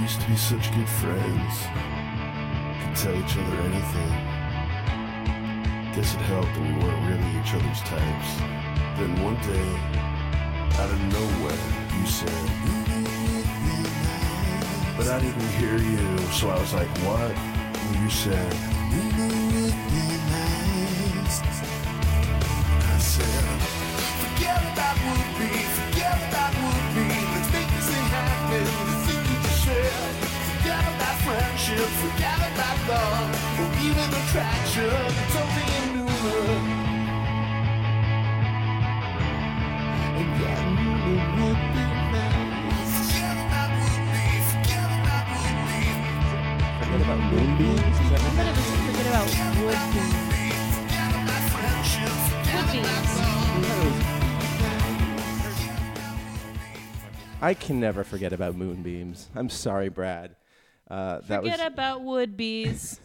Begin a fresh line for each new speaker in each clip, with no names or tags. used to be such good friends. Could tell each other anything. Guess it helped that we weren't really each other's types. Then one day, out of nowhere, you said, But I didn't hear you, so I was like, What? And you said, I said, Forget about would be, forget about would be. Let's make this thing happen. Let's think we just share. Forget about friendship, forget about love, or even attraction. It's only a new look. And yeah, new look would be nice. Forget about would be, forget about would be.
Forget about moonbeams. Is that
I thought it was forget about wood beams.
Forget about friendship, forget
Wood beams.
I can never forget about moonbeams. I'm sorry, Brad. Uh, that
Forget
was.
about wood bees.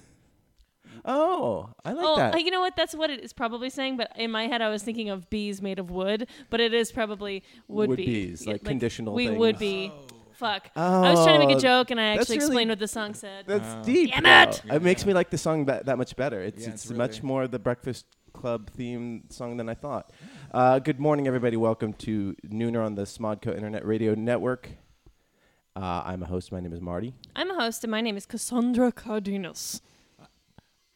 oh, I like
oh,
that.
uh, you know what? That's what it is probably saying. But in my head, I was thinking of bees made of wood. But it is probably would,
Would
be.
bees,
Yeah,
like conditional
We
things.
would be. Fuck. I was trying to make
Oh,
a joke, and I
that's
actually
really-
explained what the song said.
That's deep.
Damn it!
though. It makes me like the song that, that much better. It's
Yeah,
it's,
it's
much
really-
more the Breakfast Club theme song than I thought. Uh, good morning, everybody. Welcome to Nooner on the Smodco Internet Radio Network. Uh, I'm a host. My name is Marty.
I'm a host, and my name is Cassandra Cardenas.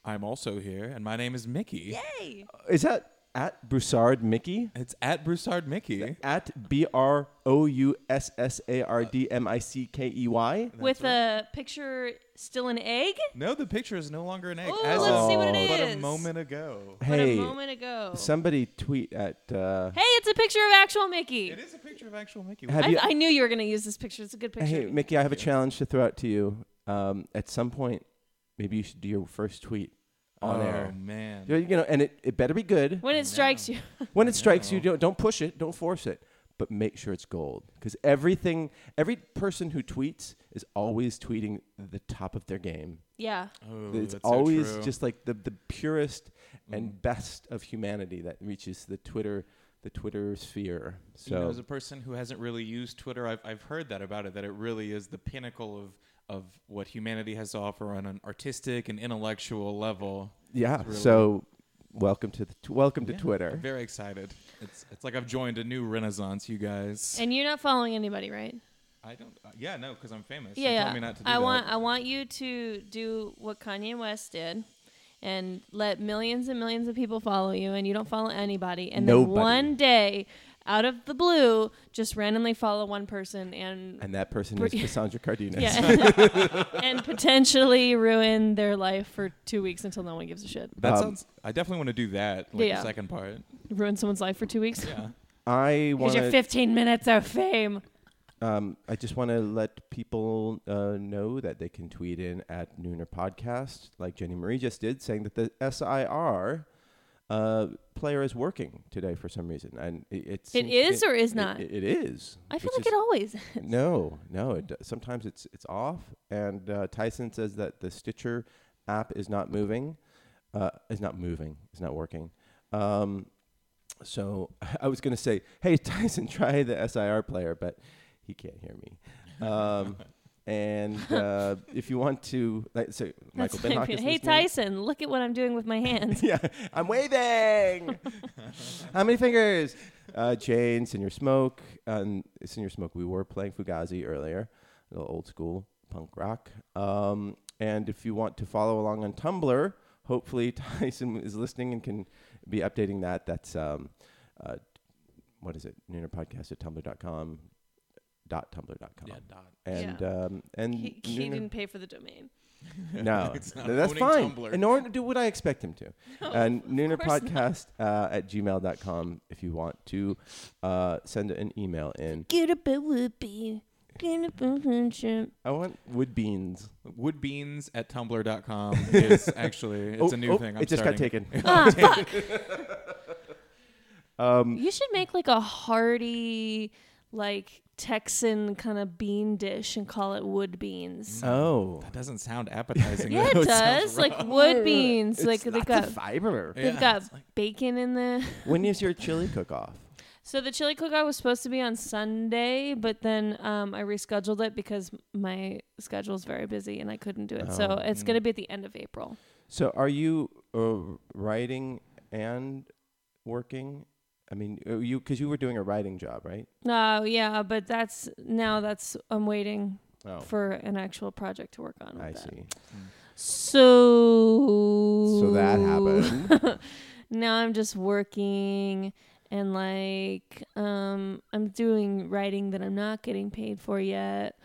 I'm also here, and my name is Mickey.
Hey.
Is that at Broussard Mickey?
It's at Broussard Mickey.
At B R O U S S A R D M I C K E Y.
With a picture still an egg.
No, the picture is no longer an egg.
Ooh,
as
let's
of
see what it
But a
is.
moment ago.
But
Hey,
a moment ago.
somebody tweet at. Uh,
Oh. hey, it's a picture of actual Mickey.
It is a picture of actual Mickey.
Have
I,
you-
I knew you were going to use this picture. It's a good picture.
Hey, Mickey, I have a challenge to throw out to you. Um, at some point, maybe you should do your first tweet on
oh,
air.
man.
You know, and it, it better be good.
when it strikes you.
When it strikes you, don't, don't push it, don't force it, but make sure it's gold. Because everything, every person who tweets is always tweeting the top of their game.
yeah.
Oh,
it's
that's so
always
true. Mm.
just like the, the purest and best of humanity that reaches the Twitter the Twitter sphere. So
you know, as a person who hasn't really used Twitter, I've, I've heard that about it, that it really is the pinnacle of, of what humanity has to offer on an artistic and intellectual level.
yeah,
It's really-
so welcome to the t- welcome to
Yeah,
Twitter.
I'm very excited. It's, it's like I've joined a new renaissance, you guys.
And you're not following anybody, right?
I don't, uh, yeah, no, because I'm famous.
Yeah,
you
yeah.
Told me not to do
I
that.
want I want you to do what Kanye West did and let millions and millions of people follow you and you don't follow anybody and
Nobody.
then one day out of the blue just randomly follow one person and,
and that person
Br-
is Cassandra Cardenas.
yeah and, potentially ruin their life for 2 weeks until no one gives a shit.
That
Um,
sounds. I definitely want to do that. Like
Yeah.
the second part.
Ruin someone's life for 2 weeks.
Yeah.
I want
Here's your
to.
15 minutes of fame.
Um, I just want to let people uh, know that they can tweet in at Nooner Podcast, like Jenny Marie just did, saying that the SIR uh, player is working today for some reason, and it, it seems-
is or is not?
It, it is.
I feel
which
like
is-
it always
No, no. It, d- sometimes it's it's off, and uh, Tyson says that the Stitcher app is not moving, uh, is not moving, is not working. Um, so I was gonna say, hey Tyson, try the SIR player, but he can't hear me. Um, and uh, if you want to, like, so Michael
That's what I
Benhock
feel.
is
Hey
listening.
Tyson, look at what I'm doing with my hands.
yeah, I'm waving. How many fingers? Uh, Jane, Senior Smoke. Um, Senior Smoke, we were playing Fugazi earlier, a little old school punk rock. Um, and if you want to follow along on Tumblr, hopefully Tyson is listening and can be updating that. That's, um, uh, what is it? Noonerpodcast at tumblr.com. Dot tumblr.com.
Yeah. Dot.
And,
Yeah.
um, and
he, he
Nooner-
didn't pay for the domain.
no,
It's
no,
not
that's
owning
fine.
Tumblr.
And nor do what I expect him to. uh,
course
Noonerpodcast uh, at gmail.com if you want to uh, send an email in.
Get up and whoopee. Get up and punch him.
I want wood beans.
Woodbeans at tumblr.com is actually it's
Oh,
a new
oh,
thing. I'm
it just got
starting.
taken.
Ah, fuck. you should make like a hearty, like Texan kind of bean dish and call it wood beans.
oh.
That doesn't sound appetizing.
yeah,
though.
it
Mm. sounds
does.
wrong.
Like wood beans.
It's
like they
lots
got
of fiber.
they've
Yeah,
got
it's
bacon in there.
when is your chili cook off?
So the chili cook-out was supposed to be on Sunday, but then um, I rescheduled it because my schedule is very busy and I couldn't do it. so it's going to be at the end of April.
So are you uh, writing and working? I mean, uh, you because you were doing a writing job, right?
No, Oh, yeah, but that's now that's I'm waiting
Oh,
for an actual project to work on. With
I
that.
see.
So
So that happened.
now I'm just working and like um I'm doing writing that I'm not getting paid for yet.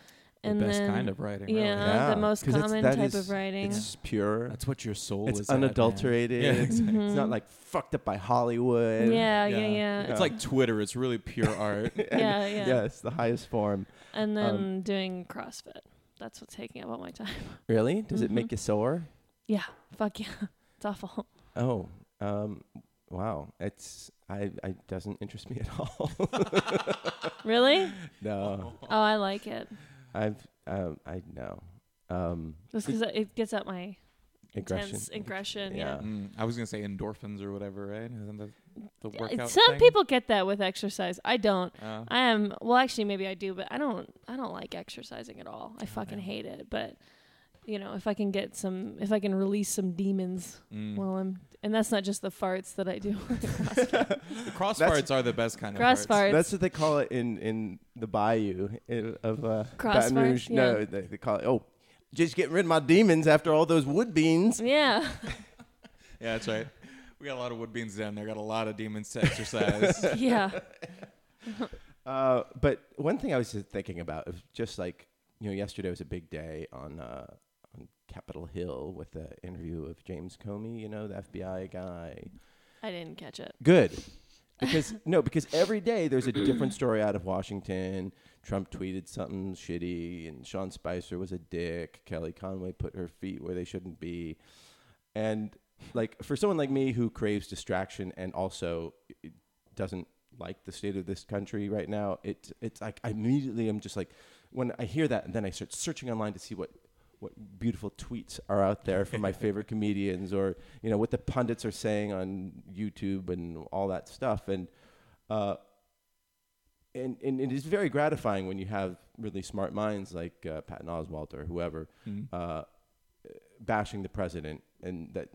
And
the best
then
kind of writing.
yeah,
Really.
the most
'cause it's-
common
that
type
is-
of writing.
It's pure.
That's what your soul
It's
is. at, man.
unadulterated.
Yeah, exactly.
It's not like fucked up by Hollywood.
Mm-hmm. yeah, yeah, yeah,
It's like Twitter. It's really pure art.
yeah, yeah,
Yeah, it's the highest form.
And then
um,
doing CrossFit. That's what's taking up all my time.
Really? Does it
Mm-hmm.
make you sore?
Yeah, fuck yeah, it's awful.
Oh, um, wow. It's I. I doesn't interest me at all.
Really?
no,
Oh, I like it
I've. Um, I know. Um,
just because it gets up my
aggression.
intense aggression.
Yeah.
Yeah.
Mm, I was gonna say endorphins or whatever, right? Isn't that the
Yeah,
workout?
Some
thing?
people get that with exercise. I don't.
Uh,
I am well actually maybe I do, but I don't I don't like exercising at all. I fucking hate it. But you know, if I can get some if I can release some demons
mm.
while I'm and that's not just the farts that I do.
The cross
That's-
farts are the best kind
Cross
of farts.
farts.
That's what they call it in in the bayou in, of uh,
Cross
Baton
farts?
Rouge.
Yeah.
No, they, they call it. Oh, just getting rid of my demons after all those wood beans.
yeah.
Yeah, that's right. We got a lot of wood beans down there. Got a lot of demons to exercise.
Yeah.
Uh, but one thing I was just thinking about is just like you know, yesterday was a big day on uh, on Capitol Hill with the interview of James Comey. You know, the FBI guy.
I didn't catch it.
Good. Because no, because every day there's a different story out of Washington. Trump tweeted something shitty, and Sean Spicer was a dick. Kelly Conway put her feet where they shouldn't be, and like for someone like me who craves distraction and also doesn't like the state of this country right now, it's it's like I immediately I'm just like when I hear that, and then I start searching online to see what what beautiful tweets are out there from my favorite comedians or you know what the pundits are saying on YouTube and all that stuff and uh, and and it is very gratifying when you have really smart minds like uh, Patton Oswalt or whoever
Mm.
uh, bashing the president and that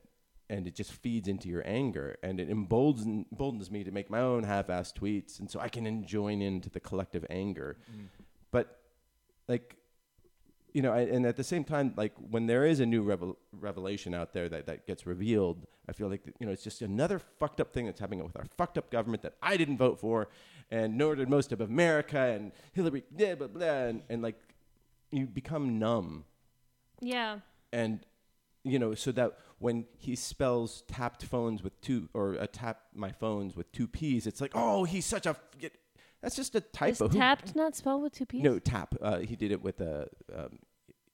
and it just feeds into your anger and it emboldens, emboldens me to make my own half-assed tweets and so I can en- join into the collective anger but like you know, I, and at the same time, like when there is a new revel- revelation out there that, that gets revealed, I feel like you know it's just another fucked up thing that's happening with our fucked up government that I didn't vote for, and nor did most of America and Hillary, blah blah blah, and, and like you become numb,
Yeah.
and you know, so that when he spells tapped phones with two or a tap my phones with two p's, it's like oh he's such a f- that's just a
Is
typo. Who-
tapped not spelled with two p's?
no tap. Uh, he did it with a. Um,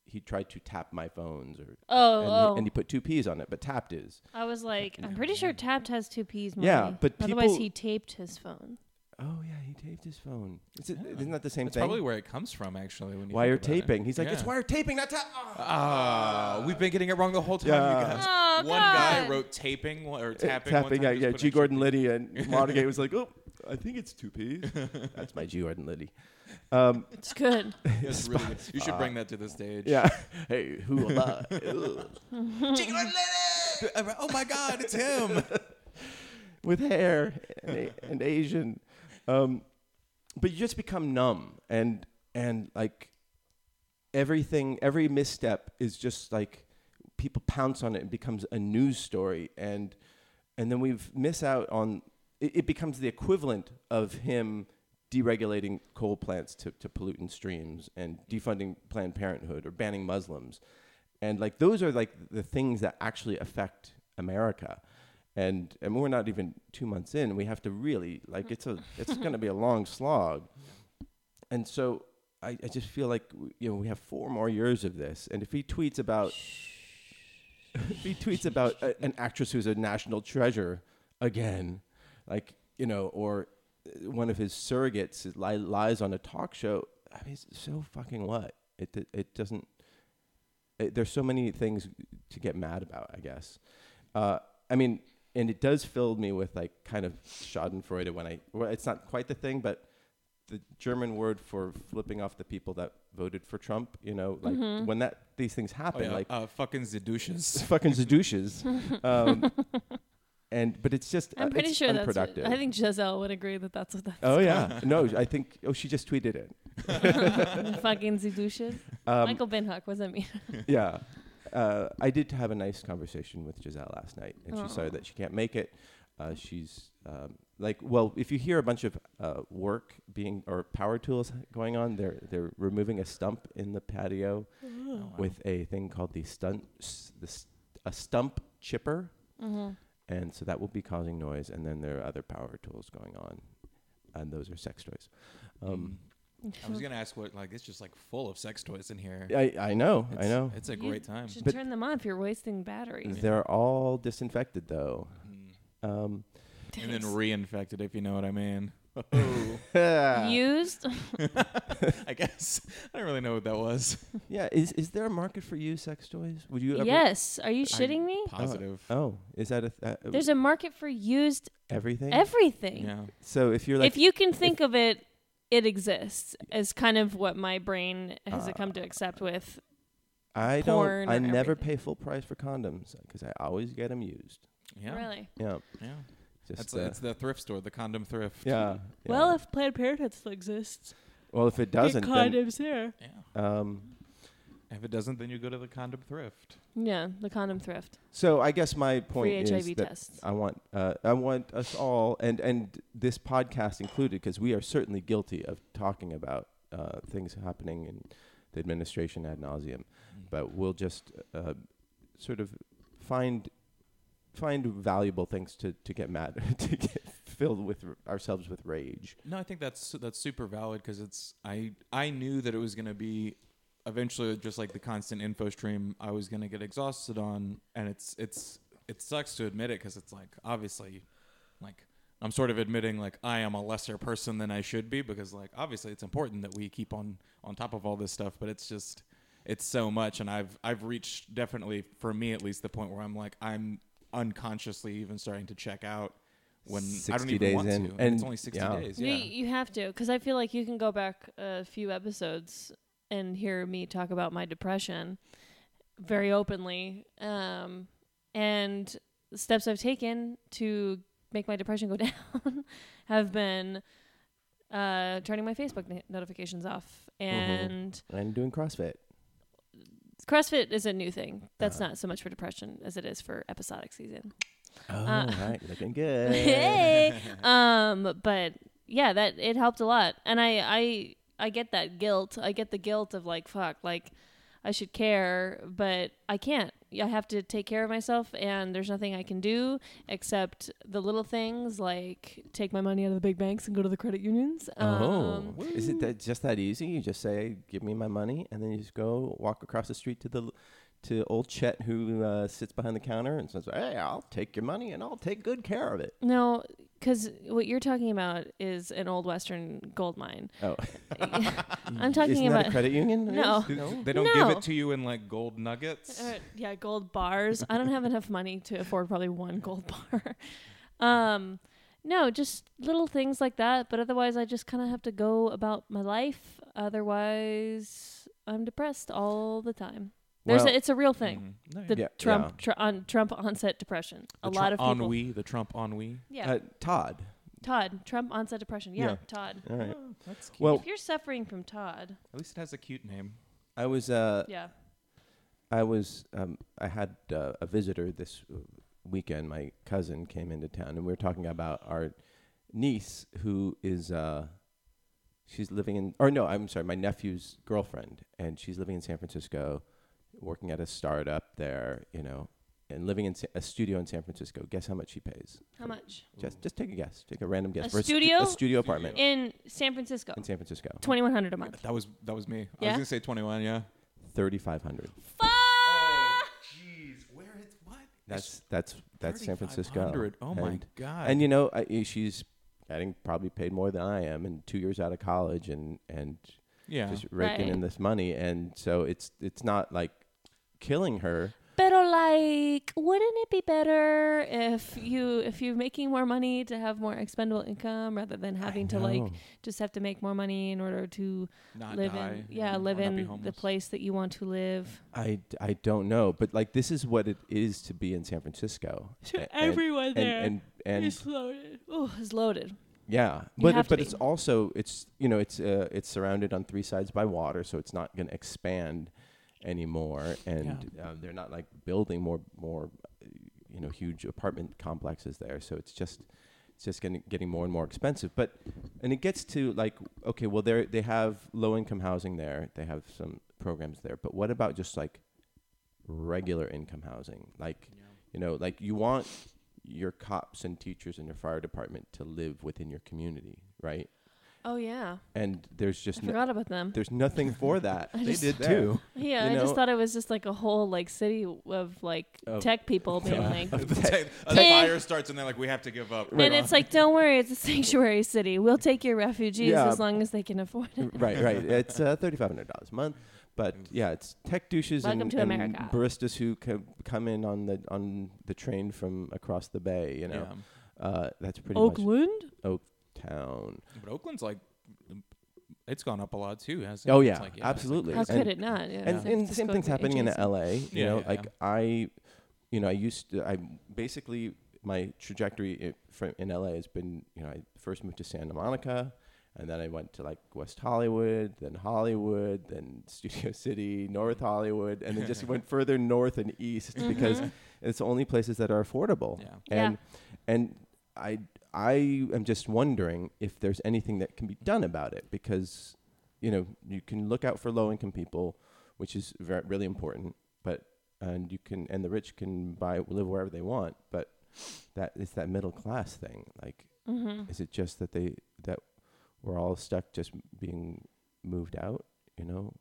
he tried to tap my phones, or
Oh,
and,
oh.
He, and he put two p's on it, but tapped is.
I was like, I'm pretty sure tapped has two p's. Marty.
Yeah, but
otherwise
people-
he taped his phone.
Oh yeah, he taped his phone. Is it, Isn't that the same
That's
thing?
probably where it comes from, actually. When you
wire
think about it.
taping. He's like, it's
Yeah.
wire taping, not tap. Oh.
Ah, we've been getting it wrong the whole time,
Yeah.
you guys.
Oh,
One guy
God.
wrote taping one- or
Uh,
tapping.
tapping.
one
yeah,
time, just
yeah.
put
G.
extra-
Gordon Liddy and Watergate was like, oh, I think it's two p's. That's my G. Gordon Liddy. Um,
It's good.
Yeah, it's really good. You should bring that to the stage.
Uh, yeah. hey, who am I? Ugh.
G. Gordon Liddy! Oh my God, it's him.
with hair and, a- and Asian. Um, but you just become numb and and like everything, every misstep is just like people pounce on it and becomes a news story and and then we've miss out on it, it becomes the equivalent of him deregulating coal plants to, to pollutant streams and defunding Planned Parenthood or banning Muslims. And like those are like the things that actually affect America. And and we're not even two months in. We have to really like it's a it's gonna be a long slog. And so I, I just feel like w- you know we have four more years of this. And if he tweets about if he tweets about a, an actress who's a national treasure again, like you know, or uh, one of his surrogates is li- lies on a talk show. I mean, it's so fucking what? It it, it doesn't. It, there's so many things to get mad about. I guess. Uh, I mean, and it does fill me with like kind of Schadenfreude when I. Well, it's not quite the thing, but the German word for flipping off the people that voted for Trump. You know, like when that these things
Oh,
happen,
yeah.
like
uh, fucking Zadushes.
fucking douches. um, and but it's just
I'm
uh,
pretty
it's
sure that's. What,
unproductive.
I think Giselle would agree that that's what that's.
Oh yeah, no, I think oh she just tweeted it.
Fucking Zidushes.
Um,
Michael Binhock. What does that mean?
yeah. Uh, I did have a nice conversation with Giselle last night, and she's
Aw.
sorry that she can't make it. Uh, she's um, like, well, if you hear a bunch of uh, work being or power tools going on, they're they're removing a stump in the patio
Mm-hmm.
with a thing called the stunt, s- the st- a stump chipper,
Mm-hmm.
and so that will be causing noise. And then there are other power tools going on, and those are sex toys. Um,
I was gonna ask what like it's just like full of sex toys in here.
I I know,
Mm. It's-
I know.
It's a
You
great time.
Should
But-
turn them on if you're wasting batteries.
They're all disinfected though.
Mm.
Um,
And then reinfected, if you know what I mean. Oh.
Used.
I guess I don't really know what that was.
yeah, is is there a market for used sex toys? Would you ever
yes. Are you shitting me?
Oh,
Positive.
Oh, is that a th- uh,
There's a market for used
everything?
everything.
yeah.
so if you're like
if you can think of it, it exists. Is kind of what my brain has
Uh,
come to accept with.
I
porn
don't I
or
never
everything.
pay full price for condoms cuz I always get them used.
Yeah.
Really.
Yeah.
Yeah.
Just
That's
uh,
it's the thrift store, the condom thrift.
yeah, yeah.
Well, if Planned Parenthood still exists,
well if it doesn't
get
then,
condoms there.
Yeah.
um
If it doesn't, then you go to the condom thrift.
Yeah, the condom thrift,
so I guess my point
free
is
HIV
that
tests.
I want uh, I want us all and and this podcast included because we are certainly guilty of talking about uh, things happening in the administration ad nauseum, but we'll just uh, sort of find find valuable things to to get mad to get filled with r- ourselves with rage.
No, I think that's that's super valid because it's I I knew that it was gonna be eventually just like the constant info stream I was gonna get exhausted on, and it's it's it sucks to admit it because it's like obviously, like I'm sort of admitting like I am a lesser person than I should be because like obviously it's important that we keep on on top of all this stuff, but it's just it's so much, and I've I've reached definitely for me at least the point where I'm like I'm unconsciously even starting to check out. When I
60
don't even
days
want
in,
to,
and
it's only sixty
yeah.
days.
You,
Yeah,
you have to, because I feel like you can go back a few episodes and hear me talk about my depression very openly, um, and the steps I've taken to make my depression go down have been uh, turning my Facebook no- notifications off
Mm-hmm.
and.
I'm doing CrossFit.
CrossFit is a new thing. That's
Uh-huh.
not so much for depression as it is for episodic season.
Oh,
Uh,
right, looking good.
hey. Um, but yeah, that it helped a lot. And I I I get that guilt. I get the guilt of like fuck, like I should care, but I can't. I have to take care of myself and there's nothing I can do except the little things like take my money out of the big banks and go to the credit unions. Um,
Oh, is it that just that easy? You just say, "Give me my money," and then you just go walk across the street to the l- to old Chet who uh, sits behind the counter and says, "Hey, I'll take your money and I'll take good care of it."
No, because what you're talking about is an old western gold mine.
Oh,
I'm
isn't
talking
that
about
a credit union? It
No.
is? no.
They don't give
No.
it to you in like gold nuggets.
Uh, yeah, gold bars. I don't have enough money to afford probably one gold bar. Um, no, just little things like that. But otherwise, I just kind of have to go about my life. Otherwise, I'm depressed all the time. There's
Well- mm,
a, it's a real thing.
Mm-hmm.
The
Yeah,
Trump tr- on, Trump onset depression. a lot of people.
ennui, the Trump ennui.
Yeah,
Uh, Todd.
Todd. Trump onset depression. Yeah,
yeah. Oh.
Todd.
All right.
that's cute.
Well,
If you're suffering from Todd,
at least it has a cute name.
I was uh,
yeah,
I was um, I had uh, a visitor this weekend. My cousin came into town, and we were talking about our niece who is uh, she's living in or no, I'm sorry, my nephew's girlfriend, and she's living in San Francisco, working at a startup there, you know, and living in Sa- a studio in San Francisco. Guess how much she pays?
how much
Just just take a guess. Take a random guess.
A
for stu-
studio?
a studio apartment
in San Francisco?
in San Francisco.
Twenty one hundred a month.
That was that was me. I
Yeah?
was gonna say twenty one. Yeah.
Thirty five hundred.
Fuck.
Jeez, where is what?
That's that's that's San Francisco.
3,500. Oh my
And-
god.
and you know I, she's getting probably paid more than i am and two years out of college and and
yeah.
just raking in
Right.
this money and so it's it's not like killing her
But Pero like, wouldn't it be better if you if you're making more money to have more expendable income rather than having to like
know.
just have to make more money in order to
Not
live
die.
in yeah,
or
live
not be
in the
homeless.
place that you want to live.
I, I don't know, but like this is what it is to be in San Francisco.
To
A- and-
everyone
and,
there.
and, and,
it's loaded. Oh, it's loaded.
yeah,
You
but
have to
it- but
be.
it's also it's you know it's uh, it's surrounded on three sides by water, so it's not going to expand anymore, and uh, they're not like building more more uh, you know huge apartment complexes there, so it's just it's just getting getting more and more expensive. But and it gets to like okay, well they they have low income housing there, they have some programs there, but what about just like regular income housing, like you know like you want your cops and teachers and your fire department to live within your community, right?
Oh yeah,
And there's
I
just no,
forgot about them.
there's nothing for that.
I
They
just-
did
there.
too.
Yeah,
you
I
know-
just thought it was just like a whole like city of like
Of-
tech people being
Yeah.
like,
the tech- a
Tech-
fire starts and they're like, we have to give up.
and it's like, don't worry, it's a sanctuary city. We'll take your refugees
Yeah.
as long as they can afford it.
right, right. It's uh, thirty five hundred dollars a month, but yeah, it's tech douches
Welcome
and,
to
and
America.
baristas who co- come in on the on the train from across the bay. You know, uh, that's pretty much town.
But Oakland's like, it's gone up a lot too, hasn't it?
Oh
It's
yeah,
like, it's like-
absolutely.
How
And-
could it not? Yeah,
and,
San
and the same
Francisco
thing's
is
happening in
adjacent.
LA. You
Yeah,
know,
yeah,
like
yeah.
I, you know, I used to, I basically my trajectory i- from in LA has been, you know, I first moved to Santa Monica, and then I went to like West Hollywood, then Hollywood, then Studio City, North Hollywood, and then just went further north and east because it's the only places that are affordable.
Yeah.
Yeah.
And and I I am just wondering if there's anything that can be done about it because you know you can look out for low income people, which is ver really important. But and you can and the rich can buy live wherever they want. But that it's that middle class thing. Like, is it just that they that we're all stuck just being moved out? You know,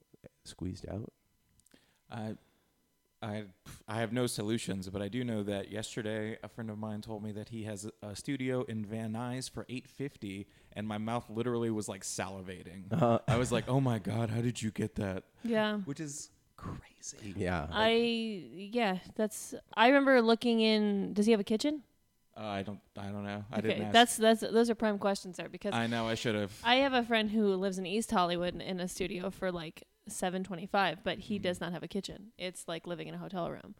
squeezed out.
I, I, I have no solutions, but I do know that yesterday a friend of mine told me that he has a, a studio in Van Nuys for eight fifty, and my mouth literally was like salivating.
Uh-huh.
I was like, "Oh my god, how did you get that?"
Mm-hmm. Yeah.
Which is crazy.
Yeah.
I yeah, that's I remember looking in. Does he have a kitchen?
Uh, I don't. I don't know. I didn't ask.
that's that's those are prime questions there because I,
I know. I should have.
have a friend who lives in East Hollywood in, in a studio for like seven twenty five, but
Mm-hmm.
he does not have a kitchen. It's like living in a hotel room,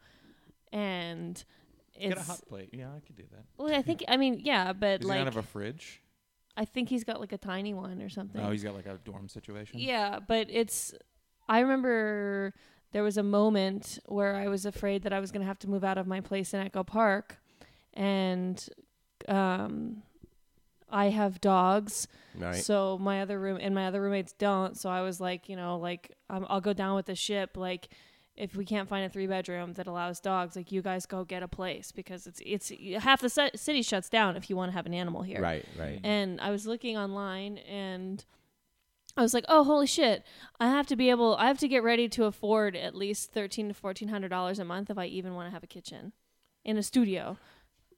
and
Get a
it's
hot plate. Yeah, I could do that.
well, I think I mean yeah, but
Does he
like
not have a fridge?
I think he's got like a tiny one or something.
Oh, he's got like a dorm situation.
Yeah, but it's. I remember there was a moment where I was afraid that I was going to have to move out of my place in Echo Park, and um, I have dogs.
right.
So my other room and my other roommates don't. So I was like, you know, like um, I'll go down with the ship. Like if we can't find a three bedroom that allows dogs, like you guys go get a place because it's it's half the ci- city shuts down if you want to have an animal here
Right. Right.
and I was looking online and I was like, "Oh, holy shit. I have to be able I have to get ready to afford at least 13 to 1400 dollars a month if I even want to have a kitchen in a studio."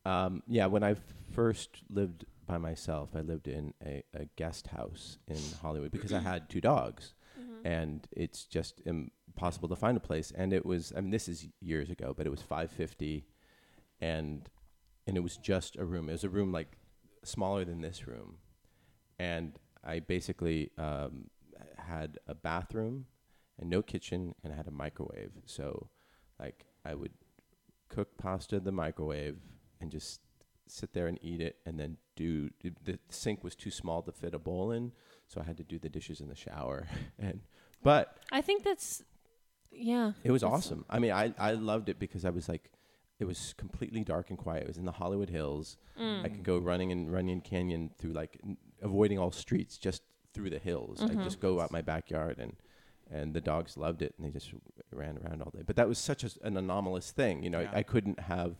Um, yeah, when I first lived by myself, I lived in a, a guest house in Hollywood because I had two dogs, and it's just impossible to find a place. And it was, I mean, this is years ago, but it was five fifty, and and it was just a room. It was a room like smaller than this room, and I basically um, had a bathroom and no kitchen, and I had a microwave. So, like, I would cook pasta in the microwave and just sit there and eat it and then do the sink was too small to fit a bowl in so i had to do the dishes in the shower and but
I think that's yeah.
it was
That's-
awesome i mean i i loved it because i was like it was completely dark and quiet it was in the hollywood hills i
Mm.
could go running in runyon canyon through like n- avoiding all streets just through the hills i just go out my backyard and and the dogs loved it and they just ran around all day but that was such a s an anomalous thing you know
Yeah.
I, I couldn't have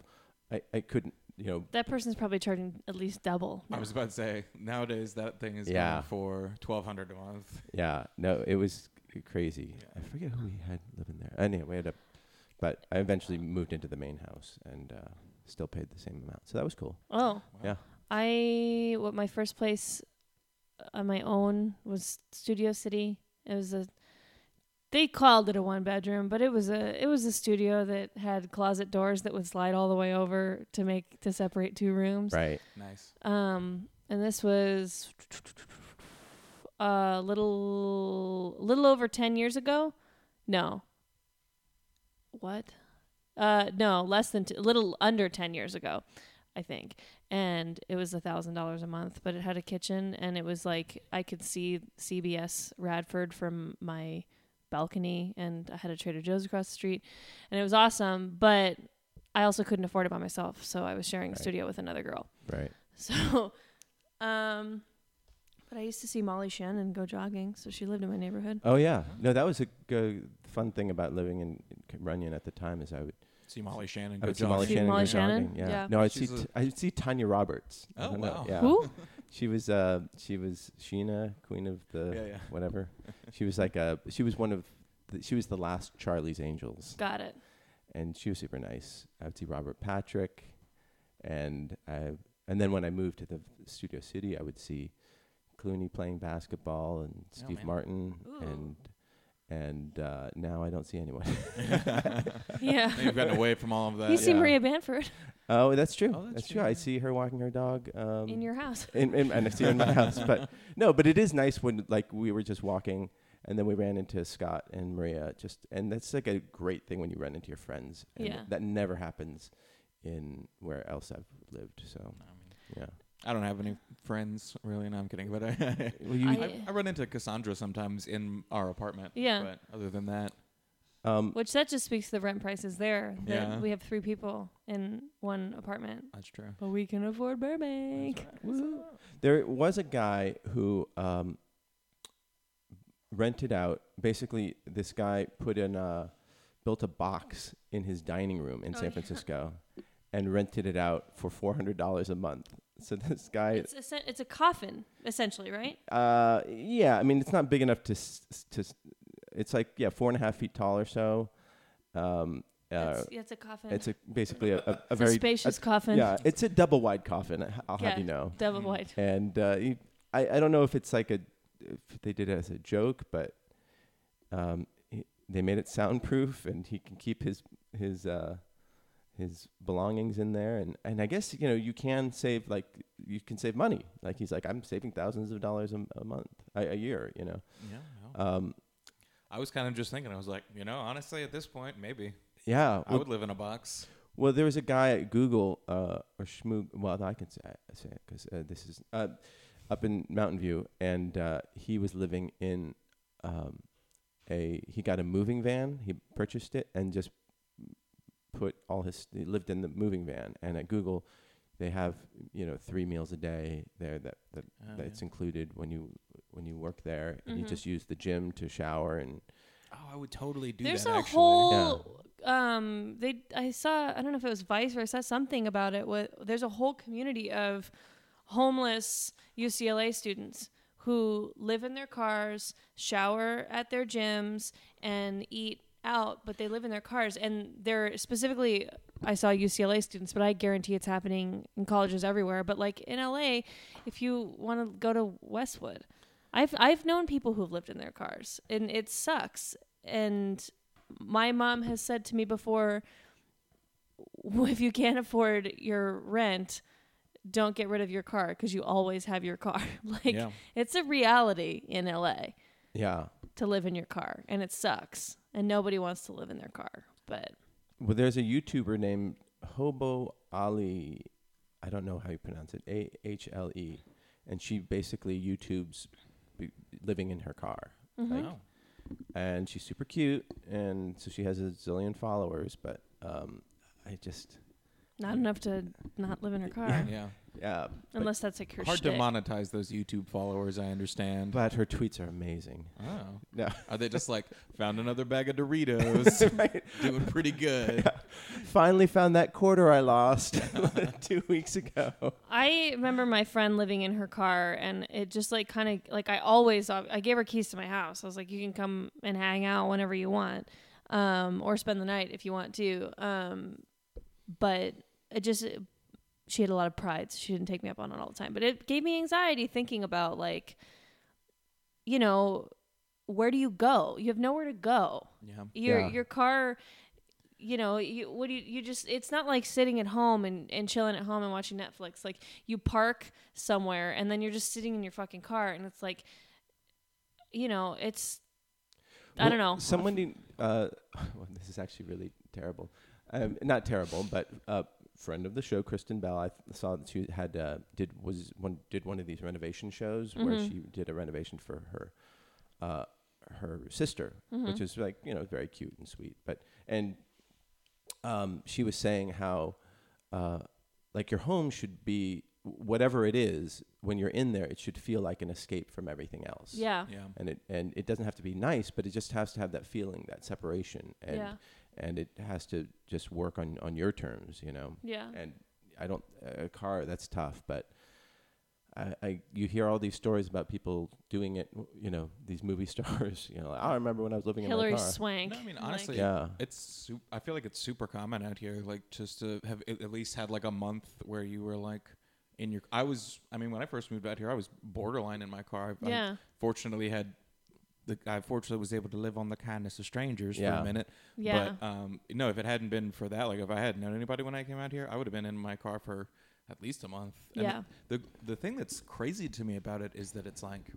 I, I couldn't you know
That person's probably charging at least double.
I was about to say nowadays that thing is
Yeah.
going for twelve hundred a month.
Yeah, no, it was c- crazy. I forget who we had living there. Anyway, we had a, but I eventually moved into the main house and uh, still paid the same amount, so that was cool.
Oh.
Yeah.
I what my first uh, place on my own was Studio City. It was a They called it a one bedroom, but it was a it was a studio that had closet doors that would slide all the way over to make to separate two rooms.
Right.
Nice.
Um, and this was a little little over ten years ago. No. What? Uh, no, less than t- a little under ten years ago, I think. And it was a thousand dollars a month, but it had a kitchen, and it was like I could see CBS Radford from my balcony, and I had a Trader Joe's across the street, and it was awesome. But I also couldn't afford it by myself, so I was sharing
Right.
a studio with another girl.
Right.
So, um, but I used to see Molly Shannon go jogging, so she lived in my neighborhood.
Oh yeah. No, that was a go- fun thing about living in Runyon at the time is I would
See Molly Shannon.
I
Go
would see Molly
See
Shannon.
Molly
go
Shannon?
jogging, Yeah.
Yeah.
No, I'd see
She's
t-
a-
I'd see Tanya Roberts. I
Oh,
don't know,
wow.
Yeah.
Who?
She was uh she was Sheena, queen of the
Yeah, yeah.
whatever. She was like a she was one of the, she was the last Charlie's Angels,
Got it.
and she was super nice. I would see Robert Patrick, and I and then when I moved to the Studio City, I would see Clooney playing basketball and
Oh,
Steve
man.
Martin
Ooh.
and and uh, now I don't see anyone.
Yeah.
You've gotten away from all of that.
you see
yeah.
Maria Banford
oh, that's true.
Oh,
that's
that's
true.
true,
I
yeah.
see her walking her dog um,
in your house.
in, in, and I see her in my house. But no, but it is nice when like we were just walking and then we ran into Scott and Maria. Just and that's like a great thing when you run into your friends. And
Yeah.
that never happens in where else I've lived. So
I, mean,
yeah,
I don't have any friends really. No, I'm kidding. But I,
well, you,
I-
I, I run into Cassandra sometimes in our apartment.
Yeah.
But other than that,
um,
Which that just speaks to the rent prices there. That
Yeah.
We have three people in one apartment,
that's true.
but we can afford Burbank.
woo. there was a guy who um, rented out. Basically, this guy put in a built a box in his dining room in
Oh,
San
yeah.
Francisco. And rented it out for four hundred dollars a month. So this guy
It's a, sen- it's a coffin essentially, right?
Uh, yeah. I mean, it's not big enough to s- s- to. s- It's like yeah, four and a half feet tall or so. Um, uh,
That's- yeah, it's a coffin.
it's a, basically a, a, a
It's a
very
spacious
a-
coffin.
Yeah, it's a double wide coffin. I- I'll have
Yeah.
you know.
Double white.
And uh, you, I I don't know if it's like a if they did it as a joke, but um, he, they made it soundproof, and he can keep his his uh his belongings in there and and i guess you know you can save like you can save money like he's like i'm saving thousands of dollars a, a month a, a year you know
Yeah. no.
um
Uh, I was kind of just thinking. I was like, you know, honestly, at this point, maybe
yeah
I
well,
would live in a box.
well, there was a guy at google uh or schmoog well i can say, say it because uh, this is uh up in mountain view and uh he was living in um a he got a moving van he purchased it and just put all his he lived in the moving van and at google they have you know three meals a day there that that
Oh,
that's
yeah. Mm-hmm.
included when you when you work there and you
Mhm.
just use the gym to shower and
oh, I would totally do
There's
that.
a
actually.
whole um they I saw I don't know if it was Vice or I saw something about it. What there's a whole community of homeless UCLA students who live in their cars, shower at their gyms, and eat out, but they live in their cars and they're specifically I saw UCLA students, but I guarantee it's happening in colleges everywhere. But like in LA, if you want to go to Westwood, I've I've known people who've lived in their cars, and it sucks. And my mom has said to me before, if you can't afford your rent, don't get rid of your car because you always have your car. like
Yeah.
it's a reality in LA
yeah
to live in your car, and it sucks. And nobody wants to live in their car, but
Well, there's a YouTuber named Hobo Ali. I don't know how you pronounce it. A H L E, and she basically YouTube's b- living in her car, like,
Wow.
and she's super cute, and so she has a zillion followers. But um, I just
not enough to not live in her car
Yeah.
yeah. but-
unless that's like her
Hard to
shtick.
monetize those YouTube followers. I understand.
but her tweets are amazing.
oh.
No.
Are they just like found another bag of Doritos? Doing pretty good.
Finally found that quarter I lost two weeks ago.
I remember my friend living in her car, and it just like kind of like I always uh, I gave her keys to my house. I was like, you can come and hang out whenever you want, um, or spend the night if you want to. Um, but it just she had a lot of pride, so she didn't take me up on it all the time. But it gave me anxiety thinking about like, you know, where do you go? You have nowhere to go.
Yeah.
Your
Yeah.
your car you know, you what do you you just it's not like sitting at home and, and chilling at home and watching Netflix. Like you park somewhere and then you're just sitting in your fucking car and it's like you know, it's I
Well,
don't know.
Someone need, uh, well, this is actually really terrible. Um, not terrible, but uh, friend of the show, Kristen Bell. I f- saw that she had uh, did was one did one of these renovation shows where
Mm-hmm.
she did a renovation for her uh, her sister,
Mm-hmm.
which is like you know very cute and sweet. But and um, she was saying how uh, like your home should be whatever it is when you're in there, it should feel like an escape from everything else
yeah.
Yeah.
and it and it doesn't have to be nice, but it just has to have that feeling, that separation, and
Yeah.
and it has to just work on on your terms, you know.
Yeah.
And I don't a car that's tough, but I, I you hear all these stories about people doing it, you know, these movie stars. You know, "Oh, I remember when I was living in
Hillary
my car.
Swank.
No, I mean
Like,
honestly,
Yeah.
it's su- I feel like it's super common out here, like just to have at at least had like a month where you were like in your. I was, I mean, when I first moved out here, I was borderline in my car. I,
Yeah.
fortunately, had the I fortunately was able to live on the kindness of strangers for
Yeah.
a minute.
Yeah.
But um, no, if it hadn't been for that, like if I hadn't known anybody when I came out here, I would have been in my car for at least a month. And
Yeah.
The the thing that's crazy to me about it is that it's like,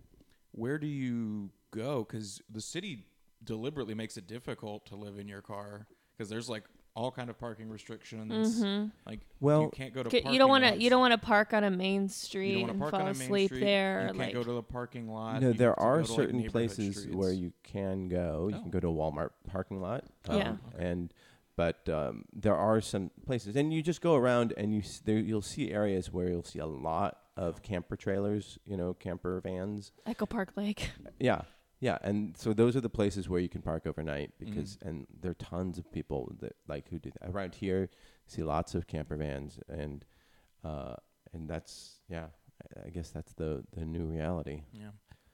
where do you go? Because the city deliberately makes it difficult to live in your car because there's like all kind of parking restrictions. Like,
Well-
you can't go to.
K-
Parking
mm-hmm. you don't want to
lots.
you don't want to park on a main
You
street
don't wanna
and
park
fall
on a main
asleep
street.
there.
You can't
like,
go to the parking lot.
No,
You have
there
to
are
go to, like,
certain
neighborhood
places
streets.
where you can go. You
Oh.
can go to a Walmart parking lot. um,
Yeah.
And but um, there are some places, and you just go around and you s- there, you'll see areas where you'll see a lot of camper trailers. You know, camper vans.
Echo Park Lake.
Yeah. Yeah, and so those are the places where you can park overnight
Mm-hmm.
because, and there are tons of people that like who do that around here. You see lots of camper vans, and uh, and that's yeah, I- I guess that's the the new reality.
Yeah.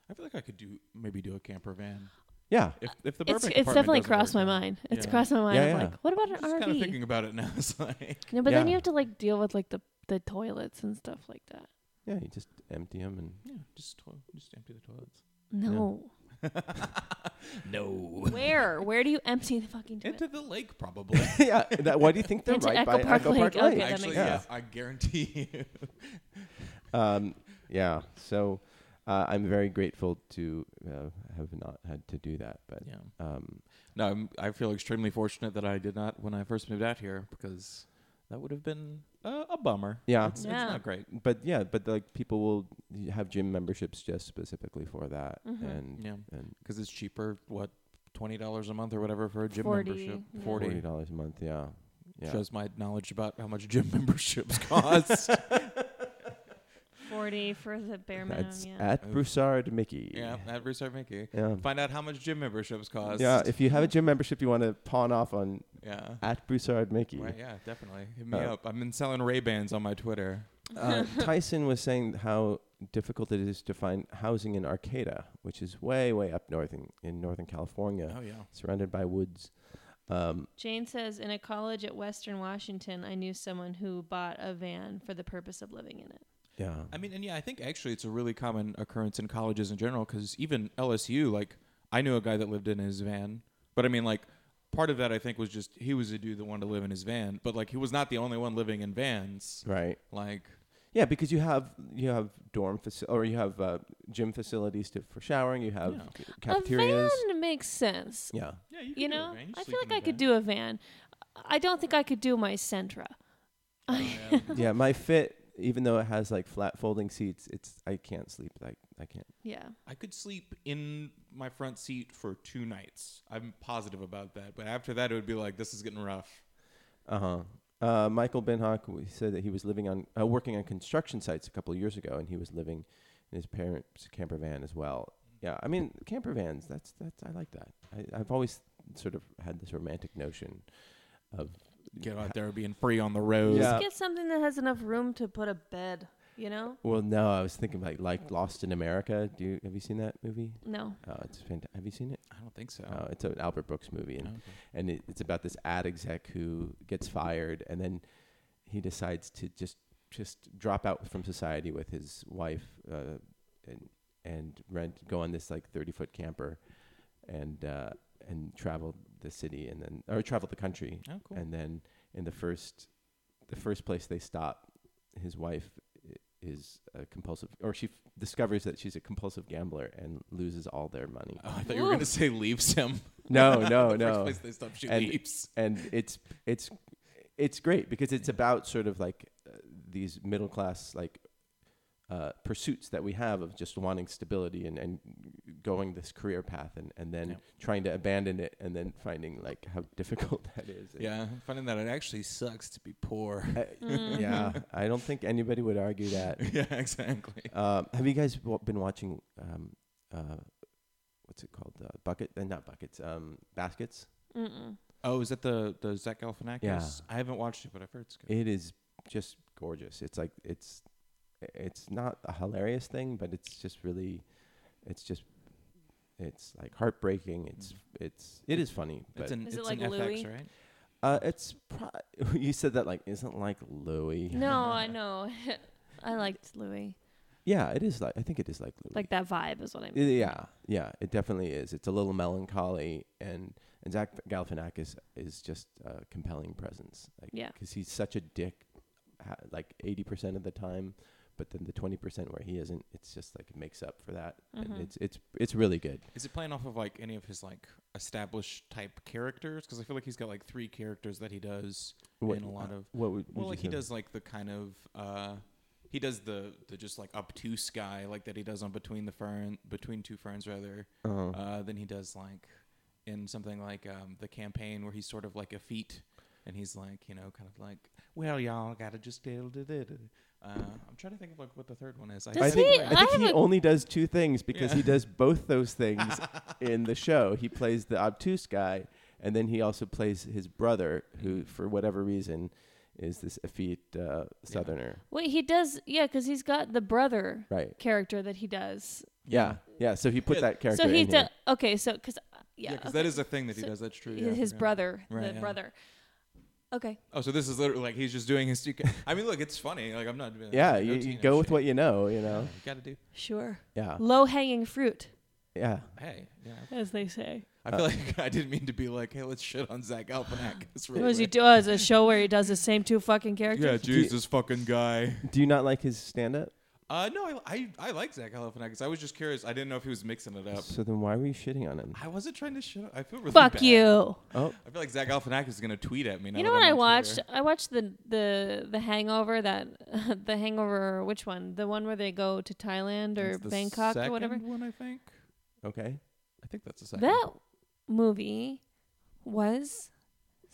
I feel like I could do maybe do a camper van.
Yeah,
If, if the
It's
Burbank
it's
apartment
definitely
doesn't work
crossed my
out.
mind. It's
Yeah.
crossed my mind.
Yeah,
I'm
yeah.
like, what about an
I'm just kind
RV?
of thinking about it now. It's like
no, but then
Yeah.
you have to like deal with like the the toilets and stuff like that.
yeah, you just empty them and
yeah, just toilet, just empty the toilets.
No.
No.
Where? Where do you empty the fucking toilet?
Into the lake, probably.
yeah, that, why do you think they're
Into
right
Echo
by
Park
Echo
Lake.
Park
Okay,
Lake?
that
Actually,
makes
yeah,
sense.
I guarantee you.
Um, yeah, so uh, I'm very grateful to uh, have not had to do that, but
Yeah.
um,
No, I'm, I feel extremely fortunate that I did not when I first moved out here because that would have been uh, a bummer.
Yeah.
It's,
Yeah.
it's not great.
but yeah, but like people will have gym memberships just specifically for that,
Mhm.
and
Yeah,
and
because it's cheaper. What twenty dollars a month or whatever for a gym
40,
membership?
yeah.
Forty.
forty dollars a month, yeah, yeah.
Shows my knowledge about how much gym memberships cost.
Forty for the bare minimum.
That's
yeah.
at Broussard Mickey.
yeah, at Restart Mickey.
yeah.
Find out how much gym memberships cost.
Yeah, if you have a gym membership, you want to pawn off on
yeah.
at Broussard Mickey.
Right, yeah, definitely. Hit me
Uh,
up. I've been selling Ray Bans on my Twitter.
uh, Tyson was saying how difficult it is to find housing in Arcata, which is way, way up north in, in Northern California,
Oh yeah.
surrounded by woods. Um,
Jane says in a college at Western Washington, I knew someone who bought a van for the purpose of living in it.
yeah.
I mean, and yeah, I think actually it's a really common occurrence in colleges in general because even LSU, like, I knew a guy that lived in his van, but I mean, like, part of that I think was just he was a dude that wanted to live in his van, but like, he was not the only one living in vans.
Right.
Like,
Yeah, because you have you have dorm faci- or you have uh, gym facilities to, for showering. You have
Yeah.
cafeterias.
A van Uh-huh. makes sense.
Yeah.
yeah,
You know, I feel like I could do a van. I don't think I could do my Sentra. Oh,
yeah, my fit, even though it has like flat folding seats, it's I can't sleep. Like I can't.
Yeah.
I could sleep in my front seat for two nights. I'm positive about that. But after that, it would be like, this is getting rough.
Uh-huh. Uh Michael Benhock w- said that he was living on uh, working on construction sites a couple of years ago, and he was living in his parents' camper van as well. Yeah, I mean camper vans. That's that's I like that. I, I've always sort of had this romantic notion of
Get out there being free on the road.
Yeah.
Just get something that has enough room to put a bed, you know?
well, no, I was thinking like like Lost in America. Do you have you seen that movie?
No.
Oh, it's fantastic. Have you seen it?
I don't think so. Oh,
Oh, it's an Albert Brooks movie, and
Okay.
and it, it's about this ad exec who gets fired and then he decides to just just drop out from society with his wife uh, and and rent go on this like 30 foot camper and uh, and traveled the city and then or traveled the country
Oh, cool.
and then in the first the first place they stop his wife i- is a compulsive or she f- discovers that she's a compulsive gambler and loses all their money
oh, I thought you were gonna say leaves him.
no no
the First
Oh, no
place they stop, she
And-
leaves.
and it's it's it's great because it's about sort of like uh, these middle class like uh, pursuits that we have of just wanting stability and, and going this career path and, and then
Yeah.
trying to abandon it and then finding like how difficult that is. And,
Yeah, finding that it actually sucks to be poor.
I- yeah, I don't think anybody would argue that.
yeah, exactly.
Um, have you guys wa- been watching? Um, uh, what's it called? Uh, bucket? Uh, not buckets. Um, baskets.
Mm-mm.
Oh, is that the the Zach Galifianakis?
Yeah.
I haven't watched it, but I've heard it's good.
It is just gorgeous. It's like it's it's not a hilarious thing, but it's just really it's just it's like heartbreaking. It's it's it is funny, but
Mm-hmm. it's an,
Is it
it's
like
an
Louis?
FX, right?
uh, it's pro- you said that like isn't like Louis.
No, I know. I liked Louis.
Yeah, it is like I think it is like Louis.
Like that vibe is what I
Y-
mean.
Yeah, yeah, it definitely is. It's a little melancholy, and and Zach Galifianakis is just a compelling presence. Like,
Yeah.
because he's such a dick, ha- like eighty percent of the time, but then the twenty percent where he isn't, it's just like it makes up for that,
Mhm.
and it's it's it's really good.
Is it playing off of like any of his like established type characters? Because I feel like he's got like three characters that he does in a lot of.
what would, would
Well,
you
like he
say?
does like the kind of uh, he does the the just like obtuse guy like that he does on between the fern between two ferns rather.
Uh-huh.
Uh, then he does like in something like um, the campaign where he's sort of like effete and he's like you know kind of like well y'all gotta just diddle diddle diddle." uh, I'm trying to think of like what the third one is. I,
Does
I
I
think
he-
I
I
think
have
he
a-
only does two things because
Yeah.
he does both those things in the show. He plays the obtuse guy, and then he also plays his brother, who for whatever reason is this effete uh, Southerner.
Wait, he does. Yeah, because he's got the brother
Right.
character that he does.
Yeah. Yeah. So he put
Yeah.
that character.
so he
in here.
does. Okay, so because yeah,
yeah, because
okay.
that is a thing that he
So
does. That's true.
Hi-
yeah, I
his
forgot.
brother,
Right,
the
yeah.
brother. Okay,
Oh, so this is literally like he's just doing his. two ca- I mean, look, it's funny. Like I'm not.
Yeah. You, you go with what you know. You
you
know.
gotta do.
sure.
Yeah.
Low hanging fruit,
Yeah.
Hey, yeah.
as they say.
I feel like I didn't mean to be like, hey, let's shit on Zach Galifianakis.
What does he do? Oh, it's a show where he does the same two fucking characters.
Yeah, Jesus this fucking guy.
Do you not like his stand-up?
Uh, no, I, I I like Zach Galifianakis. I was just curious. I didn't know if he was mixing it up.
So then why were you shitting on him?
I wasn't trying to shit. on- I feel really
Fuck
bad.
you.
Oh,
I feel like Zach Galifianakis is gonna tweet at me. Now
You know
that
what
I'm
I
on
watched?
Twitter.
I watched the the the Hangover that the Hangover which one? The one where they go to Thailand or
It's the
Bangkok or
second
whatever.
One, I think.
okay.
I think that's the second.
That movie was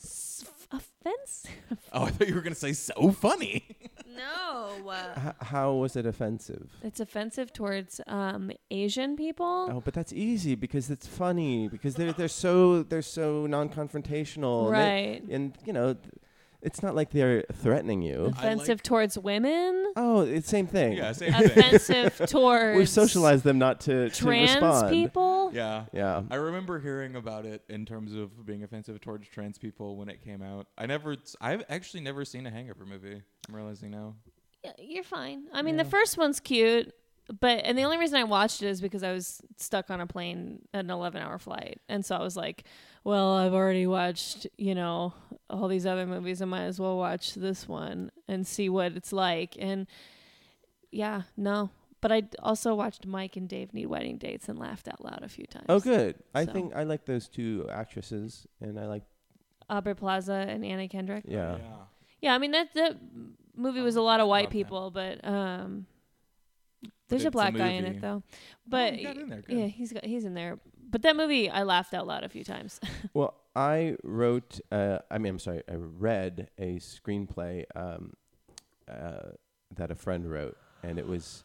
s- offensive.
Oh, I thought you were gonna say so funny.
no, uh,
H- how was it offensive?
it's offensive towards um Asian people.
Oh, but that's easy because it's funny because they're they're so they're so non-confrontational, and they-
Right.
And, you know, th- it's not like they're threatening you.
offensive towards women.
Oh, it's same thing.
yeah, same thing.
offensive towards
We've socialized them not to, to
trans
respond.
people.
Yeah.
Yeah.
I remember hearing about it in terms of being offensive towards trans people when it came out. I never, I've actually never seen a Hangover movie. I'm realizing now.
Yeah, you're fine. I mean, the first one's cute, but and the only reason I watched it is because I was stuck on a plane, an 11 hour flight, and so I was like, well, I've already watched, you know, all these other movies. I might as well watch this one and see what it's like. And yeah, no. But I d- also watched Mike and Dave Need Wedding Dates and laughed out loud a few times.
Oh, good. I
So-
think I like those two actresses, and I like
Aubrey Plaza and Anna Kendrick.
yeah.
Yeah, I mean that that movie was a lot of white
Love that.
people, but um, there's
it's
a
a
black guy in
movie.
it though. But
he got in there, good.
yeah, he's got, he's in there. But that movie, I laughed out loud a few times.
Well, I wrote. Uh, I mean, I'm sorry. I read a screenplay um, uh, that a friend wrote, and it was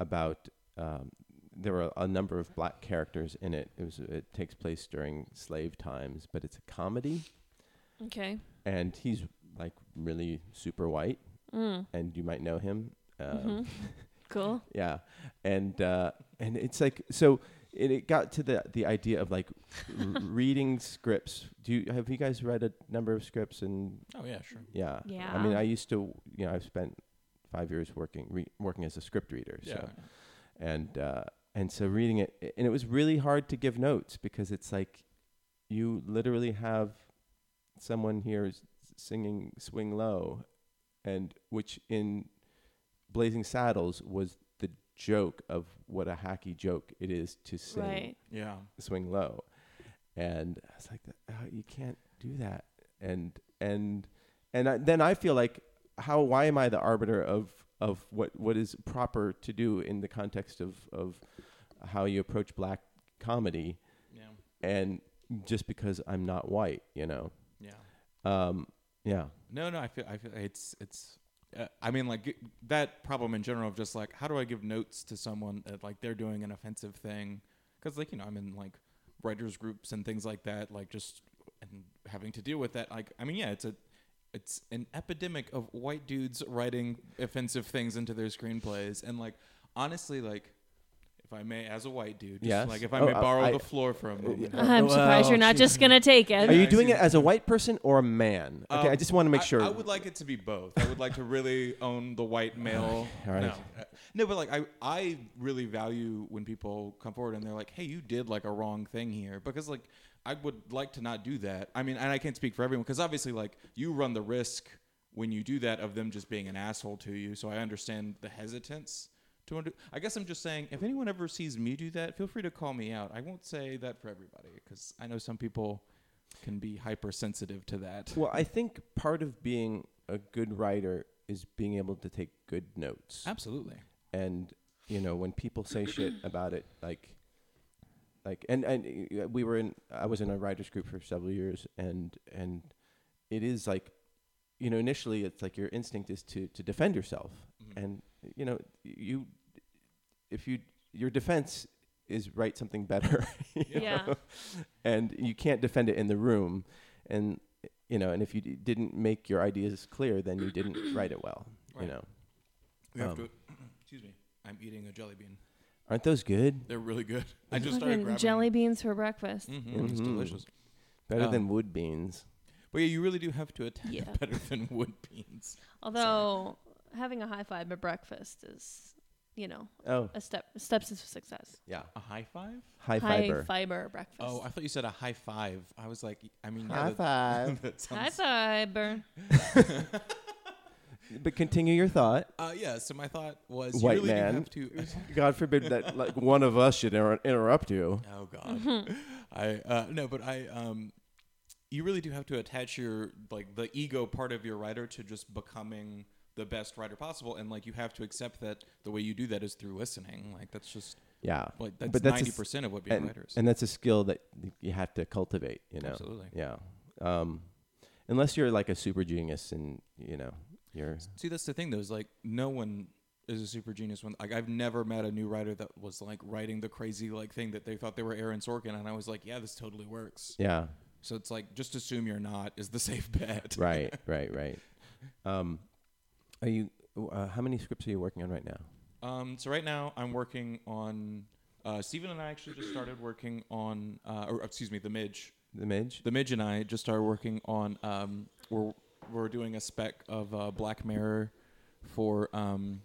about. Um, there were a number of black characters in it. It was. It takes place during slave times, but it's a comedy,
okay.
and he's like really super white,
Mm.
and you might know him. Um,
Mhm. Cool.
Yeah, and uh, and it's like so. It, it got to the the idea of like r- reading scripts. Do you have you guys read a number of scripts? And
Oh yeah, sure.
yeah, I mean,
Yeah.
I used to. You know, I've spent five years working re- working as a script reader.
Yeah.
So and uh, And so reading it, and it was really hard to give notes because it's like you literally have someone here is singing "Swing Low," and which in Blazing Saddles was the joke of what a hacky joke it is to sing
Right.
Yeah.
swing low and i was like oh, you can't do that and and and I, then i feel like how why am i the arbiter of of what what is proper to do in the context of of how you approach black comedy
Yeah.
and just because i'm not white you know
Yeah.
um yeah
No, no, I feel, I feel it's, it's, uh, I mean, like it- that problem in general of just like, how do I give notes to someone that like they're doing an offensive thing? Because like you know, I'm in like writers groups and things like that. Like just and having to deal with that. Like I mean, yeah, it's a, it's an epidemic of white dudes writing offensive things into their screenplays. And like honestly, like if I may, as a white dude, just,
Yes.
like if I
Oh,
may
I-
borrow
I-
the floor for a moment.
yeah.
I'm
Well,
surprised you're not just gonna take it.
are you
I
doing
see.
it as a white person or a man okay
Um,
i just want to make
I-
sure
I, would like it to be both. I would like to really own the white male.
All right.
No, Uh, no, but like I, I really value when people come forward and they're like, "Hey, you did like a wrong thing here," because like I would like to not do that. I mean, and I can't speak for everyone because obviously, like you run the risk when you do that of them just being an asshole to you. So I understand the hesitance. To undo- I guess I'm just saying, if anyone ever sees me do that, feel free to call me out. I won't say that for everybody because I know some people can be hypersensitive to that.
well i think part of being a good writer is being able to take good notes
Absolutely.
and you know when people say shit about it like like and and uh, we were in i was in a writers group for several years and and it is like you know initially it's like your instinct is to to defend yourself
Mm-hmm.
Mm-hmm.
and you know you if you your defense is write something better you
Yeah.
know? and you can't defend it in the room and you know and if you d- didn't make your ideas clear then you didn't write it well
Right.
you know
We have
Um,
to. Excuse me. I'm eating a jelly bean.
aren't those good
They're really good. I just started
Fucking
grabbing
jelly beans for breakfast.
hmm It's
Mhm.
delicious.
Better
Um,
than wood beans.
But yeah, you really do have to attack
Yeah.
it better than wood beans.
Although having a high five at breakfast is, you know,
Oh,
a step steps to success.
yeah.
A high five?
High,
high
fiber.
fiber breakfast.
Oh, I thought you said a high five. I was like, I mean,
High
yeah, that-
five.
that
high fiber.
sounds-
but continue your thought.
Uh, yeah. So my thought was, you
White
really
man.
do have to.
God forbid that like one of us should inter- interrupt you.
Oh God, I uh, no, but I um, you really do have to attach your like the ego part of your writer to just becoming the best writer possible, and like you have to accept that the way you do that is through listening. Like that's just
Yeah.
like
But
that's
that's a s-
ninety percent of what being
And,
writers.
and that's a skill that you have to cultivate, you know.
Absolutely.
Yeah. Um unless you're like a super genius and, you know, you're
See, that's the thing though. Is like no one is a super genius when like I've never met a new writer that was like writing the crazy like thing that they thought they were Aaron Sorkin, and I was like, yeah, this totally works.
yeah.
So it's like just assume you're not is the safe bet.
Right, right, right. Um are you uh, how many scripts are you working on right now?
Um, so right now I'm working on. Uh, Steven and I actually just started working on, uh, or excuse me, the Midge.
The Midge?
The Midge and I just started working on. Um, we're we're doing a spec of uh, Black Mirror for um,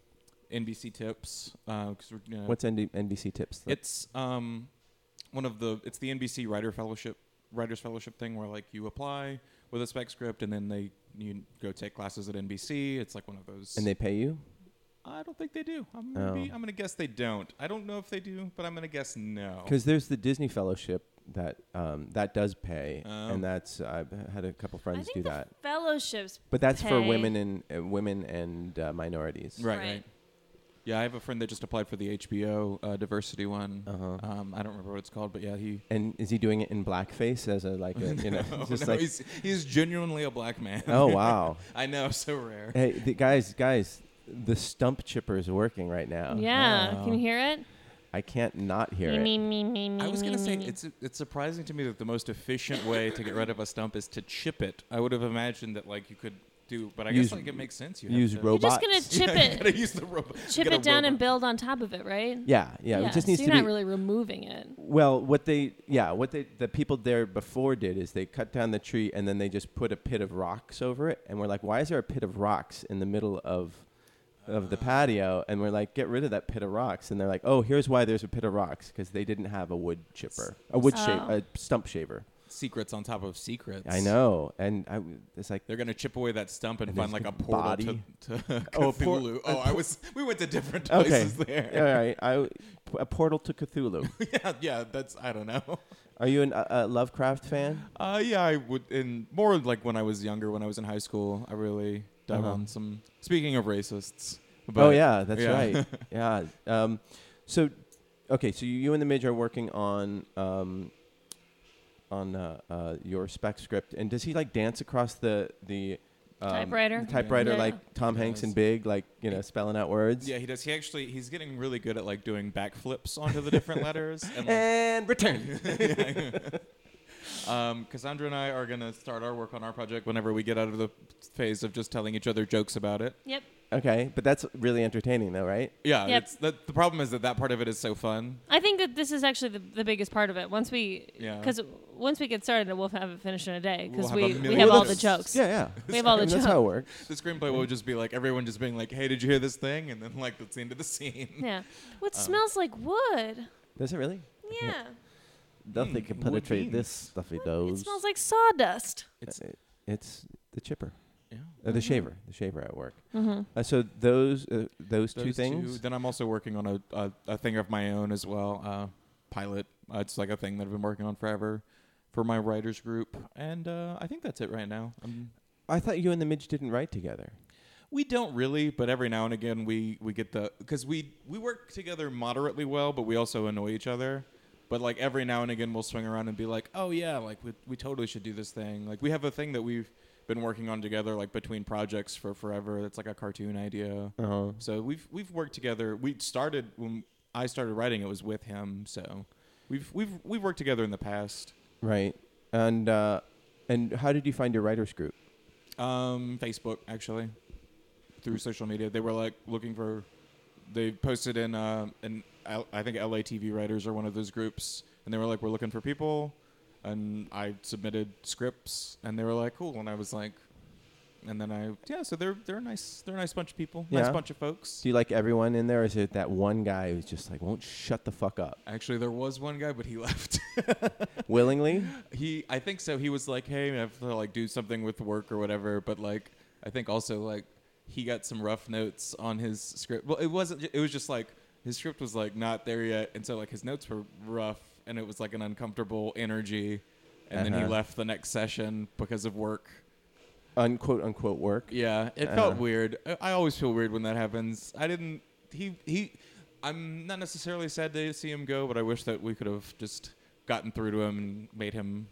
NBC Tips. Uh, 'cause we're, you know,
What's ND- NBC tips?
it's um, one of the it's the NBC Writer Fellowship Writers Fellowship thing where like you apply with a spec script and then they you go take classes at NBC. It's like one of those.
and they pay you?
I don't think they do. I'm gonna, be,
Oh.
I'm gonna guess they don't. I don't know if they do, but I'm gonna guess no.
Because there's the Disney Fellowship that um, that does pay,
Oh.
and that's I've had a couple friends do
the
that.
Fellowships.
But that's for
pay-
women and uh, women and uh, minorities.
Right,
Right.
right, Yeah, I have a friend that just applied for the HBO uh, diversity one.
Uh-huh.
Um, I don't remember what it's called, but yeah, he.
And is he doing it in blackface as a like a you know
No,
just
no,
like
Oh, he's, he's genuinely a black man.
oh wow
I know, so rare.
hey the, guys guys the stump chipper is working right now.
Yeah,
Oh.
can you hear it?
I can't not hear
me,
it.
me, me, me, me,
I was gonna
me,
say
me.
it's it's surprising to me that the most efficient way to get rid of a stump is to chip it. I would have imagined that like you could do, but I
Use-
guess like it makes sense. You
use
have to,
You're
robots.
just gonna chip
You
it,
gotta use the robot.
chip
Get a
it down and
robot.
build on top of it, right?
yeah, yeah, It just
so
needs
you're
to
not
be.
really removing it.
Well, what they yeah, what they the people there before did is they cut down the tree and then they just put a pit of rocks over it and we're like, why is there a pit of rocks in the middle of of
Ah.
the patio, and we're like, get rid of that pit of rocks. And they're like, oh, here's why there's a pit of rocks because they didn't have a wood chipper, a wood shape,
Oh.
a stump shaver.
Secrets on top of secrets.
I know, and I w- it's like
They're gonna chip away that stump and,
And
find
there's
like a
the
portal
body.
to, to
Oh, a por-
Cthulhu. Oh, I was. We went to different
okay,
places there.
all right, I w- a portal to Cthulhu.
yeah, yeah. That's I don't know.
Are you an, a, a Lovecraft fan?
Uh, yeah, I would. In more like when I was younger, when I was in high school, I really dug
Uh-huh.
on some. Speaking of racists.
oh
but-
yeah, that's
yeah.
right. yeah. Um, so, okay, so you, you and the Midge are working on um, on uh, uh, your spec script, and does he like dance across the the um,
Typewriter?
the typewriter
Yeah.
like Tom
He
Hanks
does.
and Big, like you know, spelling out words.
Yeah, he does. He actually he's getting really good at like doing backflips onto the different letters. And, like,
And return.
um, Cassandra and I are gonna start our work on our project whenever we get out of the phase of just telling each other jokes about it.
Yep.
okay, but that's really entertaining, though, right?
Yeah,
Yep.
it's, that, the problem is that that part of it is so fun.
I think that this is actually the, the biggest part of it. Once we,
Yeah.
because once we get started, we'll have it finished in a day
We'll
because
have a
we, we
million
have all the
jokes.
jokes.
Yeah, yeah.
We have all the
And that's how it works.
The screenplay will just be like everyone just being like, "Hey, did you hear this thing?" And then like that's the end of the scene.
Yeah. What smells like wood?
Does it really?
Yeah.
Nothing can
wood
penetrate
beams.
this stuffy
It
nose.
smells like sawdust.
It's
Uh, it's the chipper.
yeah.
Uh, the shaver, the shaver at work.
Mm-hmm.
Uh, so those uh, those, two
Those
things.
Then I'm also working on a, a a thing of my own as well. Uh, pilot. Uh, it's like a thing that I've been working on forever for my writers group, and uh, I think that's it right now. Um,
I thought you and the Midge didn't write together.
We don't really, but every now and again we we get the because we we work together moderately well, but we also annoy each other. But like every now and again, we'll swing around and be like, "Oh yeah, like we we totally should do this thing." Like we have a thing that we've been working on together, like between projects for forever. It's like a cartoon idea.
Uh-huh.
So we've we've worked together. We started when I started writing; it was with him. So we've we've we've worked together in the past.
Right. And uh, and how did you find your writers group?
Um, Facebook actually, through social media, they were like looking for. They posted in uh, an L- I think LA TV writers are one of those groups, and they were like, "We're looking for people," and I submitted scripts, and they were like, "Cool," and I was like, and then I yeah, so they're they're a nice they're a nice bunch of people, nice
Yeah.
bunch of folks.
Do you like everyone in there? Or is it that one guy who's just like won't shut the fuck up
Actually, there was one guy, but he left.
willingly?
he I think so. He was like, "Hey, I have to like do something with work or whatever." But like, I think also like he got some rough notes on his script. Well, it wasn't. ju- It was just like his script was like not there yet, and so like his notes were rough, and it was like an uncomfortable energy. And then he
Uh-huh.
left the next session because of work. Uh-huh.
Unquote unquote work.
Yeah, it felt
Uh.
weird. I- I always feel weird when that happens. I didn't. He he. I'm not necessarily sad to see him go, but I wish that we could have just gotten through to him and made him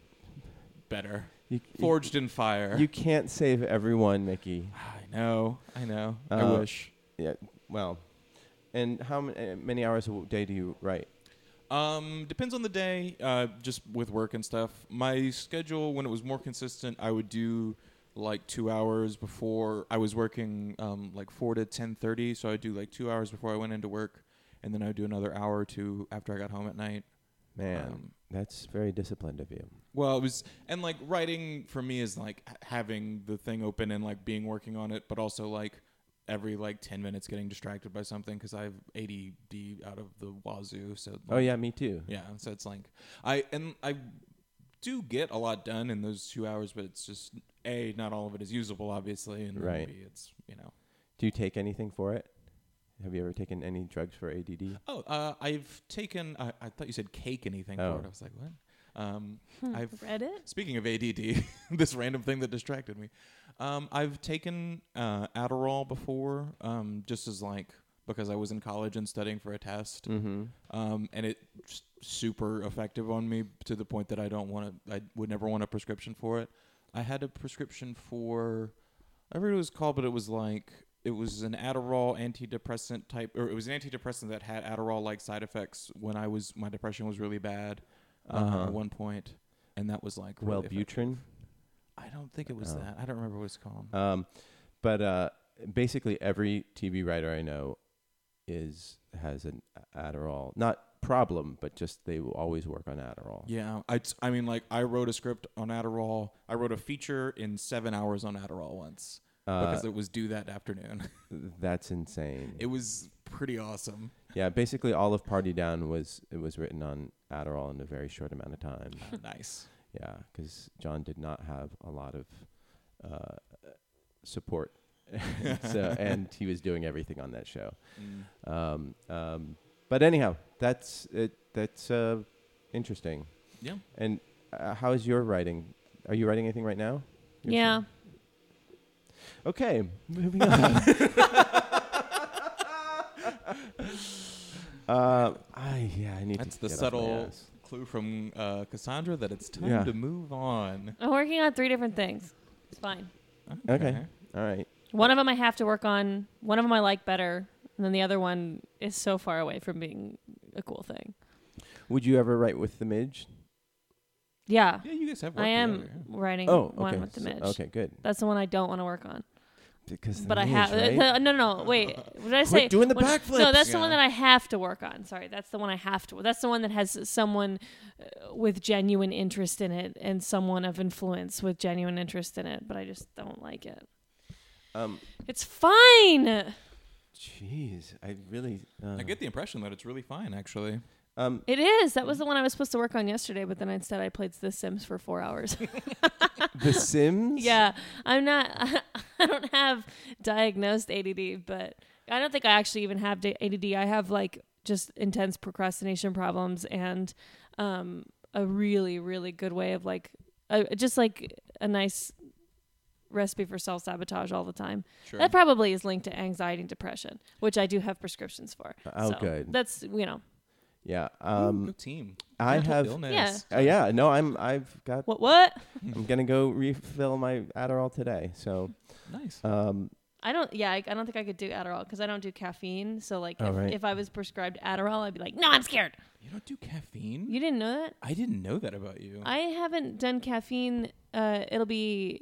better.
You,
Forged in fire.
you, you can't save everyone, Mickey.
I know. I know.
Uh,
I wish.
Yeah. Well. And how ma- uh, many hours a day do you write?
Um, depends on the day. Uh, just with work and stuff. My schedule when it was more consistent, I would do like two hours before I was working, um, like four to ten thirty. So I'd do like two hours before I went into work, and then I'd do another hour or two after I got home at night.
Man,
Um,
that's very disciplined of you.
Well, it was, and like writing for me is like h- having the thing open and like being working on it, but also like every like 10 minutes getting distracted by something because I have ADD out of the wazoo. So,
Oh
like,
yeah, me too.
Yeah. So it's like, I, and I do get a lot done in those two hours, but it's just, A, not all of it is usable, obviously. And
Right.
B, it's, you know,
Do you take anything for it? Have you ever taken any drugs for ADD?
oh, uh, I've taken, I, I thought you said cake anything
Oh.
for it. I was like, what? Um, I've
Reddit.
Speaking of ADD, this random thing that distracted me. Um, I've taken uh, Adderall before, um, just as like because I was in college and studying for a test,
Mm-hmm.
um, and it s- super effective on me to the point that I don't want to. I would never want a prescription for it. I had a prescription for, I forget what it was called, but it was like it was an Adderall antidepressant type, or it was an antidepressant that had Adderall like side effects. When I was my depression was really bad uh,
Uh-huh.
at one point, and that was like really effective.
Wellbutrin.
I don't think it was
Oh.
that. I don't remember what it's called.
Um, but uh, basically, every TV writer I know is has an Adderall, not problem, but just they will always work on Adderall.
yeah, I, t- I mean, like I wrote a script on Adderall. I wrote a feature in seven hours on Adderall once.
Uh,
because it was due that afternoon.
that's insane.
it was pretty awesome.
yeah, basically all of Party Down was it was written on Adderall in a very short amount of time.
nice.
Yeah, because John did not have a lot of uh, support, so and he was doing everything on that show.
Mm.
Um, um, but anyhow, that's it. That's uh, interesting.
Yeah.
And uh, how is your writing? Are you writing anything right now? Your
Yeah.
show? Okay. Moving on. uh, I yeah, I need.
That's
to
the
get off my
subtle
ass.
clue from uh, Cassandra that it's time
Yeah.
to move on.
I'm working on three different things. It's fine.
Okay. All right.
One of them I have to work on. One of them I like better, and then the other one is so far away from being a cool thing.
Would you ever write with the Midge?
Yeah,
Yeah, you guys have. Worked
I am
together, yeah.
writing
Oh, okay.
one with the
so-
Mitch.
okay, good.
That's the one I don't want to work on.
Because the
But I
Midge,
have
right?
no, no, no. Wait, what did I say?
doing the
When- No,
backflips.
that's the one
Yeah.
that I have to work on. Sorry, that's the one I have to. That's the one that has someone uh, with genuine interest in it and someone of influence with genuine interest in it. But I just don't like it.
um,
It's fine.
jeez, I really. Uh,
I get the impression that it's really fine, actually.
um,
It is. That was the one I was supposed to work on yesterday, but then instead I played The Sims for four hours.
the Sims.
yeah, I'm not. I don't have diagnosed ADD, but I don't think I actually even have da- ADD. I have like just intense procrastination problems and um, a really, really good way of like, uh, just like a nice recipe for self sabotage all the time.
Sure.
That probably is linked to anxiety and depression, which I do have prescriptions for.
Oh, good.
That's you know
Yeah.
Ooh,
Um,
good team.
I
Mental
have-
illness.
uh, yeah. No, I'm. I've got.
what what.
I'm gonna go refill my Adderall today. So,
Nice.
um,
I don't. Yeah, I, I don't think I could do Adderall because I don't do caffeine. So like,
Oh,
if,
right.
if I was prescribed Adderall, I'd be like, no, I'm scared.
You don't do caffeine.
You didn't know that?
I didn't know that about you.
I haven't done caffeine. Uh, it'll be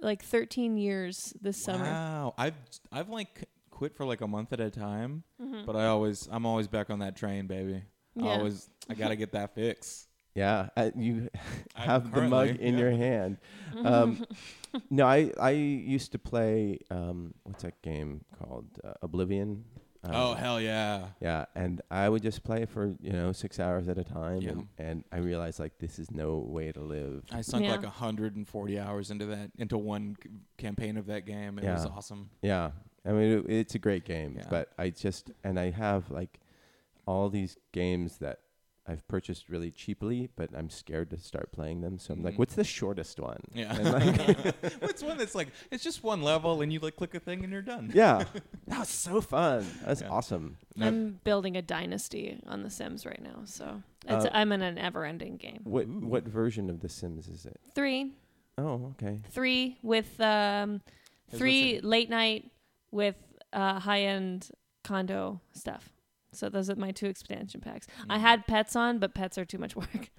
like 13 years this summer.
Wow, I've I've like quit for like a month at a time,
Mm-hmm.
but I always I'm always back on that train, baby.
Yeah.
I always I gotta get that fix.
yeah, uh, you
I-
have the mug
currently,
in
yeah.
your hand. Um, no, I I used to play. Um, what's that game called? Uh, Oblivion. Um,
oh hell yeah!
Yeah, and I would just play for you know six hours at a time,
Yeah.
and, and I realized like this is no way to live.
I sunk
Yeah.
like 140 hours into that into one c- campaign of that game. It was
Yeah.
awesome.
Yeah, I mean it, it's a great game,
Yeah.
but I just and I have like all these games that I've purchased really cheaply, but I'm scared to start playing them. So I'm like,
Mhm.
what's the shortest one? And,
Yeah,
like,
what's one that's like it's just one level and you like click a thing and you're done.
yeah, that was so fun. That's
Yeah.
awesome.
No.
I'm building a dynasty on The Sims right now, so it's,
Uh,
I'm in a never-ending game.
What
Ooh.
what version of The Sims is it?
Three,
Oh, okay.
three with um,
was
three
gonna
late night with uh, high-end condo stuff. So those are my two expansion packs. I had pets on, but pets are too much work.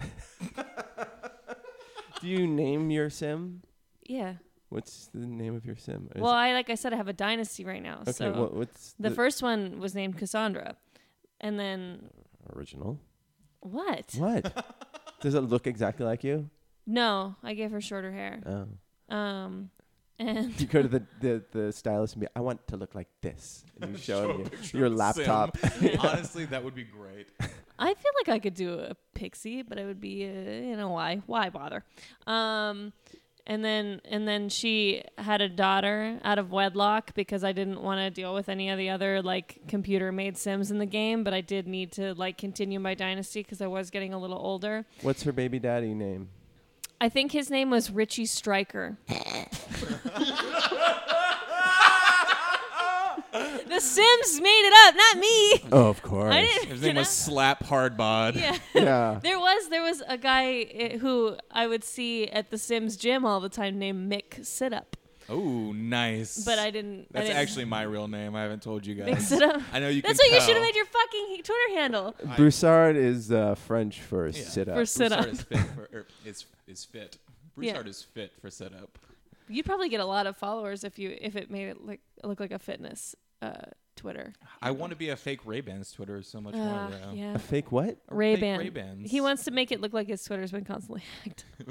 Do you name your sim?
yeah.
What's the name of your sim? Is
Well,
it-
I like I said, I have a dynasty right now.
okay.
so
what, what's
the,
the,
first one was named Cassandra, and then
original?
what?
What? Does it look exactly like you?
No, I gave her shorter hair.
Oh.
Um, and
You go to the, the, the stylist and be, I want it to look like this. And you show him your, your laptop.
Honestly, that would be great.
I feel like I could do a pixie, but it would be uh, you know why why bother? Um, and then and then she had a daughter out of wedlock because I didn't want to deal with any of the other like computer made Sims in the game, but I did need to like continue my dynasty because I was getting a little older.
What's her baby daddy name?
I think his name was Richie Stryker. the Sims made it up, not me.
Oh, of course.
I didn't.
His
you
name
know?
was Slap Hard Bod.
Yeah.
Yeah.
There was there was a guy eh, who I would see at the Sims gym all the time named Mick Situp,
Oh, nice.
but I didn't. I
That's
didn't
actually my real name. I haven't told you
Mick
guys.
Situp.
I know you.
That's
can
what you should have
tell.
made your fucking Twitter handle
Broussard is uh, French for sit up.
for Situp.
Broussard is fit for er, is is fit.
Yeah.
Broussard is fit for setup.
You'd probably get a lot of followers if you if it made it look look like a fitness uh, Twitter.
I want to be a fake Ray Bans Twitter so much
Uh,
more. though.
yeah.
A fake what?
Ray
Ray
Ban.
Bans.
He wants to make it look like his Twitter's been constantly hacked.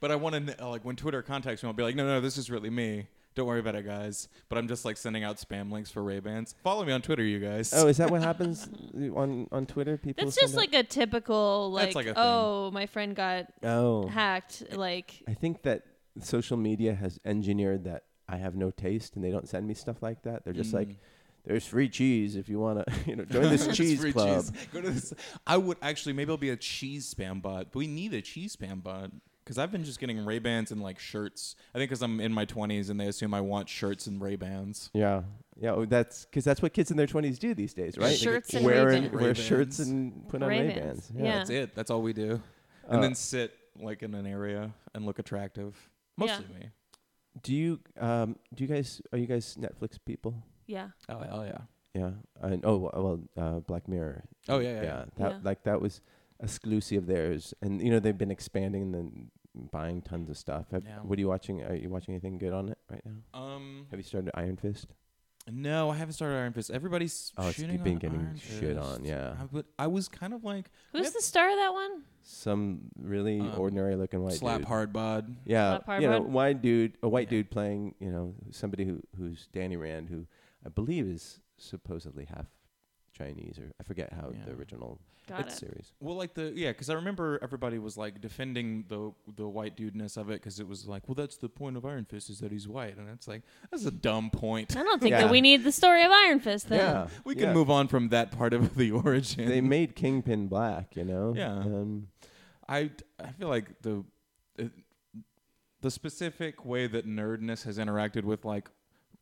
but I want to like when Twitter contacts me, I'll be like, no, no, this is really me. Don't worry about it, guys. But I'm just like sending out spam links for Ray Bans. Follow me on Twitter, you guys.
Oh, is that what happens on on Twitter? People.
That's
send
just
out-
like a typical like,
That's like a thing.
oh my friend got
Oh,
hacked like
I think that social media has engineered that I have no taste and they don't send me stuff like that. They're just like, there's free cheese if you want to, you know, join this
It's
cheese
free
club.
cheese. Go to this. I would actually maybe I'll be a cheese spam bot. But we need a cheese spam bot because I've been just getting Ray Bans and like shirts. I think because I'm in my 20s and they assume I want shirts and Ray Bans.
Yeah. Yeah, well, that's because that's what kids in their 20s do these days, right? They
Shirts
get-
and
wear
Ray-Bans.
wear shirts
Ray-Bans.
and put on Ray
Ray-Bans.
Bans.
Yeah.
That's it. That's all we do. And
Uh,
then sit like in an area and look attractive. Mostly me.
Do you um do you guys are you guys Netflix people?
yeah
Oh hell yeah.
Yeah. And oh well, uh, Black Mirror.
Oh, yeah, yeah, yeah.
That
Yeah.
like that was exclusive of theirs, and you know they've been expanding and buying tons of stuff. Have,
Yeah.
What are you watching? Are you watching anything good on it right now?
Um.
Have you started Iron Fist?
No, I haven't started Iron Fist. Everybody's
Oh, it's
shooting
been
on
getting
Iron
shit on,
Fist.
yeah.
I, would, I was kind of like
who's
Yep.
the star of that one
Some really
Um,
ordinary looking white
slap
dude.
hard bod.
Yeah,
Slap hard
you know,
bod?
white dude, a white
Yeah.
dude playing, you know, somebody who who's Danny Rand, who I believe is supposedly half Chinese, or I forget how
Yeah.
the original
got it
series.
Well, like the yeah, because I remember everybody was like defending the the white dudeness of it because it was like, well, that's the point of Iron Fist is that he's white, and it's like that's a dumb point.
I don't think
Yeah.
that we need the story of Iron Fist then.
Yeah,
We can
yeah.
move on from that part of the origin.
They made Kingpin black, you know.
Yeah.
Um,
I I feel like the it, the specific way that nerdness has interacted with like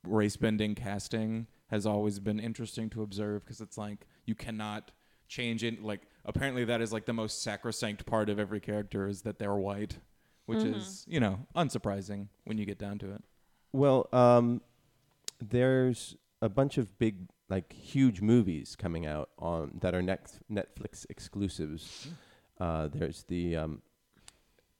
race bending casting has always been interesting to observe because it's like you cannot change it. Like apparently that is like the most sacrosanct part of every character is that they're white, which is you know unsurprising when you get down to it.
Well, um, there's a bunch of big, like, huge movies coming out on that are next Netflix exclusives. Uh, there's the um,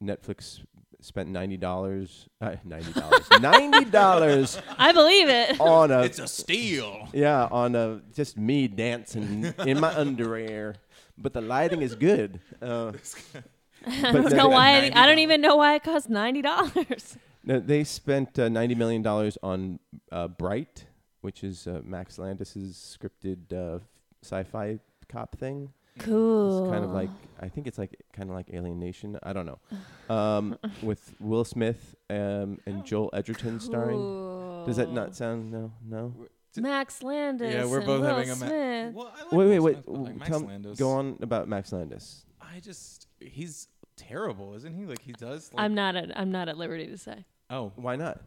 Netflix spent ninety dollars, uh, ninety dollars, ninety dollars
I believe it.
on a
It's a steal.
yeah on a just me dancing in my underwear, but the lighting is good. Uh,
I
but
don't
no,
know
they-
why. it- e- I don't even know why it cost ninety dollars.
No, they spent uh, ninety million dollars on uh, Bright, which is uh, Max Landis's scripted uh, sci-fi cop thing.
Cool.
It's kind of like I think it's like kind of like Alien Nation. I don't know, um, with Will Smith um, and Joel Edgerton starring. Does that not sound no no?
Max Landis?
Yeah, we're both
and
having
Will
a ma-
Smith.
Well, I like
Wait wait wait.
Max Landis, but, like, Max
tell,
Landis-
Go on about Max Landis.
I just he's terrible, isn't he? Like he does. Like,
I'm not. At, I'm not at liberty to say.
oh
Why not?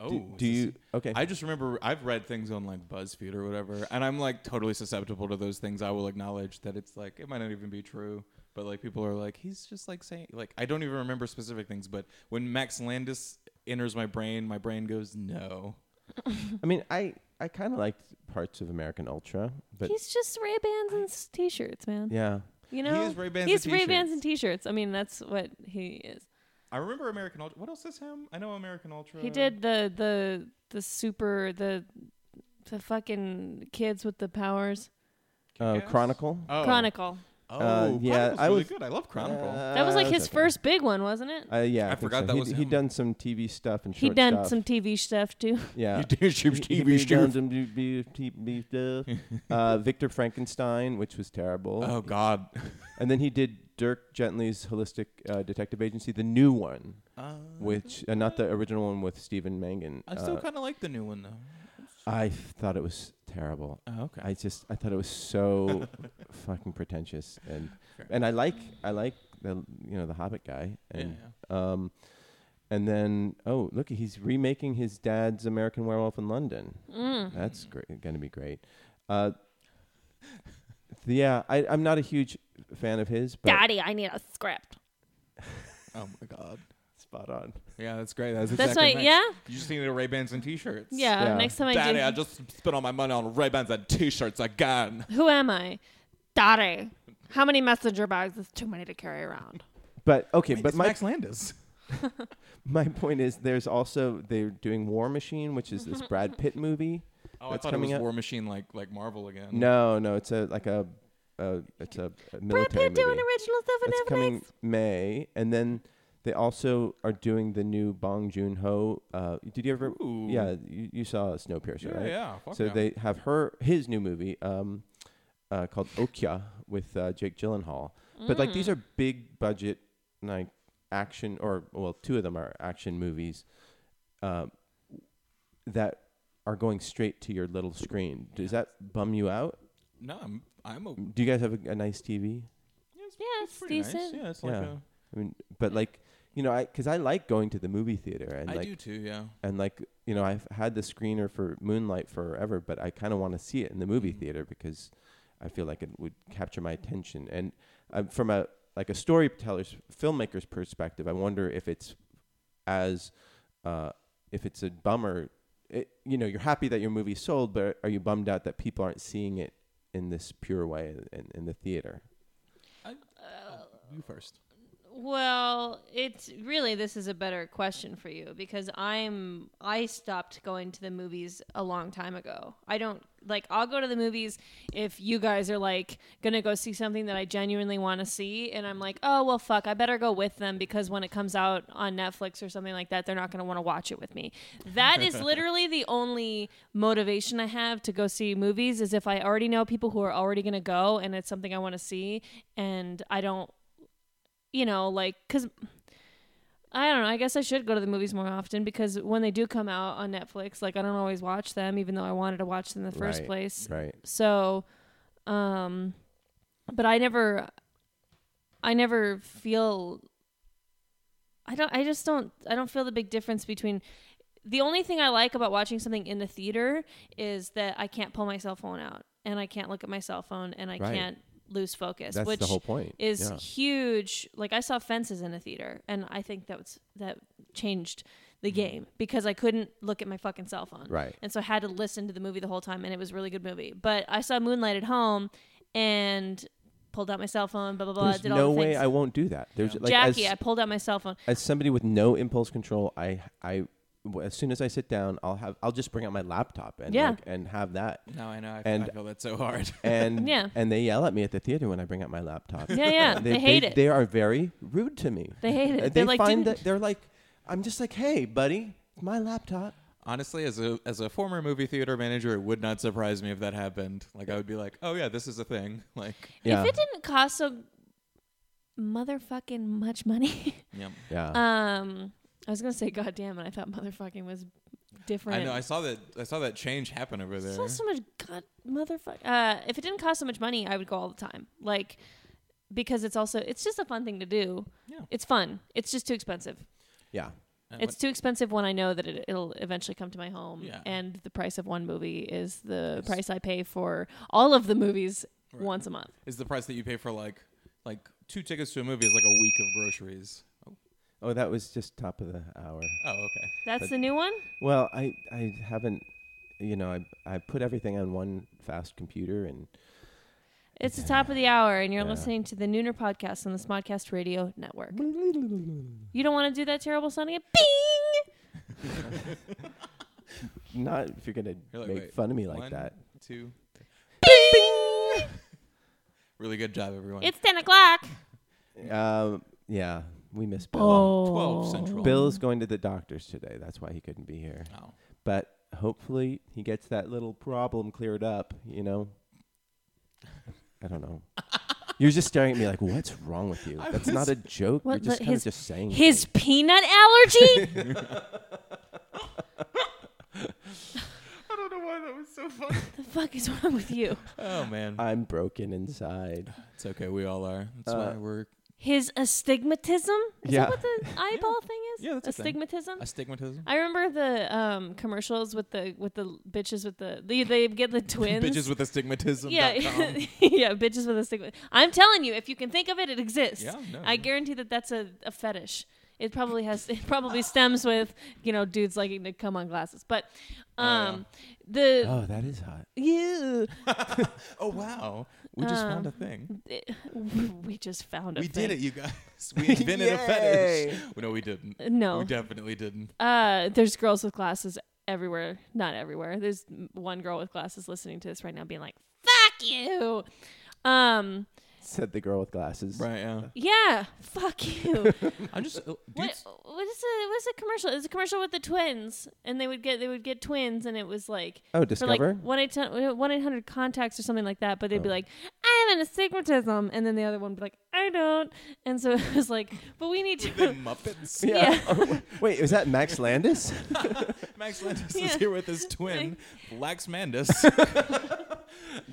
oh.
do, do
it's a
you okay?
I just remember I've read things on like BuzzFeed or whatever, and I'm like totally susceptible to those things. I will acknowledge that it's like it might not even be true, but like people are like he's just like saying like I don't even remember specific things, but when Max Landis enters my brain, my brain goes no.
I mean, I I kind of liked parts of American Ultra, but
He's just Ray Bans and s- T-shirts, man.
yeah.
You know,
is Ray-Bans
He's
and
Ray Bans and T-shirts. I mean, that's what he is.
I remember American Ultra. What else is him? I know American Ultra.
He did the the the super the the fucking kids with the powers.
Uh,
Kick-Ass?
Chronicle.
Oh.
Chronicle.
Oh,
Uh, yeah,
Chronicle's
I
really
was-
good. I love Chronicle.
That was like
Uh,
his
okay.
first big one, wasn't it?
Uh, yeah,
I
think
forgot
so.
that
he,
was
he
him.
done some TV stuff and
He
short
done
stuff.
some TV stuff too.
yeah.
You did your
He-
TV
he done
show.
some TV TV stuff. Uh, Victor Frankenstein, which was terrible,
Oh God.
and then he did Dirk Gently's Holistic uh, Detective Agency, the new one,
Uh,
which uh, not the original one with Stephen Mangan.
I still
Uh,
kind of like the new one though.
I thought it was terrible.
Oh, okay.
I just I thought it was so fucking pretentious, and
Fair.
and I like I like the you know the Hobbit guy,
yeah,
and Um, and then, oh, look, he's remaking his dad's American Werewolf in London.
Mm.
That's great, going to be great. Uh, th- yeah, I, I'm not a huge fan of his, but
Daddy, I need a script.
yeah. Oh my God.
spot on.
Yeah, that's great. That's
That's
exactly
right.
Max.
Yeah?
You just needed Ray Bans and T-shirts.
yeah,
Yeah.
Next time I
Daddy,
do,
I just spent all my money on Ray Bans and T-shirts again.
who am I? Daddy, how many messenger bags is too many to carry around?
But okay, but
it's
my
Max Landis.
my point is, there's also they're doing War Machine, which is this Brad Pitt movie
Oh,
That's
I thought it
coming
was
out.
War Machine like like Marvel again.
No, no, it's a like a, a it's a, a
Brad
military
Pitt
movie.
doing original stuff and
It's
everything.
coming May, and then they also are doing the new Bong Joon Ho. Uh, did you ever?
Ooh.
Yeah, you, you saw Snowpiercer,
Yeah,
right?
yeah. Fuck
So
yeah.
they have her his new movie um, uh, called Okja with uh, Jake Gyllenhaal. But like these are big budget like action or well, two of them are action movies uh, that are going straight to your little screen. Does that bum you out?
No, I'm I'm a
Do you guys have a, a nice TV?
Yeah, it's
pretty
decent.
Nice. Yeah, it's like
Yeah.
a-
I mean, but like you know, I because I like going to the movie theater and
I
like
do too. Yeah.
and like you know i've had the screener for moonlight forever but i kind of want to see it in the movie theater because i feel like it would capture my attention and uh, from a like a storyteller's filmmaker's perspective i wonder if it's as uh, if it's a bummer it, you know you're happy that your movie sold but are you bummed out that people aren't seeing it in this pure way in, in the theater
you first.
Well, it's really this is a better question for you because I'm I stopped going to the movies a long time ago. I don't like I'll go to the movies if you guys are like going to go see something that I genuinely want to see and I'm like, "Oh, well fuck, I better go with them because when it comes out on Netflix or something like that, they're not going to want to watch it with me." That is literally the only motivation I have to go see movies is if I already know people who are already going to go and it's something I want to see and I don't you know, like, because I don't know. I guess I should go to the movies more often because when they do come out on Netflix, like, I don't always watch them, even though I wanted to watch them in the first
Right,
place.
right
So, um, but I never, I never feel, I don't, I just don't, I don't feel the big difference between. The only thing I like about watching something in the theater is that I can't pull my cell phone out and I can't look at my cell phone and I
Right.
can't lose focus.
that's
which
the whole point
is
yeah.
huge. Like I saw Fences in a theater, and I think that was that changed the game because I couldn't look at my fucking cell phone.
Mm-hmm. Right.
And so I had to listen to the movie the whole time, and it was a really good movie. But I saw Moonlight at home, and pulled out my cell phone. Blah blah blah.
there's
did
no
all the
way
things.
i won't do that there's like as-
Jackie, I pulled out my cell phone.
as somebody with no impulse control, I I w- as soon as I sit down, I'll have I'll just bring out my laptop and
Yeah.
like, and have that.
No, I know. I,
And-
I feel that so hard.
And
Yeah.
and they yell at me at the theater when I bring out my laptop.
Yeah, yeah, they hate it.
They are very rude to me.
They hate it.
Uh, They
They're like,
find that
"Didn't-"
they're like, I'm just like, hey, buddy, it's my laptop.
Honestly, as a as a former movie theater manager, it would not surprise me if that happened. Like I would be like, "Oh yeah, this is a thing." Like,
Yeah,
If it didn't cost so motherfucking much money,
yeah.
yeah.
um, I was gonna say goddamn, and I thought motherfucking was different.
I know. I saw that. I saw that change happen over there.
It's not so much god motherfucker. Uh, if it didn't cost so much money, I would go all the time. Like because it's also it's just a fun thing to do.
Yeah.
It's fun. It's just too expensive.
yeah.
And
It's too expensive when I know that it, it'll eventually come to my home.
Yeah.
And the price of one movie is the price I pay for all of the movies once a month.
what is the price that you pay for like like two tickets to a movie is like a week of groceries. Oh,
Oh, that was just top of the hour.
oh okay.
That's
But-
the new one.
Well, I I haven't. You know, I I put everything on one fast computer and
It's the top of the hour, and you're
Yeah.
listening to the Nooner podcast on the Smodcast Radio Network. You don't want to do that terrible sounding. Bing.
not if you're gonna
You're like,
make
"Wait,
fun of me like
One,
that.
Two.
Bing.
Really good job, everyone.
It's ten o'clock.
Um, yeah, we miss Bill.
twelve central.
Oh.
Bill's going to the doctor's today. That's why he couldn't be here.
Oh.
But hopefully he gets that little problem cleared up, you know? I don't know. You're just staring at me like, what's wrong with you? That's not a joke.
What,
You're just
but
kind
his-
of just saying it.
His peanut allergy?
I don't know why that was so funny.
the fuck is wrong with you?
oh man,
I'm broken inside.
it's okay. We all are. That's
Uh,
why we're
His astigmatism? Is
Yeah.
that what the eyeball thing is?
Yeah, that's a thing.
astigmatism.
astigmatism.
I remember the um, commercials with the with the bitches with the they, they get the twins.
Bitches with astigmatism.
yeah, yeah, bitches with astigmatism. I'm telling you, if you can think of it, it exists.
Yeah, no,
I
yeah.
guarantee that that's a, a fetish. It probably has. It probably stems with you know dudes liking to come on glasses, but um, the
Uh.
Oh, that is hot.
you
Oh wow, we
Um,
just found a thing.
we just found a
We
thing.
did it, you guys. We invented a fetish. Well, no, we didn't.
No.
we definitely didn't.
uh, there's girls with glasses everywhere, not everywhere. There's m- one girl with glasses listening to this right now being like, fuck you. Um,
Said the girl with glasses.
Right. Yeah.
yeah, fuck you.
I'm just. uh,
what,
dudes-
what is it? What's a commercial? It was a commercial with the twins, and they would get they would get twins, and it was like
Oh,
for
Discover. Oh.
like one eight uh, one eight hundred contacts or something like that. But they'd be like, "I have an astigmatism," and then the other one would be like, "I don't," and so it was like, "But we need
The
to."
Muppets.
Yeah.
Wait, was that Max Landis?
Max Landis is
Yeah.
here with his twin, Lax Mandus.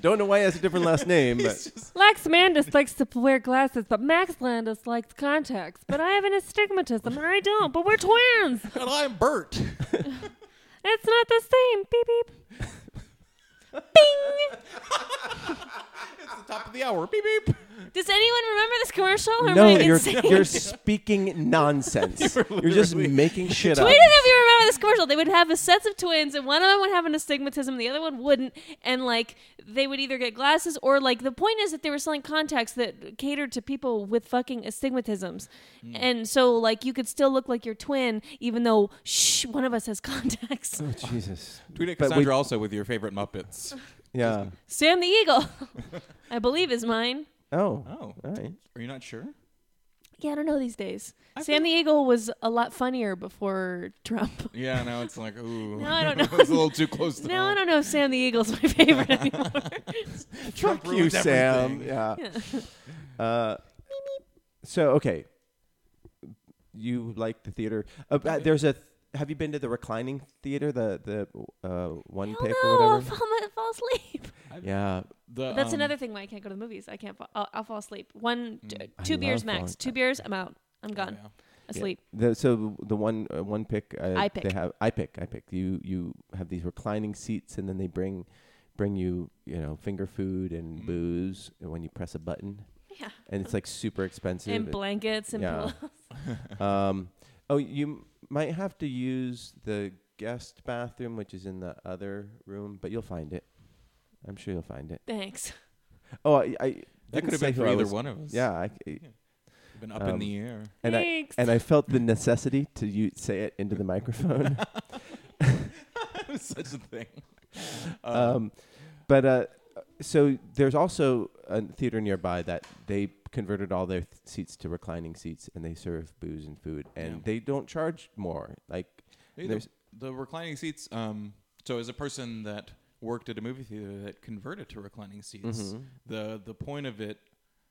Don't know why he has a different last name, but
Lax Mandis likes to wear glasses, but Max Landis likes contacts. But I have an astigmatism, and I don't. But we're twins.
and I'm Bert.
It's not the same. Beep beep. Bing.
It's the top of the hour. Beep beep.
Does anyone remember this commercial? Or am
no,
I
you're
insane?
you're speaking nonsense. you're, just making shit up.
Tweet it if you remember this commercial. They would have a sets of twins, and one of them would have an astigmatism, the other one wouldn't, and like they would either get glasses or like the point is that they were selling contacts that catered to people with fucking astigmatisms,
Hmm.
and so like you could still look like your twin even though shh, one of us has contacts.
Oh, Jesus.
Tweet at
But we-
Cassandra also with your favorite Muppets.
Yeah.
Sam the Eagle, I believe, is mine.
Oh.
Oh,
All right.
are you not sure?
Yeah, I don't know these days. Sam the Eagle was a lot funnier before Trump.
Yeah, now it's like, ooh.
No, I don't know.
it's a little too close to
Now I
home.
don't know if Sam the Eagle's my favorite anymore.
Fuck you,
ruins
Sam.
everything.
Yeah. Uh, so okay, you like the theater? Uh, uh, there's a. have you been to the reclining theater? The the uh, one
Hell
pick
no,
or
I'll
whatever.
fall, fall asleep.
Yeah.
The,
That's
um,
another thing why I can't go to the movies. I can't. Fall, I'll, I'll fall asleep. One, t-
Mm. I
two beers
love
max.
falling-
Two beers, I'm out. I'm gone.
yeah.
Asleep.
The, so the one uh, one pick. Uh,
I pick.
They have I pick. I pick. You you have these reclining seats, and then they bring bring you you know finger food and
Mm-hmm.
booze and when you press a button,
Yeah.
and it's like super expensive.
And blankets and
Yeah.
pillows.
Uh-huh.
Um, oh, you m- might have to use the guest bathroom, which is in the other room, but you'll find it. I'm sure you'll find it.
Thanks.
Oh, I, I
That
didn't
could have
say
been
who
for
I
either
was-
one of us.
Yeah, I, I-
Been up
Um,
in the air.
and I
Thanks.
and I felt the necessity to you say it into the microphone.
Such a thing.
um, but uh, so there's also a theater nearby that they converted all their th- seats to reclining seats, and they serve booze and food, and
Yeah.
they don't charge more. Like
Hey, the,
there's
the reclining seats. Um, so as a person that worked at a movie theater that converted to reclining seats,
Mm-hmm.
the the point of it,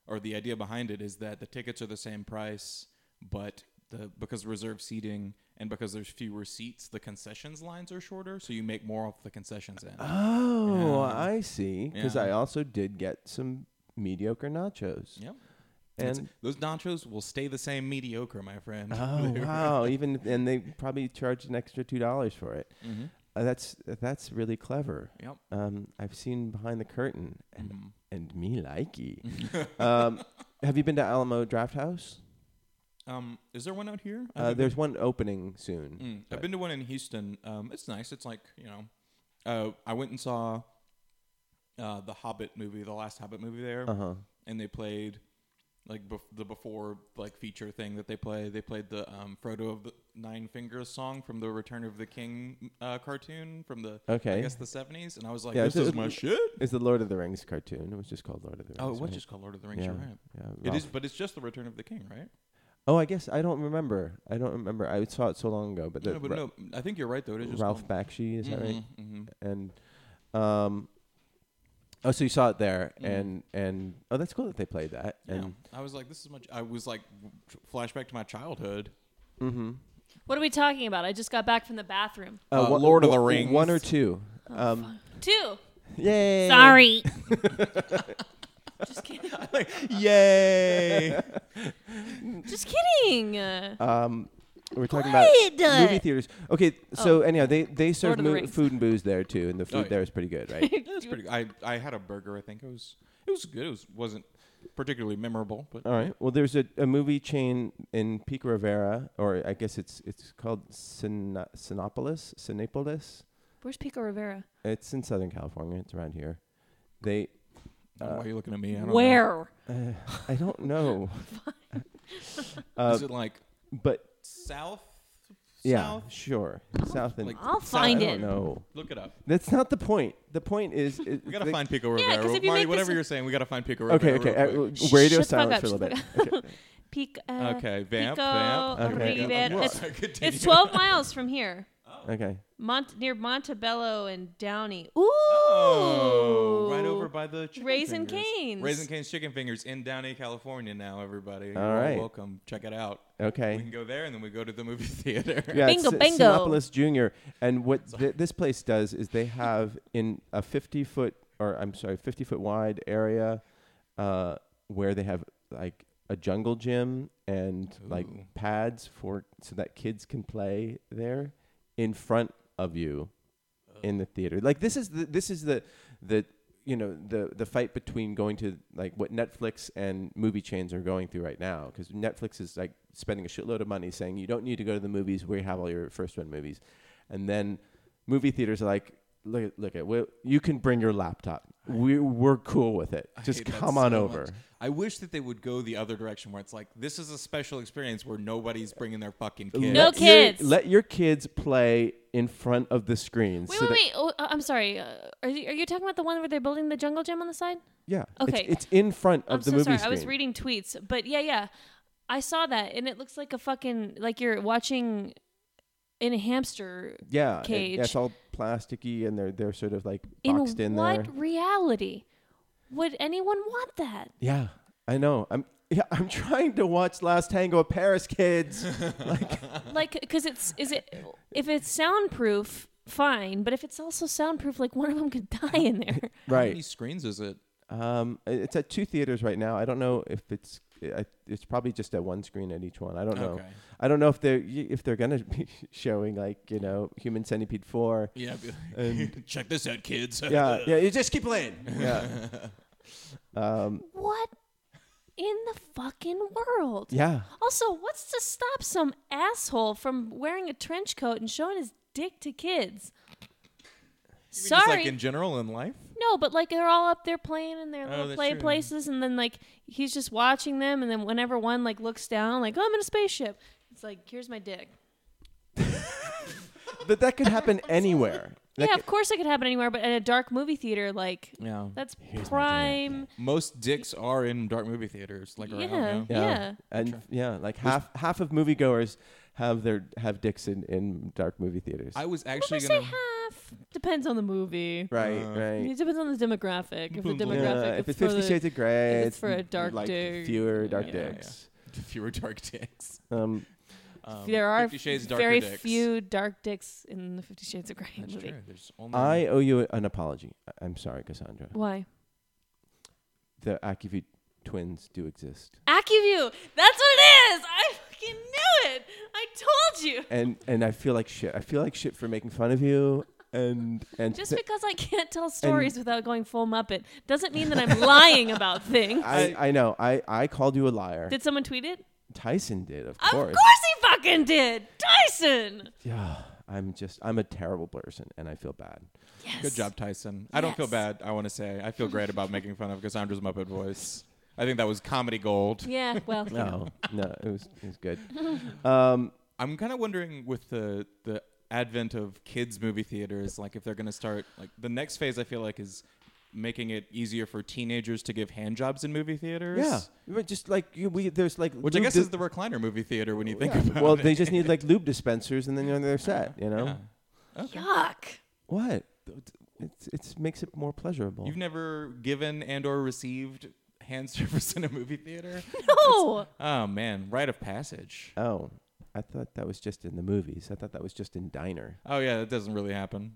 or the idea behind it, is that the tickets are the same price, but the because reserved seating and because there's fewer seats, the concessions lines are shorter, so you make more off the concessions
Uh,
end.
Oh, I see. Because
Yeah.
I also did get some mediocre nachos.
Yep. That's-
And
those nachos will stay the same mediocre, my friend.
oh wow, even and they probably charged an extra two dollars for it.
Mhm.
Uh, that's that's really clever.
Yep.
Um, I've seen behind the curtain and and me likey. um, have you been to Alamo Draft House?
Um, is there one out here? I
Uh,
haven't been-
there's one opening soon.
Mm, I've been to one in Houston. Um, it's nice. It's like you know, uh, I went and saw uh, the Hobbit movie, the last Hobbit movie there,
Uh huh.
and they played like bef- the before like feature thing that they play. They played the um, Frodo of the Nine Fingers song from the Return of the King uh, cartoon from the
Okay.
I guess the seventies, and I was like,
Yeah,
this
it's-
is my shit.
It's the Lord of the Rings cartoon. It was just called Lord of the Rings.
Oh, it was
right?
just called Lord of the Rings.
Yeah,
You're right.
yeah,
It is,
Ralph.
but it's just the Return of the King, right?
Oh, I guess I don't remember. I don't remember. I saw it so long ago. But, the,
no, but
Ra-
no, I think you're right though. It is just
Ralph
called-
Bakshi, is that right?
Mhm, mhm.
And um, oh, so you saw it there, and and oh, that's cool that they played that.
Mm-hmm. Yeah,
And
I was like, this is much. I was like, flashback to my childhood.
mm-hmm.
What are we talking about? I just got back from the bathroom.
Uh,
one-
Lord of the
one-
Rings.
one or two. Um,
Two.
yay!
Sorry. just kidding.
yay!
Just kidding. Uh,
um, we're talking
What? Oh.
about movie theaters. Okay, so anyhow, they they serve
Lord of the
mo-
Rings.
food and booze there too, and the food
Oh, yeah.
there is pretty good, right?
That's pretty. I I had a burger. I think it was it was good. It was wasn't particularly memorable, but
All right. Well, there's a, a movie chain in Pico Rivera, or I guess it's it's called Sina- Sinopolis, Sinopolis.
Where's Pico Rivera?
It's in Southern California. It's around here. They, uh,
I don't know why are you looking at me? I don't know.
Where?
I don't know,
Uh,
is it like
but
south
Yeah,
South?
sure. South and
Like,
I'll find
I
it.
don't know.
Look it up.
That's not the point. The point is, it,
We gotta
the-
find Pico
Yeah,
Rivera.
'cause if you
Marty,
make
whatever
this-
you're saying, we gotta find Pico
Okay,
Rivera.
okay.
real
uh,
quick.
Shh,
radio
shut the fuck
silence
up,
for a little bit.
shut
Okay.
Peak. Uh,
Okay, vamp,
Pico
vamp.
Okay.
Rivera.
What?
It's,
Continue.
it's 12 miles from here,
okay.
Mont- near Montebello and Downey. Ooh,
Oh, right over by the chicken
Raisin
fingers.
Cane's.
Raisin Cane's Chicken Fingers in Downey, California. Now, everybody, You're
All right.
welcome. Check it out.
Okay.
We can go there, and then we go to the movie theater.
Yeah, it's
Bingo,
Si-
bingo.
Sinopolis Junior. And what th- this place does is they have in a 50 foot, or I'm sorry, 50 foot wide area uh, where they have like a jungle gym and like
Ooh.
pads for so that kids can play there in front of you in the theater. Like this is the this is the the you know the the fight between going to like what Netflix and movie chains are going through right now because Netflix is like spending a shitload of money saying you don't need to go to the movies where you have all your first run movies, and then movie theaters are like look at- look at well, you can bring your laptop we we're cool with it
I
just
hate that
come on
so
over
much. I wish that they would go the other direction, where it's like this is a special experience where nobody's bringing their fucking kids.
No
Let your-
kids.
let your kids play in front of the screens
Wait,
so
wait,
that-
wait. Oh, uh, I'm sorry. Uh, are, you, are you talking about the one where they're building the jungle gym on the side?
yeah
Okay.
it's, it's in front of
I'm
the
so
movie
sorry. I
screen
was reading tweets, but yeah, yeah. I saw that, and it looks like a fucking like you're watching in a hamster.
yeah it-
cage.
yeah, it's all plasticky and they're they're sort of like
In
boxed in, there
what reality would anyone want that?
yeah i know i'm yeah, I'm trying to watch Last Tango of Paris, kids.
Like, because it's is it if it's soundproof, fine. But if it's also soundproof, like one of them could die in there.
How many
right.
screens is it?
Um, it's at two theaters right now. I don't know if it's I- it's probably just at one screen at each one. I don't know.
Okay.
I don't know if they're if they're gonna be showing like you know Human Centipede four.
Yeah. be like,
And-
Check this out, kids.
yeah, yeah. You just keep playing. Yeah, um,
what in the fucking world?
yeah.
Also, what's to stop some asshole from wearing a trench coat and showing his dick to kids?
Just
Sorry,
like in general in life.
no, but like they're all up there playing in their little
that's
play
true.
places, and then like he's just watching them, and then whenever one like looks down, like oh, I'm in a spaceship, it's like here's my dick.
But that could happen anywhere. That
yeah,
could-
of course it could happen anywhere, but at a dark movie theater, like
Yeah.
that's prime.
Most dicks are in dark movie theaters, like around
Yeah.
now.
Yeah.
and yeah, like half half of moviegoers have their have dicks in, in dark movie theaters.
I was
I
actually
say
gonna.
half depends on the movie.
right,
Uh,
right.
It depends on the demographic. If the
Yeah,
demographic,
Yeah,
is
if it's
for
Fifty
the-
Shades of Grey,
if it's for a dark
like
dude.
fewer dark
Yeah, yeah, yeah.
dicks.
Fewer dark dicks.
Um,
Um,
there are
Fifty Shades Darker
very
dicks.
few dark dicks in the Fifty Shades of Grey
That's
movie.
true. There's only
I owe you an apology. I- I'm sorry, Cassandra.
Why?
The Acuvue twins do exist,
AccuView. That's what it is. I fucking knew it. I told you.
and and I feel like shit. I feel like shit for making fun of you, and and
Just
th-
because I can't tell stories without going full Muppet doesn't mean that I'm lying about things.
I I know I I called you a liar.
Did someone tweet it?
Tyson did,
Of
of,
course he fucking did. Tyson.
Yeah, I'm just I'm a terrible person, and I feel bad.
Yes.
Good job, Tyson. I don't feel
Yes.
bad. I want to say I feel great about making fun of Cassandra's Muppet voice. I think that was comedy gold.
Yeah. Well. you know.
Oh.
No, no, it was it was good. Um,
I'm kind of wondering with the the advent of kids movie theaters, like if they're going to start like the next phase. I feel like is making it easier for teenagers to give hand jobs in movie theaters.
yeah, but just like you- we, there's like
Which I
lube
guess
dis-
is the recliner movie theater when you think
Oh, yeah.
about
well,
it.
they just need like lube dispensers, and then you know, they're set. You know
Yuck.
what? It's it's makes it more pleasurable.
You've never given and or received hand service in a movie theater?
No.
oh man, rite of passage.
oh, I thought that was just in the movies. I thought that was just in diner.
Oh yeah, that doesn't really happen.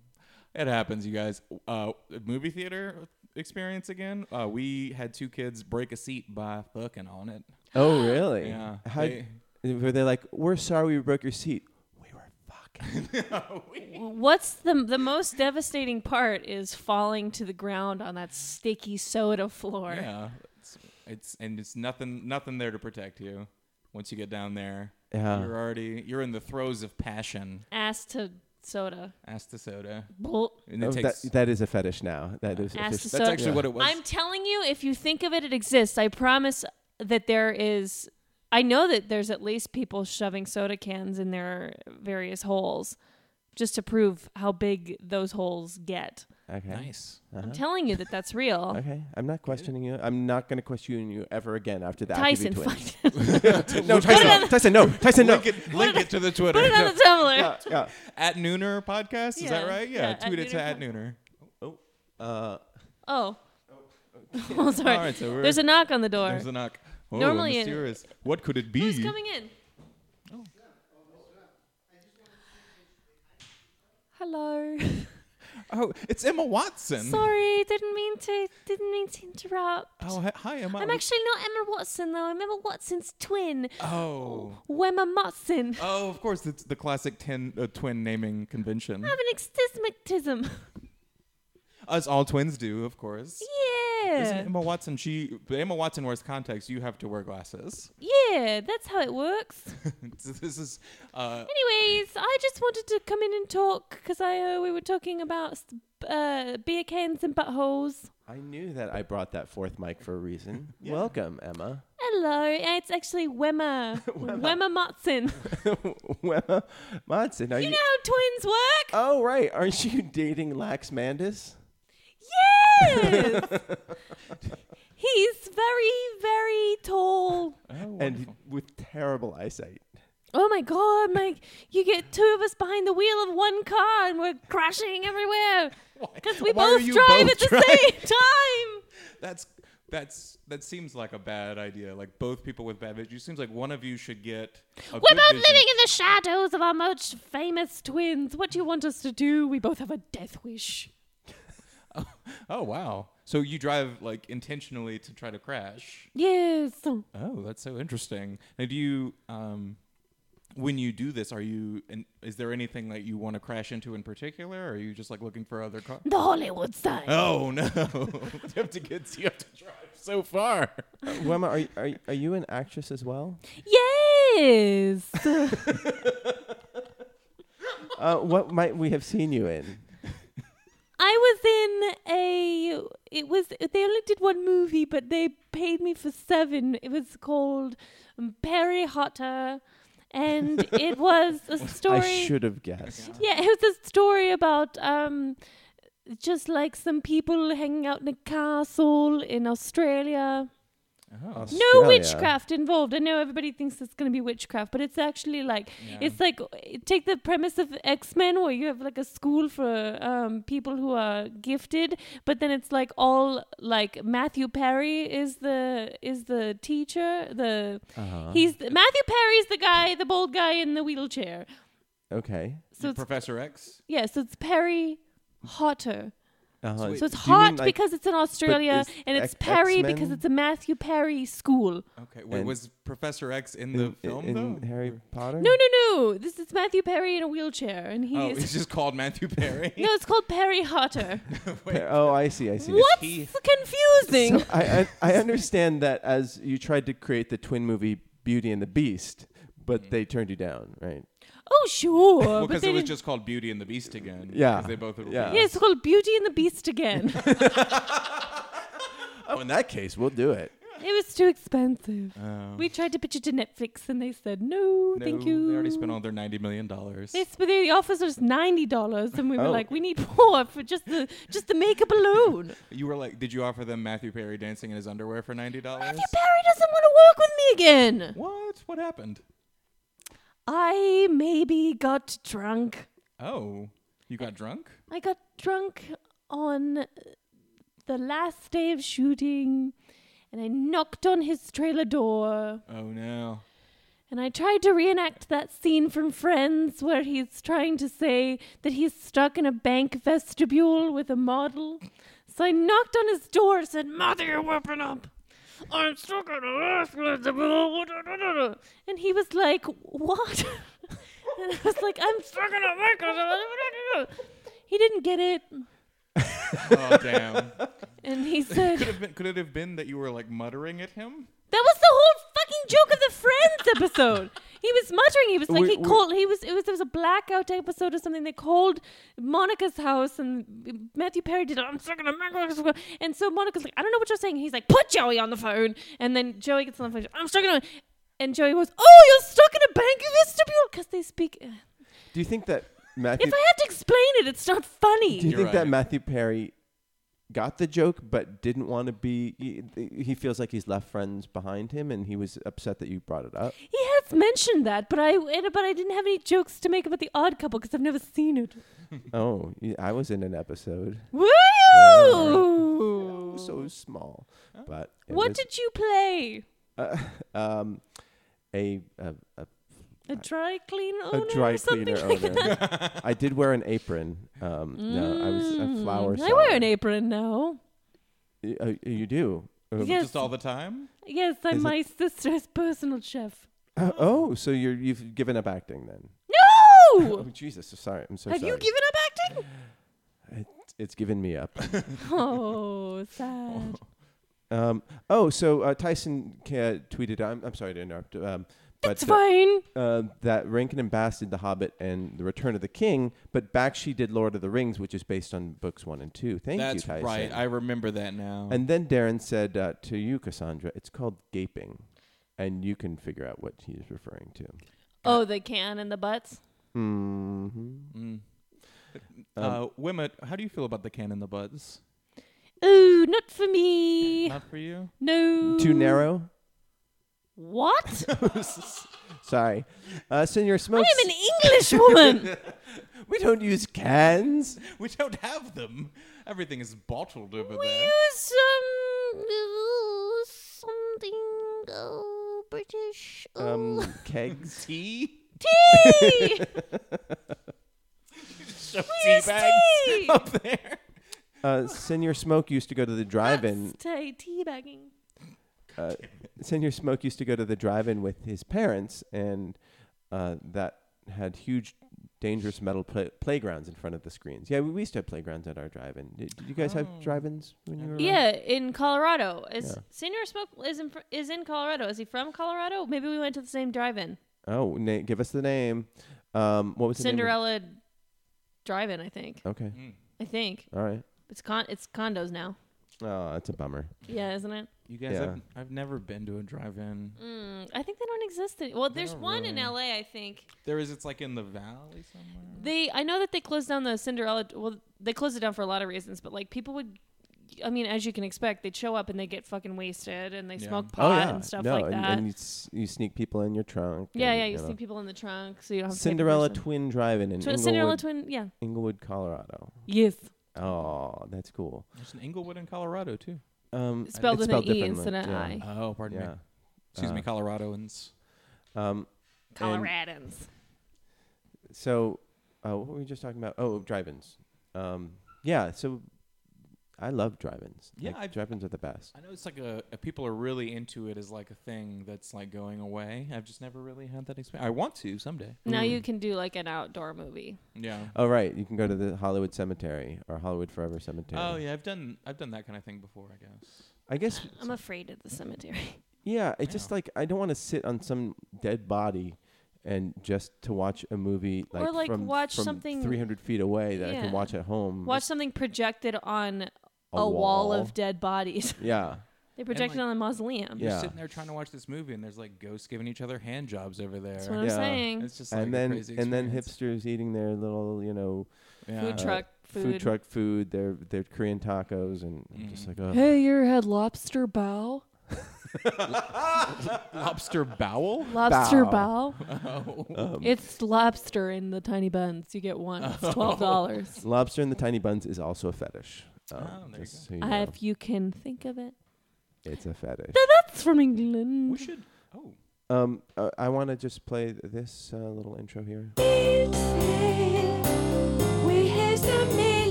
It happens, you guys. Uh, movie theater experience again. Uh, we had two kids break a seat by fucking on it.
Oh, really?
Yeah,
How,
they-
were they like, we're sorry we broke your seat? We were fucking.
What's the the most devastating part is falling to the ground on that sticky soda floor.
Yeah, it's, it's and it's nothing nothing there to protect you. Once you get down there,
Yeah.
you're already you're in the throes of passion.
Ass to soda.
Ask the soda,
Bull.
and it
Oh,
takes.
that, that is a fetish now. That is
Ask
offici-
the
that's
soda.
actually what it was.
I'm telling you, if you think of it, it exists. I promise that there is. I know that there's at least people shoving soda cans in their various holes just to prove how big those holes get.
Okay.
Nice.
I'm telling you that that's real.
Okay. I'm not questioning you. I'm not going to question you ever again after that.
Tyson,
Twins.
find it.
No, Tyson. Tyson, no. Tyson, no.
Link it, link it to the Twitter.
put it on the Tumblr.
Yeah, yeah.
at Nooner Podcast. Is that
Yeah.
right? Yeah.
Yeah, at
tweet it to
Nooner
at
Pod-
Nooner.
Uh,
Oh. Oh, sorry.
All right, so we're-
There's a knock on the door.
There's a knock. Oh,
Normally it-
mysterious. what could it be?
Who's coming in? Hello.
Oh, it's Emma Watson.
Sorry, didn't mean to. Didn't mean to interrupt.
Oh, hi- hi Emma.
I'm actually not Emma Watson though. I'm Emma Watson's twin,
Oh.
Wemma Watson.
Oh, of course, it's the classic ten, uh, twin naming convention.
I have an extismatism.
Us all twins do, of course. Isn't
yeah.
Emma Watson? She but Emma Watson wears contacts. You have to wear glasses.
Yeah, that's how it works.
So this is uh,
Anyways, I just wanted to come in and talk because I uh, we were talking about uh, beer cans and buttholes.
I knew that I brought that fourth mic for a reason. Welcome, Emma.
Hello, it's actually Wemma. Wemma Watson.
Emma Monson. Are you,
You know how twins work?
Oh, right. Aren't you dating Lax Mandis?
Oh.
Yes. He's very, very tall.
oh,
And with terrible eyesight.
Oh my god, Mike! You get two of us behind the wheel of one car, and we're crashing everywhere because we
Why are
both
you
drive
both
at the
driving?
same time.
that's that's that seems like a bad idea. Like both people with bad vision. It seems like one of you should get. A
We're
good
both
vision.
living in the shadows of our most famous twins. What do you want us to do? We both have a death wish.
Oh wow! So you drive like intentionally to try to crash.
Yes.
Oh, that's so interesting. Now, do you um, when you do this, are you and is there anything that you want to crash into in particular, or are you just like looking for other cars?
The Hollywood sign.
Oh no! you have to get you have to drive so far.
Wemma, are, you- are, you- are you an actress as well?
Yes.
Uh, what might we have seen you in?
I was in a. It was. They only did one movie, but they paid me for seven. It was called Perry Hotter, and it was a story.
I should have guessed.
Yeah, it was a story about um, just like some people hanging out in a castle in Australia. No
Oh. Australia.
witchcraft involved. I know everybody thinks it's going to be witchcraft, but it's actually like it's like uh, take the premise of X Men, where you have like a school for um, people who are gifted, but then it's like all like Matthew Perry is the is the teacher. The
Uh-huh.
he's the, Matthew Perry's the guy, the bald guy in the wheelchair.
Okay.
So it's
Professor X.
yeah, so it's Perry Hotter.
Uh-huh.
So it's
Do you mean,
hot
like-
because it's in Australia,
is
and it's
X-
Perry because
X-Men-
it's a Matthew Perry school.
Okay, wait,
And-
was Professor X in
in,
the film
in
though?
Harry Potter?
No, no, no. This is Matthew Perry in a wheelchair, and he
Oh,
is.
he's just called Matthew Perry.
No, it's called Perry Hotter.
Pa- Oh, I see. I see.
What's
he-
confusing?
So I, I I understand that as you tried to create the twin movie Beauty and the Beast,
Mm-hmm.
but they turned you down, right?
oh, sure.
Well,
but
because
they
it was
didn't-
just called Beauty and the Beast again.
Yeah.
'cause they both were
Yeah.
Yeah, it's called Beauty and the Beast again. it
Oh, in that case, we'll do it.
was too expensive.
Oh.
We tried to pitch it to Netflix, and they said no,
No,
thank you.
They already spent all their ninety million dollars.
They sp- the offers was ninety dollars, and we were
Oh.
like, we need more for just the just the makeup alone.
You were like, did you offer them Matthew Perry dancing in his underwear for ninety dollars?
Matthew Perry doesn't want to work with me again.
What? What happened?
I maybe got drunk.
Oh, you got drunk?
I got drunk on the last day of shooting and I knocked on his trailer door
Oh no.
and I tried to reenact that scene from Friends where he's trying to say that he's stuck in a bank vestibule with a model. So I knocked on his door and said, Mother, open up. I'm stuck in a vestibule. And he was like, What? and I was like, I'm stuck in a bank. He didn't get it.
Oh damn.
And he said,
could have been. Could it have been that you were like muttering at him?
That was the whole fucking joke of the Friends episode. he was muttering. He was like,
We-
he
we-
called. He was. It was. There was a blackout episode or something. They called Monica's house, and Matthew Perry did. I'm stuck in a microwave." And so Monica's like, I don't know what you're saying. He's like, put Joey on the phone. And then Joey gets on the phone. I'm stuck in a. And Joey was, oh, you're stuck in a bank vestibule because they speak. uh,
Do you think that Matthew?
If I had to explain it, it's not funny.
do you
You're
think that
right.
Matthew Perry got the joke, but didn't want to be? He, he feels like he's left friends behind him, and he was upset that you brought it up.
He has mentioned that, but I and- but I didn't have any jokes to make about the Odd Couple because I've never seen it.
Oh, y- I was in an episode.
Woo!
It was so small, but it
Oh. what
was,
did you play?
uh, um a a, a,
A dry clean
a
owner.
dry
or Oh, something
cleaner
like
owner? I did wear an apron. Um, No, I was a
Mm,
flower.
I wear
seller.
an apron now.
Y- Uh, you do. Uh,
Yeah. Yes.
Just all the time?
Yes,
Is
I'm
it-
my sister's personal chef.
uh, oh, so you're you've given up acting then? Oh
No!
Jesus, so sorry. I'm so
have
sorry.
you given up acting?
it's given me up.
Oh, sad.
Um, oh, so uh, Tyson uh, tweeted. I'm, I'm sorry to interrupt. Um, but
It's
uh,
fine.
uh, that Rankin and Bass did The Hobbit and The Return of the King, but Bakshi did Lord of the Rings, which is based on books one and two. Thank you,
That's
Tyson.
right. I remember that now.
and then Darren said uh, to you, Cassandra, it's called gaping, and you can figure out what he's referring to.
Oh, the can and the butts.
hmm
Mm.
um,
uh, Wimmet, how do you feel about the can in the buds?
Ooh, not for me.
Not for you.
No.
Too narrow.
What?
Sorry. Uh, so your
I
smokes.
am an English woman.
we don't use cans.
We don't have them. Everything is bottled over
we
there.
use um uh, something uh, British. Uh,
Um, kegs.
Tea?
tea.
tea
use tea.
up there.
Uh, Senior Smoke used to go to the drive-in.
Tea, tea bagging.
Uh, Senior Smoke used to go to the drive-in with his parents, and uh, that had huge, dangerous metal pla playgrounds in front of the screens. Yeah, we, we used to have playgrounds at our drive-in. Did, did you guys have drive-ins when you were? around?
Yeah, in Colorado. Is
Yeah.
Senior Smoke is in, fr- is in Colorado. Is he from Colorado? Maybe we went to the same drive-in.
Oh, na- give us the name. Um, what was the name of-
Cinderella drive-in, I think.
Okay.
Mm.
I think.
All right.
It's con it's condos now.
Oh, that's a bummer.
Yeah, isn't it?
You guys,
Yeah.
I've, I've never been to a drive-in.
Mm, I think they don't exist. Any- well, there's
don't
one in
really.
LA, I think.
There is, it's like in the valley somewhere.
They, I know that they closed down the Cinderella. Well, they closed it down for a lot of reasons, but like people would, I mean, as you can expect, they'd show up and they get fucking wasted and they
Yeah.
smoke
oh
pot
yeah.
and stuff
no,
like
and,
that.
and you, s- you sneak people in your trunk.
yeah,
and,
yeah, you, see
know.
people in the trunk, so you don't have to pay per
Cinderella
person.
Twin Drive-in in
Twin-
Inglewood,
Cinderella twin, yeah,
Inglewood, Colorado.
yes,
Oh, that's cool.
There's an Inglewood in Colorado too.
Um,
Spelled
it's
with an E
differently,
instead of an I.
Oh, pardon
Yeah.
me. Excuse me,
Uh,
Coloradoans.
Um,
Coloradans.
so, uh, what were we just talking about? Oh, drive-ins. Um, yeah. So, I love drive-ins.
Yeah,
Like,
I've-
drive-ins are the best.
I know it's like a, a people are really into it as like a thing that's like going away. I've just never really had that experience. I want to someday.
Now
Mm.
you can do like an outdoor movie.
Yeah.
Oh, right. You can go to the Hollywood Cemetery or Hollywood Forever Cemetery.
Oh yeah, I've done I've done that kind of thing before. I guess.
I guess.
I'm afraid of the cemetery.
Yeah. It's just like I don't want to sit on some dead body. And just to watch a movie, like,
Or, like,
from,
watch
from
something-
300 feet away that I
Yeah.
can watch at home.
Watch
Just
something projected on a,
a
wall. of dead bodies.
yeah,
they projected
like-
on a mausoleum.
Yeah.
You're sitting there trying to watch this movie, and there's like ghosts giving each other hand jobs over there.
That's what I'm
Yeah.
saying.
It's just like
and
a
then
crazy
and then
experience.
hipsters eating their little, you know,
Yeah.
food
Uh,
truck, food, Mm-hmm.
food truck food, their their Korean tacos, and I'm just like, oh,
Hey, you ever had lobster bow?
Uh, lobster bowel. Oh,
Lobster
Bow.
bow? It's lobster in the tiny buns. You get one. It's twelve dollars.
lobster in the tiny buns is also a fetish. Um,
Oh, there you
just so you know,
Uh, if you can think of it.
it's a fetish.
That's from England.
We should. Oh,
Um, uh, I want to just play th- this uh, little intro here.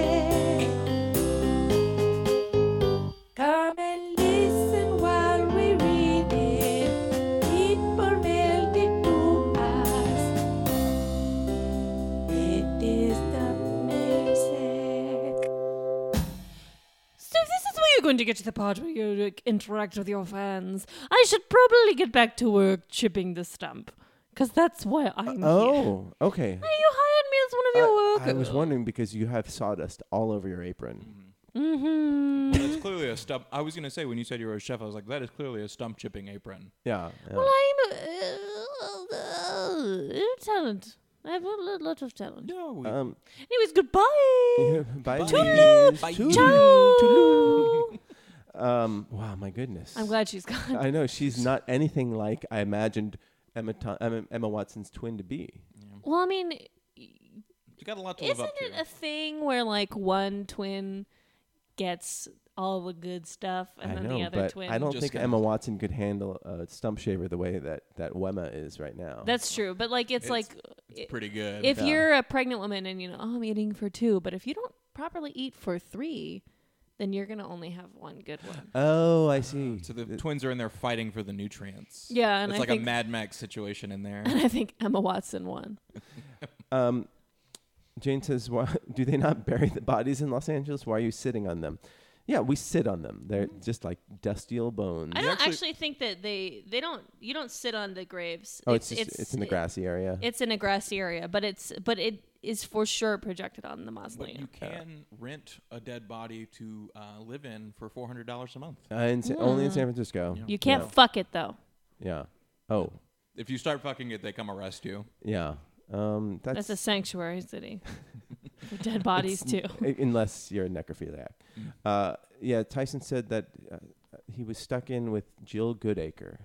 Come and listen while we read it. People mailed it to us. It is the music.
So this is where you're going to get to the part where you like, interact with your fans. I should probably get back to work chipping the stump, because that's why I'm here.
Oh,
Hey,
okay.
you hired me as one of your
I,
workers.
I was wondering because you have sawdust all over your apron.
Mm-hmm.
That's clearly a stump. I was gonna say when you said you were a chef, I was like, that is clearly a stump chipping apron.
Yeah. yeah.
Well, I'm a, uh, talent. I have a lo- lot of talent.
No, we,
um,
Anyways, goodbye.
bye.
Toodaloo.
Bye.
Bye.
Ciao.
Toodaloo. Um, wow, my goodness.
I'm glad she's gone.
I know she's not anything like I imagined Emma, Tho- Emma, Emma Watson's twin to be.
Well, I mean,
you got a lot to live
isn't
up
it
to.
a thing where like one twin gets all the good stuff and
I
then
know,
the other
but
twin?
I don't
Just
think
kinda-
Emma Watson could handle a stump shaver the way that that Wemma is right now.
That's true, but like it's,
It's-
like i-
it's pretty good.
if
Yeah.
you're a pregnant woman and you know oh, I'm eating for two, but if you don't properly eat for three, then you're gonna only have one good one.
oh, I see.
so the
Th-
twins are in there fighting for the nutrients.
Yeah, and
it's
I
like
think-
a Mad Max situation in there.
And I think Emma Watson won.
um, Jane says, "Why do they not bury the bodies in Los Angeles? Why are you sitting on them?" Yeah, we sit on them. They're just like dusty old bones.
Mm. I don't actually,
actually-
think that they they don't you don't sit on the graves.
oh, it's just, it's, in the grassy area.
It's in a grassy area, but it's but it is for sure projected on the
But you
mausoleum.
can rent a dead body to uh, live in for four hundred dollars a month.
Uh, in Sa- Only in San Francisco.
You can't
Yeah.
fuck it though.
yeah. Oh,
If you start fucking it, they come arrest you.
yeah. Um, that's
That's a sanctuary city for dead bodies too.
I- unless you're a necrophiliac. Uh, yeah, Tyson said that uh, he was stuck in with Jill Goodacre.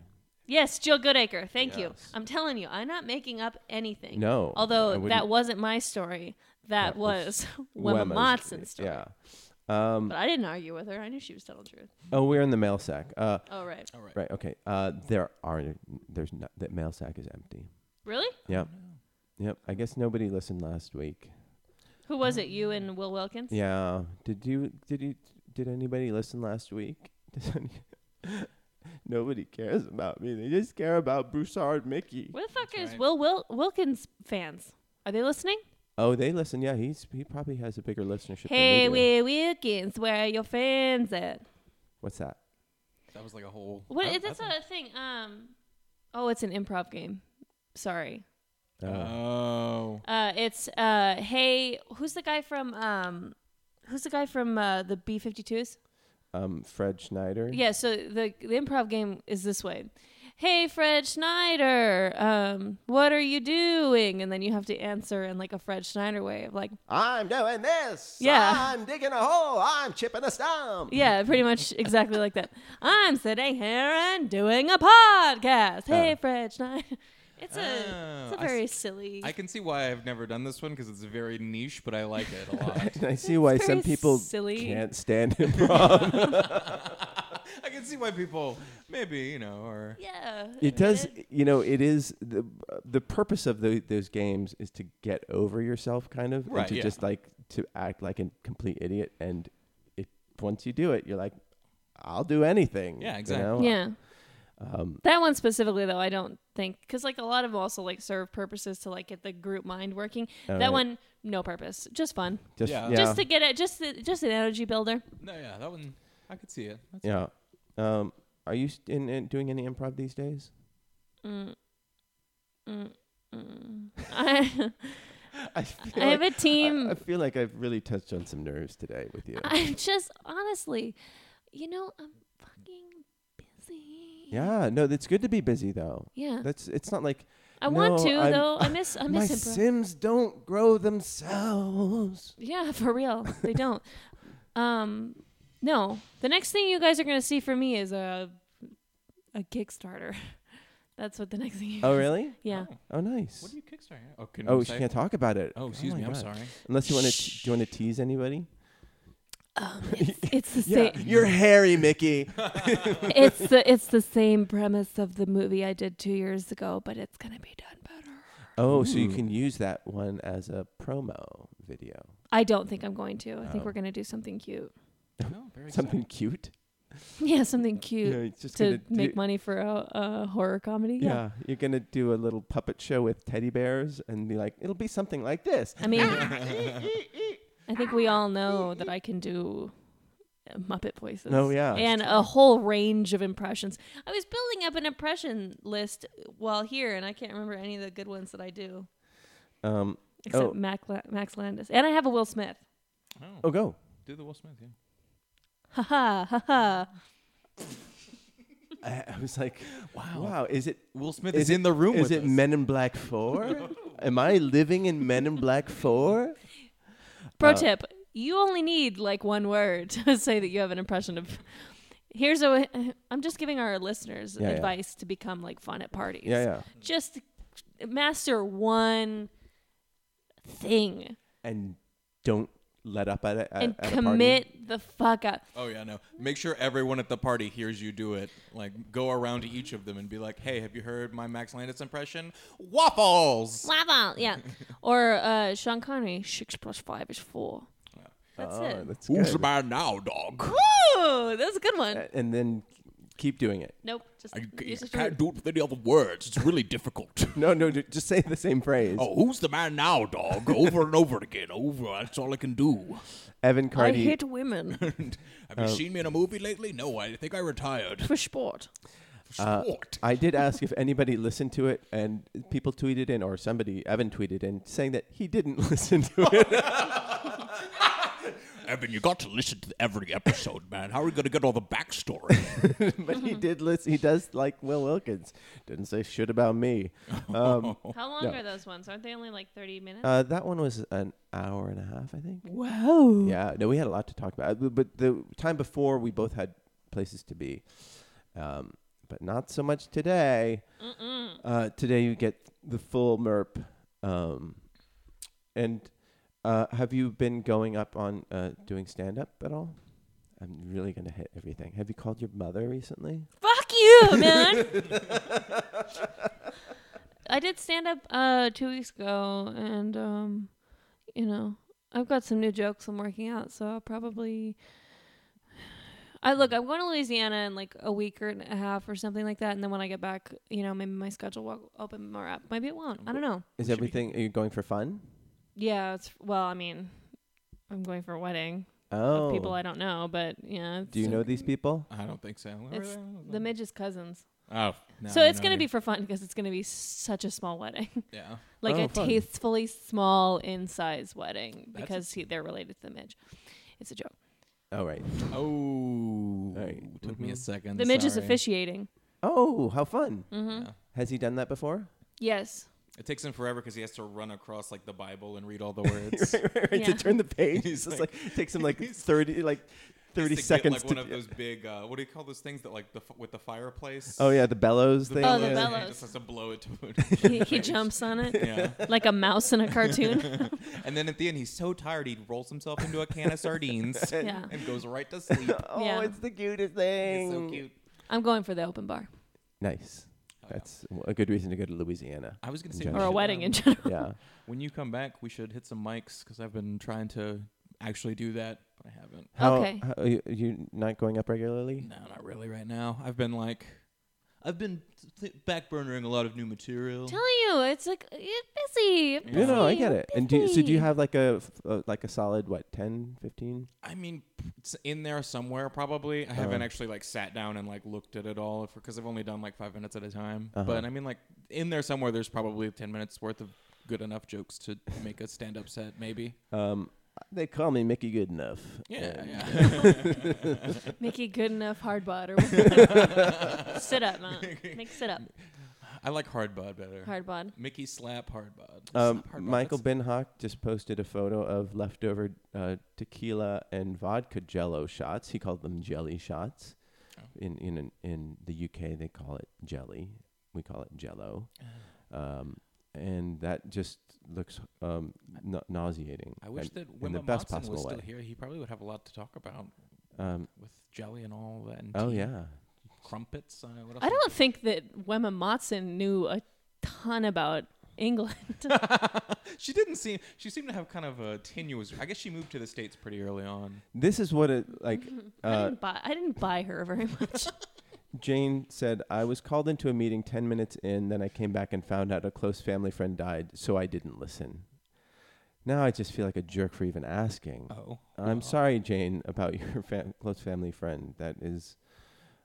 Yes, Jill Goodacre. Thank you.
Yes.
I'm telling you, I'm not making up anything.
No, Uh, I
Although
wouldn't-
that wasn't my story. That,
That was
was Wemma
Wemma's-
Watson's story.
Yeah. Um,
But I didn't argue with her. I knew she was telling the truth.
oh, we're in the mail sack. Uh,
Oh right.
All right.
right. Okay. Uh, there are there's not that mail sack is empty.
Really?
Yep. Yep. I guess nobody listened last week.
Who was it? You and Will Wilkins?
Yeah. Did you? Did you? Did anybody listen last week? Does any- nobody cares about me. They just care about Broussard Mickey.
Where the fuck
That's
is
right.
Will, Wil Wilkins fans? Are they listening?
Oh, they listen. Yeah, he's he probably has a bigger listenership.
Hey,
than we
Will
do.
Wilkins, where are your fans at?
What's that?
That was like a whole.
What?
I-
Is that's
I-
a thing. Um, oh, it's an improv game. Sorry.
Uh, Oh.
Uh, it's uh, hey, who's the guy from um, who's the guy from uh, the B 52s
um, Fred Schneider.
Yeah. So the the improv game is this way. Hey, Fred Schneider, um, what are you doing? And then you have to answer in like a Fred Schneider way of like,
I'm doing this.
Yeah.
I'm digging a hole. I'm chipping a stump.
Yeah, pretty much exactly like that. I'm sitting here and doing a podcast. Hey, Fred Schneider. It's a,
Oh,
it's a
Uh. I
very silly.
I can see why I've never done this one because it's very niche, but I like it a lot.
I see why
very
some people
silly.
can't stand improv.
I can see why people maybe you know are
yeah.
it does, you know, it is the the purpose of tho- those games is to get over yourself, kind of, and
Right,
to
yeah.
just like to act like a complete idiot. And it once you do it, you're like, I'll do anything.
Yeah,
you
exactly.
know?
Yeah.
um,
that one specifically, though, I don't think because like a lot of them also like serve purposes to like get the group mind working.
Oh,
that
yeah.
one, no purpose, just fun,
Just, yeah.
Yeah.
just to get it, just the, just an energy builder.
no yeah that one I could see it. That's
yeah. Um, are you s- in, in doing any improv these days?
Mm. Mm. Mm. I,
I, feel
I have
like-
a team.
I, I feel like I've really touched on some nerves today with you.
I'm just honestly, you know, I'm fucking busy.
yeah, no, it's good to be busy though.
Yeah.
That's it's not like
I want
no,
to
I'm-
though. I miss I
my
miss improv.
Sims don't grow themselves.
yeah, for real. They don't. um no. The next thing you guys are going to see from me is a a Kickstarter. That's what the next thing you
Oh really?
Yeah.
Oh,
Oh nice.
what are you kickstarting? Oh, can
oh,
we
she
say-
can't talk about it.
Oh, excuse
my
me. I'm
God.
sorry.
Unless you want to, do you want to tease anybody?
Um, it's, it's the
Yeah,
same
you're hairy, Mickey.
it's the it's the same premise of the movie I did 2 years ago, but it's going to be done better.
oh, so you can use that one as a promo video.
I don't think I'm going to. I think
Oh.
we're going to do something cute.
No, Oh, very
Something cute.
Yeah, something cute.
You're just
to
gonna
make
do-
money for a, a horror comedy.
Yeah. you're gonna do a little puppet show with teddy bears and be like, it'll be something like this.
I mean, I think we all know that I can do uh, Muppet voices.
Oh, yeah.
and a whole range of impressions. I was building up an impression list while here, and I can't remember any of the good ones that I do,
Um,
except
Oh.
Mac La- Max Landis. And I have a Will Smith.
exciting. Oh,
oh, go.
do the Will Smith. Yeah.
Ha ha ha ha.
Uh, I, I was like, wow, wow. Is it
Will Smith
is
is, in the room
Is
with
it
us.
Men in Black Four? Am I living in Men in Black Four?
Pro tip: You only need like one word to say that you have an impression of. Here's a. I'm just giving our listeners
Yeah, yeah.
advice to become like fun at parties.
Yeah, yeah.
Just master one thing
And don't let up at it.
and commit the fuck up.
Oh yeah, no. Make sure everyone at the party hears you do it. Like go around to each of them and be like, "Hey, have you heard my Max Landis impression? Waffles."
Lava, yeah. or uh, Sean Connery: six plus five is four. That's
Oh,
it.
that's
Who's the
good.
man now, dog?
Woo! That's a good one.
And then keep doing it.
nope. Just,
I,
use
I
just
can't do it with any other words. It's really difficult.
No, no, ju- just say the same phrase.
Oh, who's the man now, dog? Over and over again. Over. That's all I can do.
Evan
I
Cardi.
hate women
have you
Uh,
seen me in a movie lately? No, I think I retired.
for sport.
Uh,
Sport.
I did ask if anybody listened to it, and people tweeted in, or somebody, Evan tweeted in, saying that he didn't listen to it.
Evan, you got to listen to every episode, man. How are we going to get all the backstory?
but he did listen. He does like Will Wilkins. Didn't say shit about me. Um,
How long
No.
are those ones? Aren't they only like 30 minutes?
uh, that one was an hour and a half, I think.
wow.
Yeah. No, we had a lot to talk about. Uh, bu- But the time before, we both had places to be. Um, but not so much today. Uh, today, you get the full MERP. Um, and uh, have you been going up on uh, doing stand up at all? I'm really going to hit everything. Have you called your mother recently?
Fuck you, man. I did stand up uh, two weeks ago, and um, you know, I've got some new jokes I'm working out, so I'll probably. I look. I'm going to Louisiana in like a week or a half or something like that, and then when I get back, you know, maybe my schedule will open more up. Maybe it won't. I don't know.
Is everything, are you going for fun?
Yeah, it's well. I mean, I'm going for a wedding
Oh.
of people I don't know, but yeah.
Do you
it's-
know these people?
I don't think so. Where
It's
are they?
the midge's cousins.
Oh, no,
so it's
no,
going to be
you-
for fun because it's going to be such a small wedding.
yeah.
like
Oh,
a
fun.
tastefully small in size wedding
That's
because he, they're related to the midge. It's a joke.
Oh, right.
Oh,
Right.
took me a second.
The midge is
sorry.
officiating.
Oh, how fun.
Mm-hmm.
Yeah.
Has he done that before?
Yes.
It takes him forever because he has to run across like the Bible and read all the words.
right, right, right,
Yeah.
to turn the page.
He's
It's just like,
like-
takes him like thirty, like
He
thirty
has to get,
seconds
like one
to.
of those big. Uh, what do you call those things that like the f- with the fireplace?
oh yeah, the bellows thing.
Oh, the
yeah.
bellows.
He just has to blow it to
He, he jumps on it
yeah.
like a mouse in a cartoon.
And then at the end, he's so tired he rolls himself into a can of sardines
Yeah.
and goes right to sleep.
Oh,
Yeah.
it's the cutest thing.
It's so cute. Oh,
I'm going for the open bar
Nice.
yeah.
That's a good reason to go to Louisiana.
I was gonna
In
say
general.
or a
should,
wedding in
um,
general.
Yeah.
When you come back, we should hit some mics because I've been trying to actually do that, but I haven't.
How,
Okay.
how- are you, are you not going up regularly?
No, not really right now. I've been like, I've been th- backburnering a lot of new material.
Telling you, it's like you're busy. You're busy
No, no, I get
you're
it. And do you, so do
busy.
you have like a, f- uh like a solid what 10, 15?
I mean, it's in there somewhere probably. I
Uh-huh.
haven't actually like sat down and like looked at it all because I've only done like five minutes at a time.
Uh-huh.
But I mean, like in there somewhere, there's probably ten minutes worth of good enough jokes to make a stand-up set, maybe.
Um, they call me Mickey Goodenough.
Yeah,
And-
yeah.
Mickey good enough hard butt or sit up, man. Make sit up
I like hard bod better.
hard bod.
Mickey slap hard bod.
Um,
Slap hard bod,
Michael
that's-
Ben Hock just posted a photo of leftover uh, tequila and vodka Jello shots. He called them jelly shots.
Oh.
In in in the UK, they call it jelly. We call it Jello,
Ah.
um, and that just looks um, na- nauseating.
I wish
and-
that
in
when
the best
Monson was
possible
still
way.
here, he probably would have a lot to talk about
Um,
with jelly and all that. And
oh
tea.
yeah,
crumpets. Uh, what else
I don't think that Wemma Watson knew a ton about England.
She didn't seem. She seemed to have kind of a tenuous. I guess she moved to the states pretty early on.
this is what it like.
I
Uh,
didn't buy. I didn't buy her very much.
Jane said, "I was called into a meeting ten minutes in. Then I came back and found out a close family friend died, so I didn't listen. Now I just feel like a jerk for even asking.
Oh,
I'm sorry, Jane, about your fam- close family friend. That is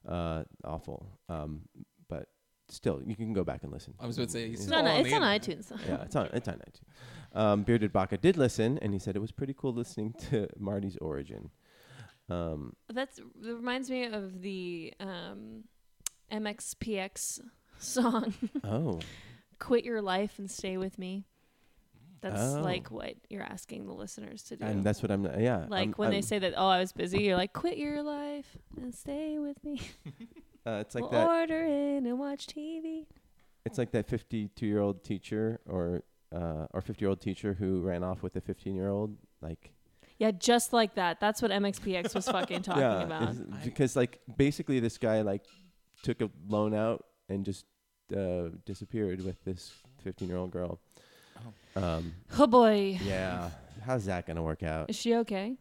uh, awful. Um, but still, you can go back and listen.
I was about to say, he's
Yeah.
no, no,
on
it's
the
on
internet.
iTunes. though.
yeah, it's on it's on iTunes. Um, Bearded Baca did listen, and he said it was pretty cool listening to Marty's origin. Um,
That's that reminds me of the um, MXPX song
oh,
"Quit Your Life and Stay with Me." That's
Oh.
like what you're asking the listeners to do.
and that's what I'm. Yeah,
like
I'm-
when they
I'm-
say that, "Oh, I was busy," you're like, "Quit your life and stay with me.
uh, it's like
we'll
that.
order in and watch TV."
It's like that 52 year old teacher or uh, or 50 year old teacher who ran off with a 15 year old. Like
Yeah, just like that. That's what MXPX was fucking talking
yeah,
about.
it's- because like basically this guy like took a loan out and just uh, disappeared with this 15 year old girl. Um,
Oh boy,
yeah, how's that gonna work out?
is she okay?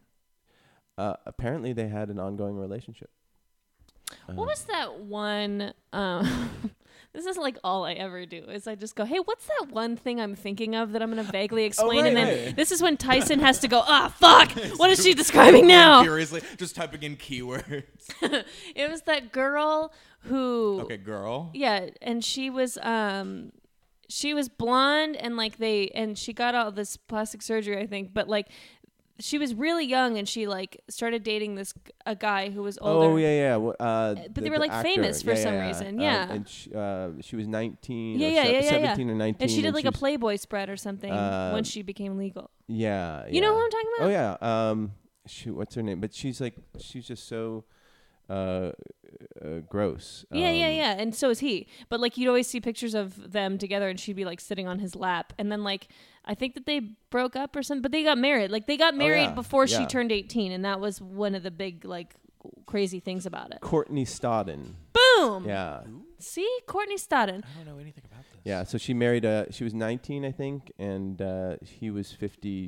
Uh, apparently, they had an ongoing relationship.
What was that one? Um, this is like all I ever do is I just go, "Hey, what's that one thing I'm thinking of that I'm going to vaguely explain?" and
Oh, right,
then
right.
this is when Tyson has to go, "Ah, fuck! What is she describing now?"
Furiously, just typing in keywords.
It was that girl who,
Okay, girl.
yeah, and she was, um, she was blonde and like they, and she got all this plastic surgery, I think, but like. She was really young, and she like started dating this a guy who was older.
Oh yeah, yeah. wh- Uh,
But they were, like, famous for some reason,
Um,
yeah.
and she, uh, she was nineteen.
yeah,
or
yeah,
se-
yeah, yeah, yeah.
Seventeen or nineteen.
And she did like a
was-
Playboy spread or something
Uh,
once she became legal.
Yeah,
You know
yeah.
who I'm talking about?
Oh yeah. Um, shoot, what's her name? But she's like, she's just so, uh, uh gross.
Yeah, yeah,
Um,
yeah. And so is he. But like you'd always see pictures of them together and she'd be like sitting on his lap. And then like I think that they broke up or something, but they got married. Like they got married
Oh, yeah,
before she
yeah.
turned 18 and that was one of the big like crazy things about it.
Courtney Stodden.
Boom.
Yeah,
See? Courtney Stodden.
I don't know anything about this.
yeah. So she married a. She was nineteen, I think, and uh, he was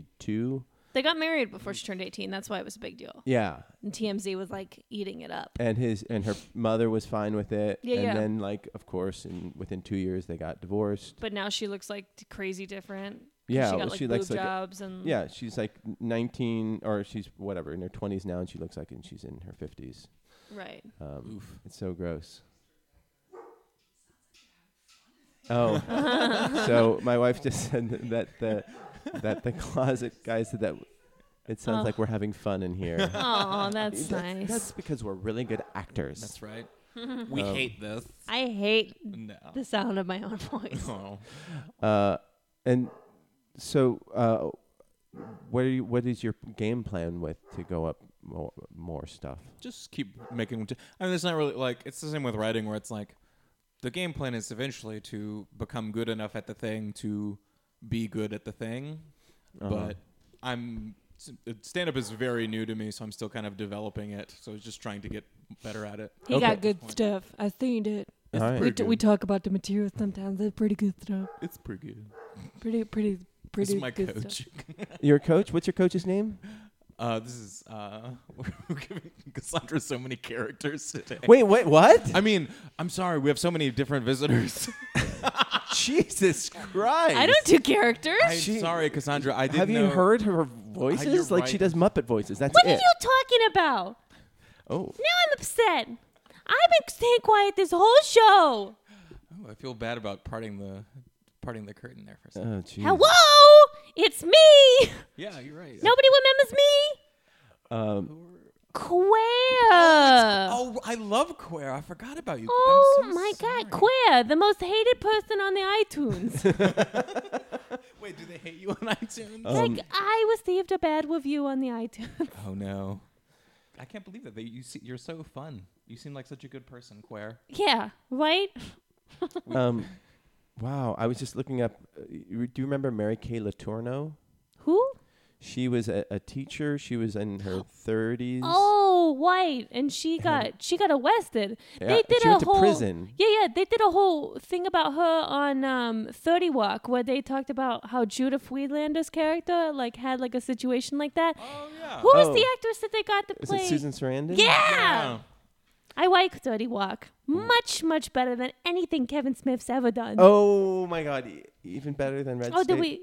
fifty-two.
They got married before she turned 18. That's why it was a big deal.
Yeah,
And TMZ was like eating it up.
and his and her mother was fine with it.
Yeah,
and
yeah.
then like of course, in within two years they got divorced.
But now she looks like crazy different. 'Cause
Yeah,
She
well,
got like
she
boob
looks like a-
jobs and
Yeah, she's like 19 or she's whatever in her 20s now, and she looks like and she's in her 50s.
right.
Um, It's so gross. Oh, so my wife just said th- that the that the closet guy said that it sounds
Oh.
like we're having fun in here.
Oh, that's nice.
That's because we're really good actors.
That's right. we hate this.
I hate
No.
the sound of my own voice.
Oh.
Uh, and so, uh, where you, what is your game plan with to go up more, more stuff?
Just keep making. I mean, it's not really like it's the same with writing, where it's like the game plan is eventually to become good enough at the thing to be good at the thing.
Uh-huh.
But I'm stand up is very new to me, so I'm still kind of developing it. So I was just trying to get better at it.
He
Okay.
got good stuff. I seen it.
All
We,
right.
t- we talk about the material sometimes. That's pretty good stuff.
It's pretty good.
Pretty, pretty,
This
pretty
is my
good
coach.
stuff.
Your coach? What's your coach's name?
Uh, this is uh, we're giving Cassandra so many characters today.
Wait, wait, what?
I mean, I'm sorry, we have so many different visitors.
Jesus Christ!
I don't do characters.
I'm
She-
sorry, Cassandra. I didn't
Have you
know-
heard her
Uh, you're
voices? like she
right.
does Muppet voices. That's
what
it.
are you talking about?
oh,
Now I'm upset. I've been staying quiet this whole show.
Oh, I feel bad about parting the parting the curtain there for a
oh,
second.
jeez.
Hello, it's me.
yeah, you're right.
Nobody remembers me.
Um,
Queer.
Oh, I love Queer. I forgot about you. I'm
Oh
so
my
sorry.
God, Queer, the most hated person on the iTunes.
Wait, do they hate you on iTunes?
um,
like I received a bad review on the iTunes.
oh no, I can't believe that. They, you see, you're so fun. You seem like such a good person, Queer.
yeah, right.
um, wow. I was just looking up. Uh, you- do you remember Mary Kay Letourneau?
Who?
She was a, a teacher. She was in her thirties.
Oh, white, and she got she got arrested.
Yeah,
they did
she
a
went to
whole
prison.
Yeah, yeah, they did a whole thing about her on um, Thirty Walk, where they talked about how Judith Friedlander's character like had like a situation like that.
Oh yeah.
Who was the
Oh.
actress that they got to
Is
play?
it Susan Sarandon?
yeah! I like Thirty Walk much much better than anything Kevin Smith's ever done.
Oh my God! e- Even better than Red
oh
State.
did we?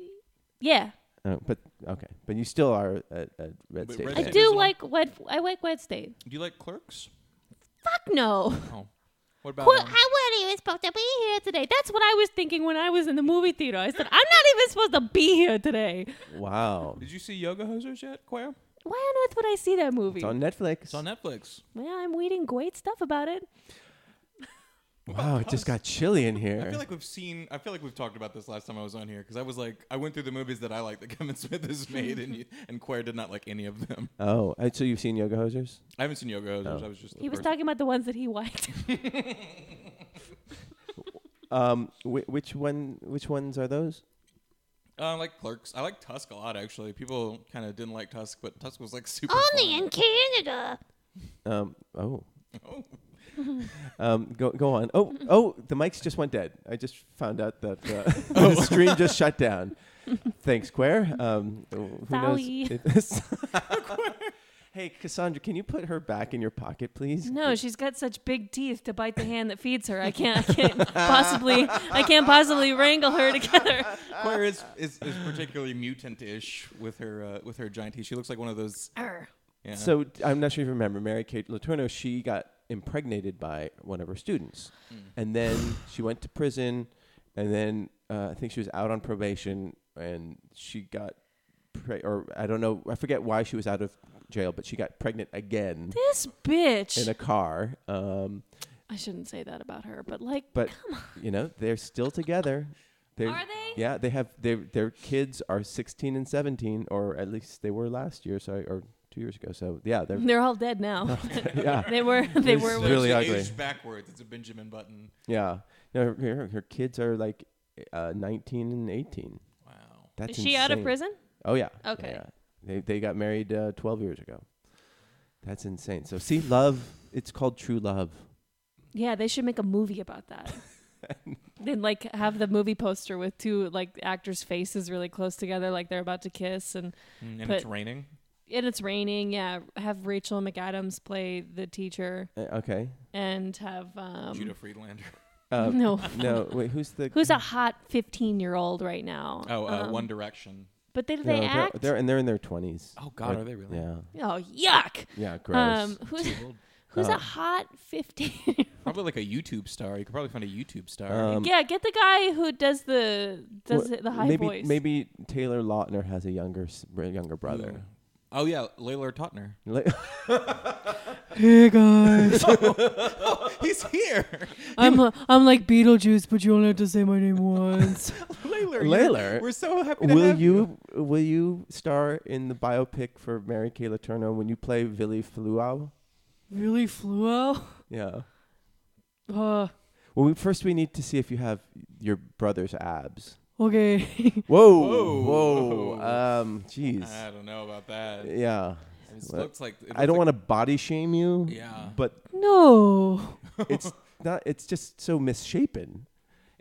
Yeah,
Oh, but okay, but you still are a, a Red
But
State.
Red
I
fan.
State-
do
Original.
like Wed. I like Wed State.
Do you like Clerks?
Fuck no.
Oh, what about?
Well, I
um,
wasn't even supposed to be here today. That's what I was thinking when I was in the movie theater. I said, I'm not even supposed to be here today.
Wow.
did you see Yoga Hosers yet, Queer?
Why on earth would I see that movie?
It's on Netflix.
It's on Netflix.
yeah, I'm reading great stuff about it.
Wow, it just got chilly in here.
I feel like we've seen. I feel like we've talked about this last time I was on here because I was like, I went through the movies that I like that Kevin Smith has made, and you, and Quare did not like any of them.
oh, uh, so you've seen Yoga Hosers?
I haven't seen Yoga Hosers. I was just. The
He was
first-
talking about the ones that he liked.
Um, whi which one? Which ones are those?
Uh, I like Clerks. I like Tusk a lot actually. People kind of didn't like Tusk, but Tusk was like super.
Only
fun.
in Canada.
Um, oh,
Oh.
um, go go on. Oh, oh, the mics just went dead. I just found out that uh, the stream just shut down. Thanks, Quare. Um, who
Sorry.
knows? if this- hey, Cassandra, can you put her back in your pocket, please?
No, she's got such big teeth to bite the hand that feeds her. I can't. I can't possibly. I can't possibly wrangle her together.
Quare is, is, is particularly mutant-ish with her uh, with her giant teeth. She looks like one of those.
Arr.
Yeah.
So d- I'm not sure if you remember Mary Kate Letourneau. She got impregnated by one of her students,
Mm.
and then she went to prison, and then uh, I think she was out on probation, and she got, pre- or I don't know, I forget why she was out of jail, but she got pregnant again
This bitch.
in
I
a car. Um,
I shouldn't say that about her, but like,
but you know they're still together. They're,
Are they?
Yeah, they have their their kids are 16 and 17, or at least they were last year, so or two years ago. So yeah, they're
they're all dead now.
yeah.
they were. They
This
were.
is really
She
ugly.
aged backwards. It's a Benjamin Button.
Yeah. No, her, her, her kids are like uh, 19 and 18.
Wow.
That's
Is she out of
insane.
prison?
Oh yeah. Yeah,
Okay.
yeah. They they got married uh, 12 years ago. That's insane. So see love, it's called true love.
Yeah, they should make a movie about that. then like have the movie poster with two like actors' faces really close together, like they're about to kiss, and
Mm, And
But-
it's raining.
and it's raining. Yeah, have Rachel McAdams play the teacher,
Uh, okay.
and have um,
Judah Friedlander.
Uh,
no.
no, wait, who's the
Who's a hot fifteen-year-old right now?
Oh, uh,
Um,
One Direction.
But they, do
no,
they
they're-
act.
They're, and they're in their 20s.
Oh, God,
Or-
are they really?
Yeah.
oh, yuck.
Yeah, gross.
Um, who's who's a
Uh,
hot fifteen?
Probably like a YouTube star. You could probably find a YouTube star.
Um,
yeah, get the guy who does the does
Well,
it the high
maybe,
voice.
Maybe Taylor Lautner has a younger s- br- younger
Mm.
brother.
oh yeah, Layla Totner.
Li-
He's here.
I'm a, I'm like Beetlejuice, but you only have to say my name once.
Layla.
Layla.
We're so happy to
Will
have you.
you will you star in the biopic for Mary Kay Letourneau when you play Vili Fluau?
really fluo?
Yeah.
Uh,
Well, we, first we need to see if you have your brother's abs.
okay.
Whoa,
Whoa.
whoa.
Whoa.
Um, jeez.
I don't know about that. It
yeah.
just
Well,
looks like it
I don't
looks
want to body shame you.
like- Yeah,
But
Uh,
no.
it's not. It's just so misshapen.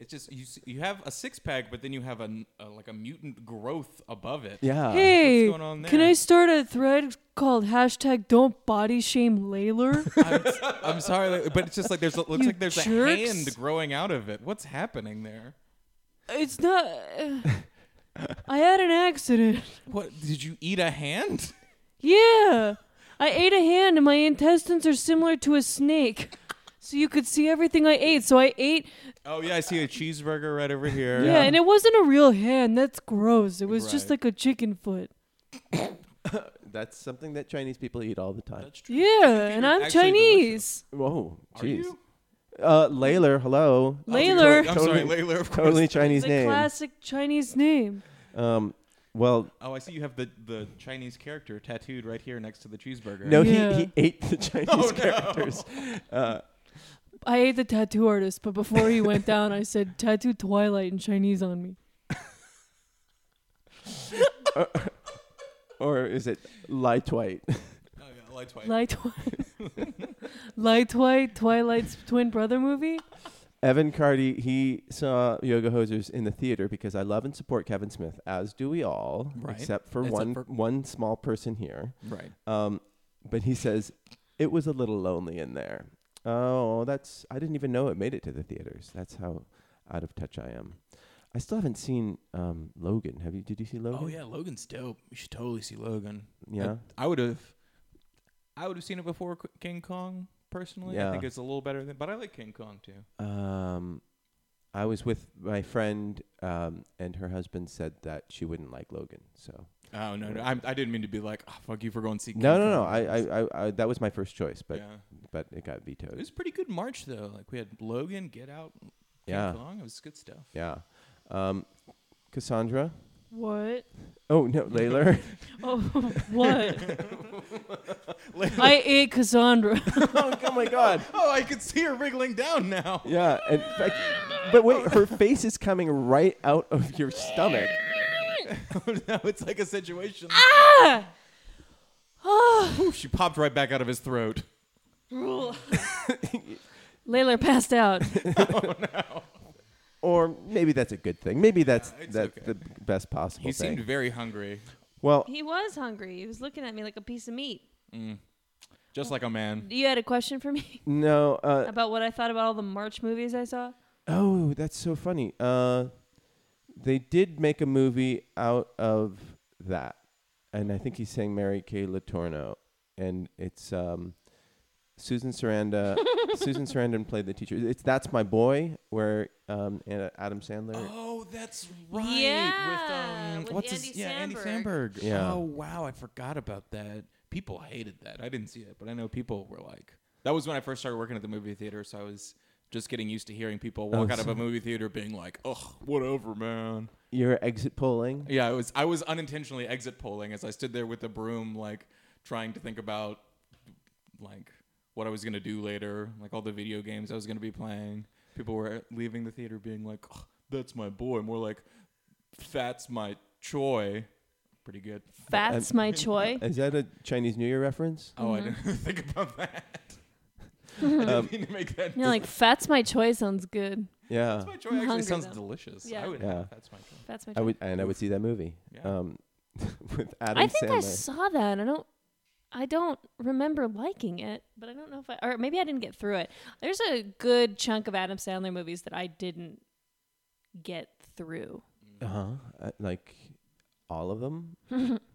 it's just you. s- You have a six pack, but then you have a, n- a- like a mutant growth above it.
Yeah.
What's
hey,
going on
can
there?
I start a thread called hashtag Don't Body Shame Layler?
I'm, I'm sorry, like, but it's just like there's a, looks
You
like there's a
jerks.
hand growing out of it. What's happening there?
it's not. uh, I had an accident.
What did you eat a hand?
Yeah, I ate a hand, and my intestines are similar to a snake. So you could see everything I ate. So I ate,
Oh yeah, I see a cheeseburger right over here.
yeah, and it wasn't a real hand. That's gross. It was just
Right.
like a chicken foot.
That's something that Chinese people eat all the time.
That's true.
Yeah, and
you're
I'm
actually
Chinese.
Whoa.
Are
Jeez.
you?
Uh, Layler. Hello.
Layler.
I'm
Totally-
sorry, Layla. Of course.
Totally Chinese
the
name.
classic Chinese name.
Um. Well,
Oh, I see you have the, the Chinese character tattooed right here next to the cheeseburger.
no,
Yeah.
he, he ate the Chinese
Oh, no.
characters. Uh,
I ate the tattoo artist, but before he went down, I said tattoo Twilight in Chinese on me.
or is it Lai Twite?
Oh, yeah, lights white.
Light Twilight. Light Twilight, Twilight's twin brother movie.
Evan Cardi, he saw Yoga Hosers in the theater because I love and support Kevin Smith, as do we all,
Right.
except for
Except
one
for-
one small person here.
Right.
Um, but he says it was a little lonely in there. Oh, that's I didn't even know it made it to the theaters. That's how out of touch I am. I still haven't seen um, Logan. Have you? Did you see Logan?
Oh yeah, Logan's dope. You should totally see Logan.
Yeah.
I, would have. I would have seen it before K- King Kong. Personally, I
Yeah.
think it's a little better than. But I like King Kong too.
Um, I was with my friend, um, and her husband said that she wouldn't like Logan. So
Oh no, no, I'm, I didn't mean to be like, oh, fuck you for going see.
No,
Keith
no, no. I,
Urban."
I, I, I, that was my first choice, but
yeah.
but it got
It
vetoed.
was a pretty good March though. Like we had Logan, Get Out, King
Yeah.
Kong. It was good stuff.
Yeah. Um, Cassandra.
What?
Oh no, Layla.
Oh, what? I ate Cassandra.
oh, oh my God.
Oh, I could see her wriggling down now.
Yeah. And, like, but wait, her face is coming right out of your stomach.
now it's like a situation.
ah! Oh.
Ooh, she popped right back out of his throat.
Layla passed out.
Or maybe that's a good thing. Maybe that's
it's
that's
okay.
the best possible
He
thing.
seemed very hungry,
well,
He was hungry. He was looking at me like a piece of meat.
just like a man.
You had a question for me
no. Uh,
about what I thought about all the March movies I saw?
oh, that's so funny. Uh, they did make a movie out of that, and I think he sang Mary Kay Latorno, and it's um, Susan Sarandon. Susan Sarandon played the teacher. It's that's my boy, where um, and Adam Sandler.
Oh, that's um,
Yeah, with
his-
Andy
Yeah, Andy
Samberg.
Samberg.
Yeah.
Oh wow, I forgot about that. People hated that. I didn't see it, but I know people were like. That was when I first started working at the movie theater, so I was just getting used to hearing people walk
Oh,
out of
so-
a movie theater being like, "Ugh, whatever, man."
Your exit polling.
Yeah, I was I was unintentionally exit polling as I stood there with the broom, like trying to think about like what I was gonna do later, like all the video games I was gonna be playing. People were leaving the theater being like, "Ugh, "That's my boy," more like, "That's my choy." Pretty good.
Fats my choy.
Is that a Chinese New Year reference?
Oh,
Mm-hmm.
I didn't think about that. I
uh,
didn't
Um,
mean to make that.
You're like, Fats my choy sounds good.
Yeah.
that's my choy. Actually,
hungry
sounds
though.
delicious.
Yeah.
I would.
Yeah.
Have, that's my choy.
Fats my choy.
I would and I would see that movie.
Yeah.
Um, with Adam
I think
Sandler.
I saw that. and I don't. I don't remember liking it, but I don't know if I or maybe I didn't get through it. There's a good chunk of Adam Sandler movies that I didn't get through.
Uh-huh. Uh, Like all of them.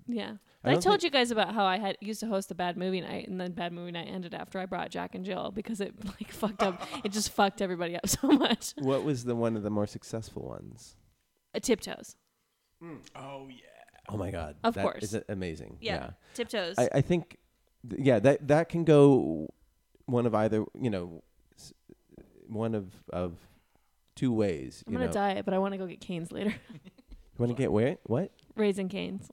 Yeah.
I
I,
don't
told you guys about how I had used to host a bad movie night and then bad movie night ended after I brought Jack and Jill because it like fucked up it just fucked everybody up so much.
What was the one of the more successful ones?
Uh, tiptoes.
Oh yeah.
Oh my God!
Of
that
course.
is a- amazing.
Yeah.
Yeah,
Tiptoes.
I, I think, th- yeah, that that can go one of either, you know, s- one of of two ways.
I'm
you
gonna
know,
diet, but I wanna go get canes later.
you want to get where? What?
Raisin canes.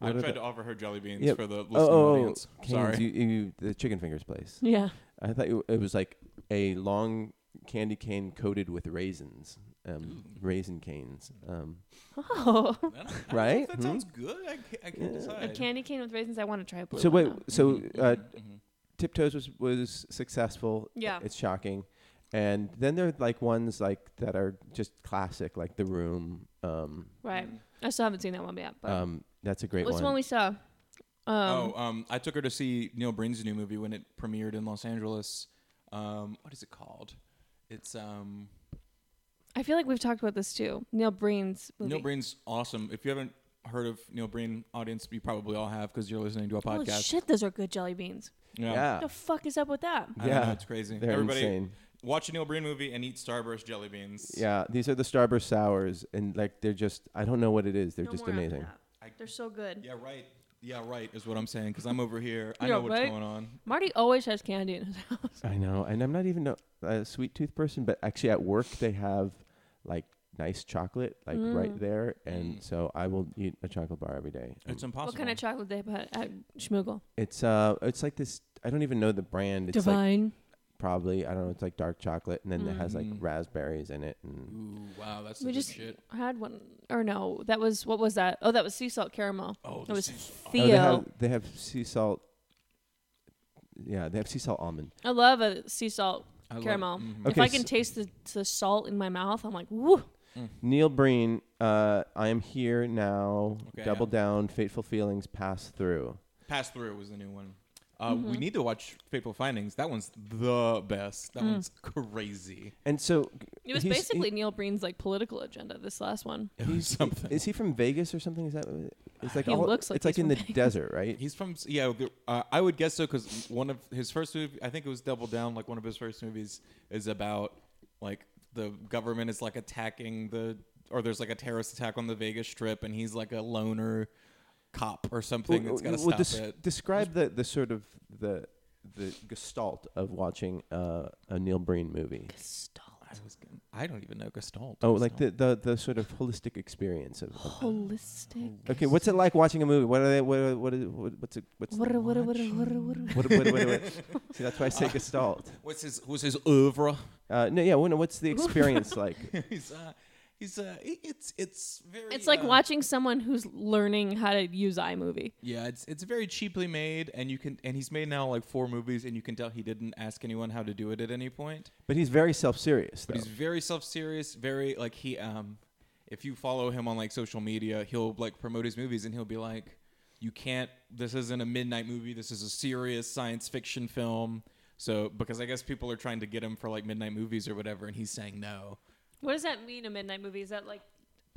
I
What are
tried
the-
to offer her jelly beans
Yeah.
for the listening
Oh, oh,
audience.
oh,
Sorry.
Cane's, You, you, the chicken fingers place.
Yeah.
I thought you- it was like a long candy cane coated with raisins, um, raisin canes. Um,
Oh.
I don't- I don't know
Right?
if That
Hmm?
sounds good. I can't, I can't
A
decide.
candy cane with raisins, I wanna try a blue.
Hmm? so
one
wait,
now.
so uh,
Mhm.
Tiptoes was was successful.
Yeah.
it's shocking. And then there are like ones like that are just classic, like The Room. Um,
Right. I still haven't seen that one yet, but
um, that's a great
what's
one.
the one we saw? Um
oh, um, I took her to see Neil Breen's new movie when it premiered in Los Angeles. Um, what is it called? It's um,
I feel like we've talked about this too. Neil Breen's movie.
Neil Breen's awesome. If you haven't heard of Neil Breen, audience, you probably all have because you're listening to a
Holy
podcast.
Oh, shit, those are good jelly beans.
yeah,
What the fuck is up with that?
I
Yeah.
Know, it's crazy.
They're
Everybody,
insane.
watch a Neil Breen movie and eat Starburst jelly beans.
yeah. These are the Starburst sours, and like they're just I don't know what it is. They're
No
just
more after
amazing.
that.
I-
They're so good.
Yeah, right. Yeah, right is what I'm saying because I'm over here. I
Yeah,
know what's
right.
going on.
Marty always has candy in his house.
I know, and I'm not even a, a sweet tooth person, but actually at work they have like nice chocolate like right there, and
Mm.
so I will eat a chocolate bar every day.
It's
Um,
impossible.
What kind of chocolate they put at Schmoogle?
it's uh, it's like this. I don't even know the brand. It's like
Divine.
probably I don't know. It's like dark chocolate, and then it has like
Mm.
raspberries in it, and Oh,
Ooh, wow, that's
we
the
just
shit.
had one. Or no, that was, what was that? Oh, that was sea salt caramel.
Oh,
It was
this is-
Oh, they
Theo.
have they have sea salt. Yeah, they have sea salt almond.
I love a sea salt
I love it.
caramel.
Mhm.
If
Okay,
I can
so-
taste the, the salt in my mouth, I'm like, woo.
Neil Breen, uh, I am here now.
Okay,
Double
yeah.
down. Fateful feelings pass through.
Pass Through was the new one. Uh,
Mm-hmm.
We need to watch Fateful Findings. That one's the best.
Mm.
That one's crazy.
And so
It was
he's- he-
basically Neil Breen's like political agenda, this last one.
he's-
something.
Is he from Vegas or something? Is that what it- it's like
He
all,
looks like
it's like
he's
in
from
the
Vegas.
desert, right?
He's from s- yeah. the- Uh, I would guess so because one of his first movie, I think it was Double Down, like one of his first movies, is about like the government is like attacking the or there's like a terrorist attack on the Vegas Strip, and he's like a loner cop or something that's gonna stop
des-
it.
Describe the, the sort of the the gestalt of watching uh, a Neil Breen movie.
Gestalt.
I was gonna, I don't even know Gestalt.
Oh, like the,
Gestalt.
the, the sort of holistic experience of. of that.
Holistic.
Okay, what's it like watching a movie? What are they? What are, what is, what, what's it? What's
Wurr,
the
wurr, wurr,
watch?
wurr, wurr.
what, what, what, what, See, that's why I say gestalt.
what's his what's his oeuvre?
Uh, no, yeah. When, what's the experience like?
he's uh, he's uh, i- it's it's very.
It's like
uh,
watching someone who's learning how to use iMovie.
Yeah, it's it's very cheaply made, and you can and he's made now like four movies, and you can tell he didn't ask anyone how to do it at any point.
But he's very self-serious.
But he's very self serious, very like he um if you follow him on like social media, he'll like promote his movies and he'll be like, You can't this isn't a midnight movie, this is a serious science fiction film. So because I guess people are trying to get him for like midnight movies or whatever and he's saying no.
What does that mean? A midnight movie is that like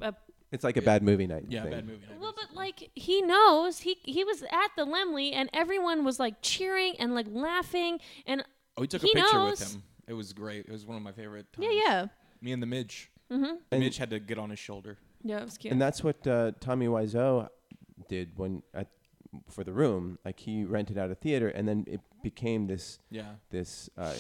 a
it's like a bad movie night.
Yeah,
thing.
bad movie. night.
well, but like he knows he he was at the Lemley and everyone was like cheering and like laughing and
Oh, we took
he
a picture with
knows.
him. It was great. It was one of my favorite times.
yeah yeah
Me and the Midge.
Mm-hmm.
The
And-
Midge had to get on his shoulder.
yeah it was cute.
And that's what uh, Tommy Wiseau did when at, for the room. Like he rented out a theater, and then it became this
Yeah.
this uh,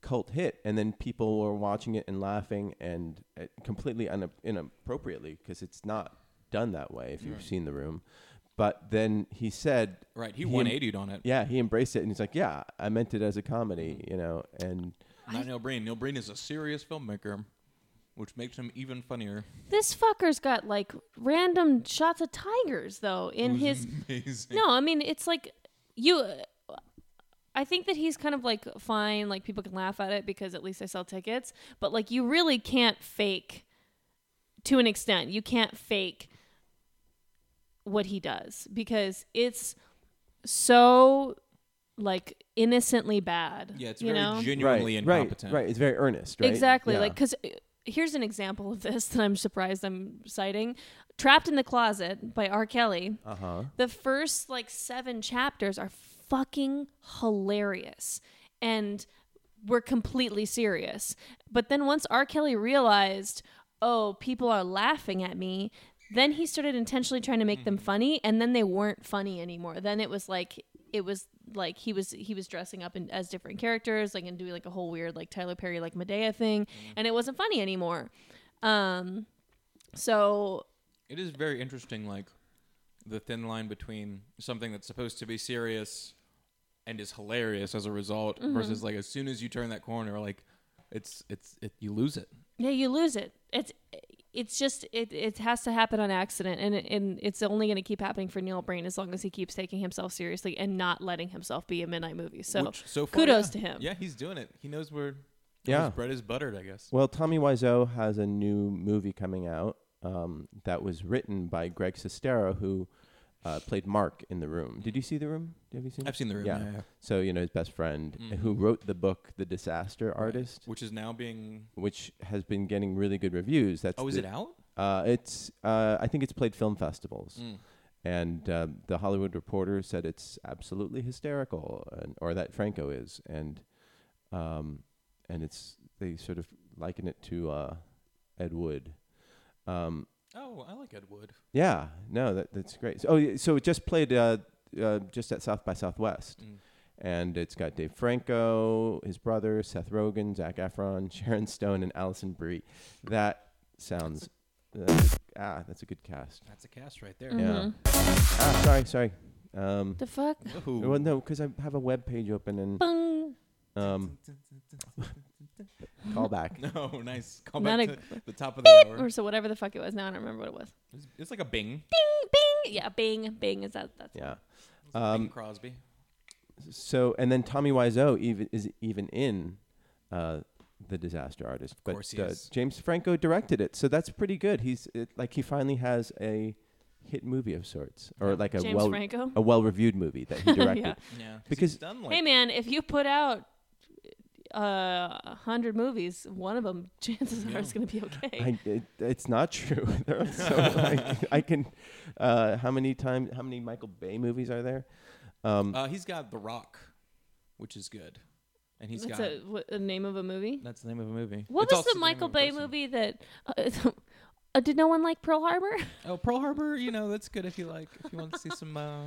cult hit, and then people were watching it and laughing and uh, completely un- inappropriately because it's not done that way. If you've seen the room, but then he said,
Mm. Right. He
em-
one eightied on it.
yeah, he embraced it, and he's like, yeah, I meant it as a comedy,
Mm-hmm.
you know, and.
Not Neil Breen. Neil Breen is a serious filmmaker, which makes him even funnier.
this fucker's got like random shots of tigers though in his
Amazing.
No, I mean it's like you. I think that he's kind of like fine, like people can laugh at it because at least I sell tickets. But like you really can't fake, to an extent, you can't fake what he does because it's so like innocently bad.
Yeah, it's
you
very
know?
genuinely
right,
incompetent.
Right, right. It's very earnest, right?
Exactly.
Yeah.
Like 'cause Like, because here's an example of this that I'm surprised I'm citing Trapped in the Closet by R. Kelly. Uh-huh. The first, like, seven chapters are fucking hilarious and were completely serious. But then once R. Kelly realized, oh, people are laughing at me. Then he started intentionally trying to make them funny, and then they weren't funny anymore. Then it was like it was like he was he was dressing up in, as different characters like and doing like a whole weird like tyler perry like medea thing and it wasn't funny anymore um so
It is very interesting, like the thin line between something that's supposed to be serious and is hilarious as a result,
Mm-hmm.
versus like as soon as you turn that corner, like it's it's it, you lose it.
yeah you lose it it's it's just it, it has to happen on accident and and it's only going to keep happening for neil brain as long as he keeps taking himself seriously and not letting himself be a midnight movie so,
Which, so far,
kudos
yeah.
to him
Yeah, he's doing it. He knows where
Yeah.
his bread is buttered. I guess.
Well, Tommy Wiseau has a new movie coming out um, that was written by Greg Sestero, who uh, played Mark in The Room. Did you see The Room? Have you seen?
I've
it?
seen the room.
Yeah. So you know his best friend, who
Mm-hmm.
wrote the book The Disaster Artist,
Which is now being.
which has been getting really good reviews. That's
Oh, is
the-
it out?
Uh, it's uh, I think it's played film festivals.
Mm.
And uh, the Hollywood Reporter said it's absolutely hysterical, and, or that Franco is, and um, and it's they sort of liken it to uh, Ed Wood. Um,
Oh, I like Ed Wood.
yeah, no, that, that's great. So, oh, yeah, so it just played uh, uh, just at South by Southwest,
Mm.
and it's got Dave Franco, his brother, Seth Rogen, Zach Efron, Sharon Stone, and Allison Brie. That sounds that's- ah, that's a good cast.
That's a cast right there.
Mm.
Yeah. Ah, sorry, sorry. Um,
Mm-hmm. the fuck
well, no, because I have a web page open and
Bung.
um, call back.
No, nice.
oh,
Call
Not
back
a-
to the top of the hour.
or so whatever the fuck it was now i don't remember what it was
It's, it's like a Bing.
bing bing yeah bing bing is that that's
Yeah.
Bing
Um,
Crosby.
so and then Tommy Wiseau even is even in uh, the Disaster Artist. Of
course he
uh,
is.
James Franco directed it, so that's pretty good. He's it, like he finally has a hit movie of sorts, or like a
James
well
Franco?
a well reviewed movie that he directed.
Yeah. 'cause
Because-
he's done like
hey man, if you put out uh, a hundred movies, one of them chances are it's gonna be okay.
I, it, it's not true. There are so, I, I can. Uh, how many times? How many Michael Bay movies are there? Um,
Uh, he's got The Rock, which is good, and he's
that's
got
a, what, the name of a movie.
that's the name of a movie.
What
It's
was
also
the Michael
name
Bay
of a person.
movie that? Uh, Oh, did no one like Pearl Harbor?
Oh, Pearl Harbor, you know that's good if you like if you want to see some uh,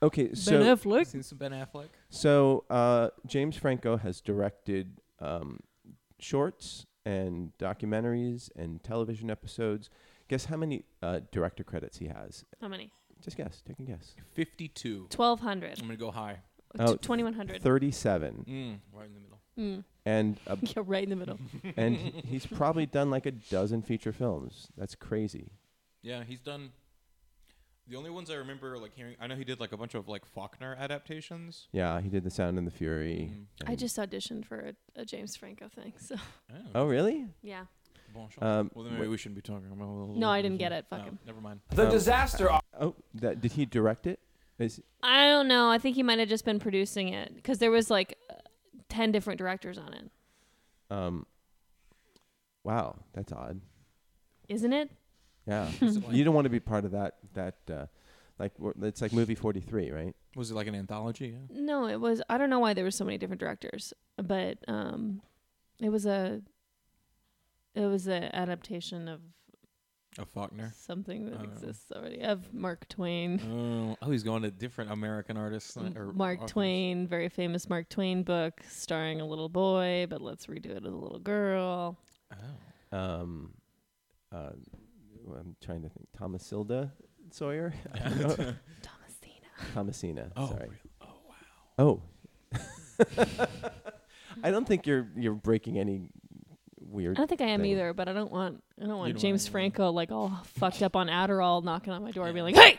Okay, so
ben Affleck.
see some Ben Affleck.
So uh, James Franco has directed um, shorts and documentaries and television episodes. Guess how many uh, director credits he has?
How many?
Just guess. Take a guess.
Fifty-two.
Twelve hundred.
I'm gonna go high.
Oh,
Twenty one hundred.
Thirty-seven,
Mm, right in the middle.
Mm.
and uh,
Yeah, right in the middle.
and he- he's probably done like a dozen feature films. That's crazy.
Yeah, he's done. The only ones I remember like hearing, I know he did like a bunch of like Faulkner adaptations.
Yeah, he did The Sound and the Fury.
Mhm.
I
and-
just auditioned for a, a James Franco thing, so
Oh really?
yeah.
Bon chance.
Um,
well, then maybe we shouldn't be talking about.
No, I didn't get it. Fuck
Oh,
him.
Never mind.
The disaster. Oh, that, did he direct it? Is
I don't know. I think he might have just been producing it because there was like uh, ten different directors on it,
um. Wow, that's odd.
isn't it?
Yeah,
it like-
you don't want to be part of that. That uh, like we're- it's like movie forty three, right?
Was it like an anthology? Yeah.
No, it was. I don't know why there were so many different directors, but um, it was a it was a adaptation of
A Faulkner.
something that
Oh.
exists already of Mark Twain.
oh, oh, he's going to different American artists. uh, Or
Mark
authors.
Twain, very famous Mark Twain book starring a little boy, but let's redo it with a little girl.
Oh.
Um, uh, I'm trying to think. Thomasilda Sawyer, I don't know.
Thomasina.
Thomasina.
Oh,
sorry.
really? Oh, wow.
Oh, I don't think you're you're breaking any
I
weird.
don't think I am
Thing.
either, but I don't want I don't want
don't
James
want anyone-
Franco like all fucked up on Adderall knocking on my door
Yeah.
being like, "Hey,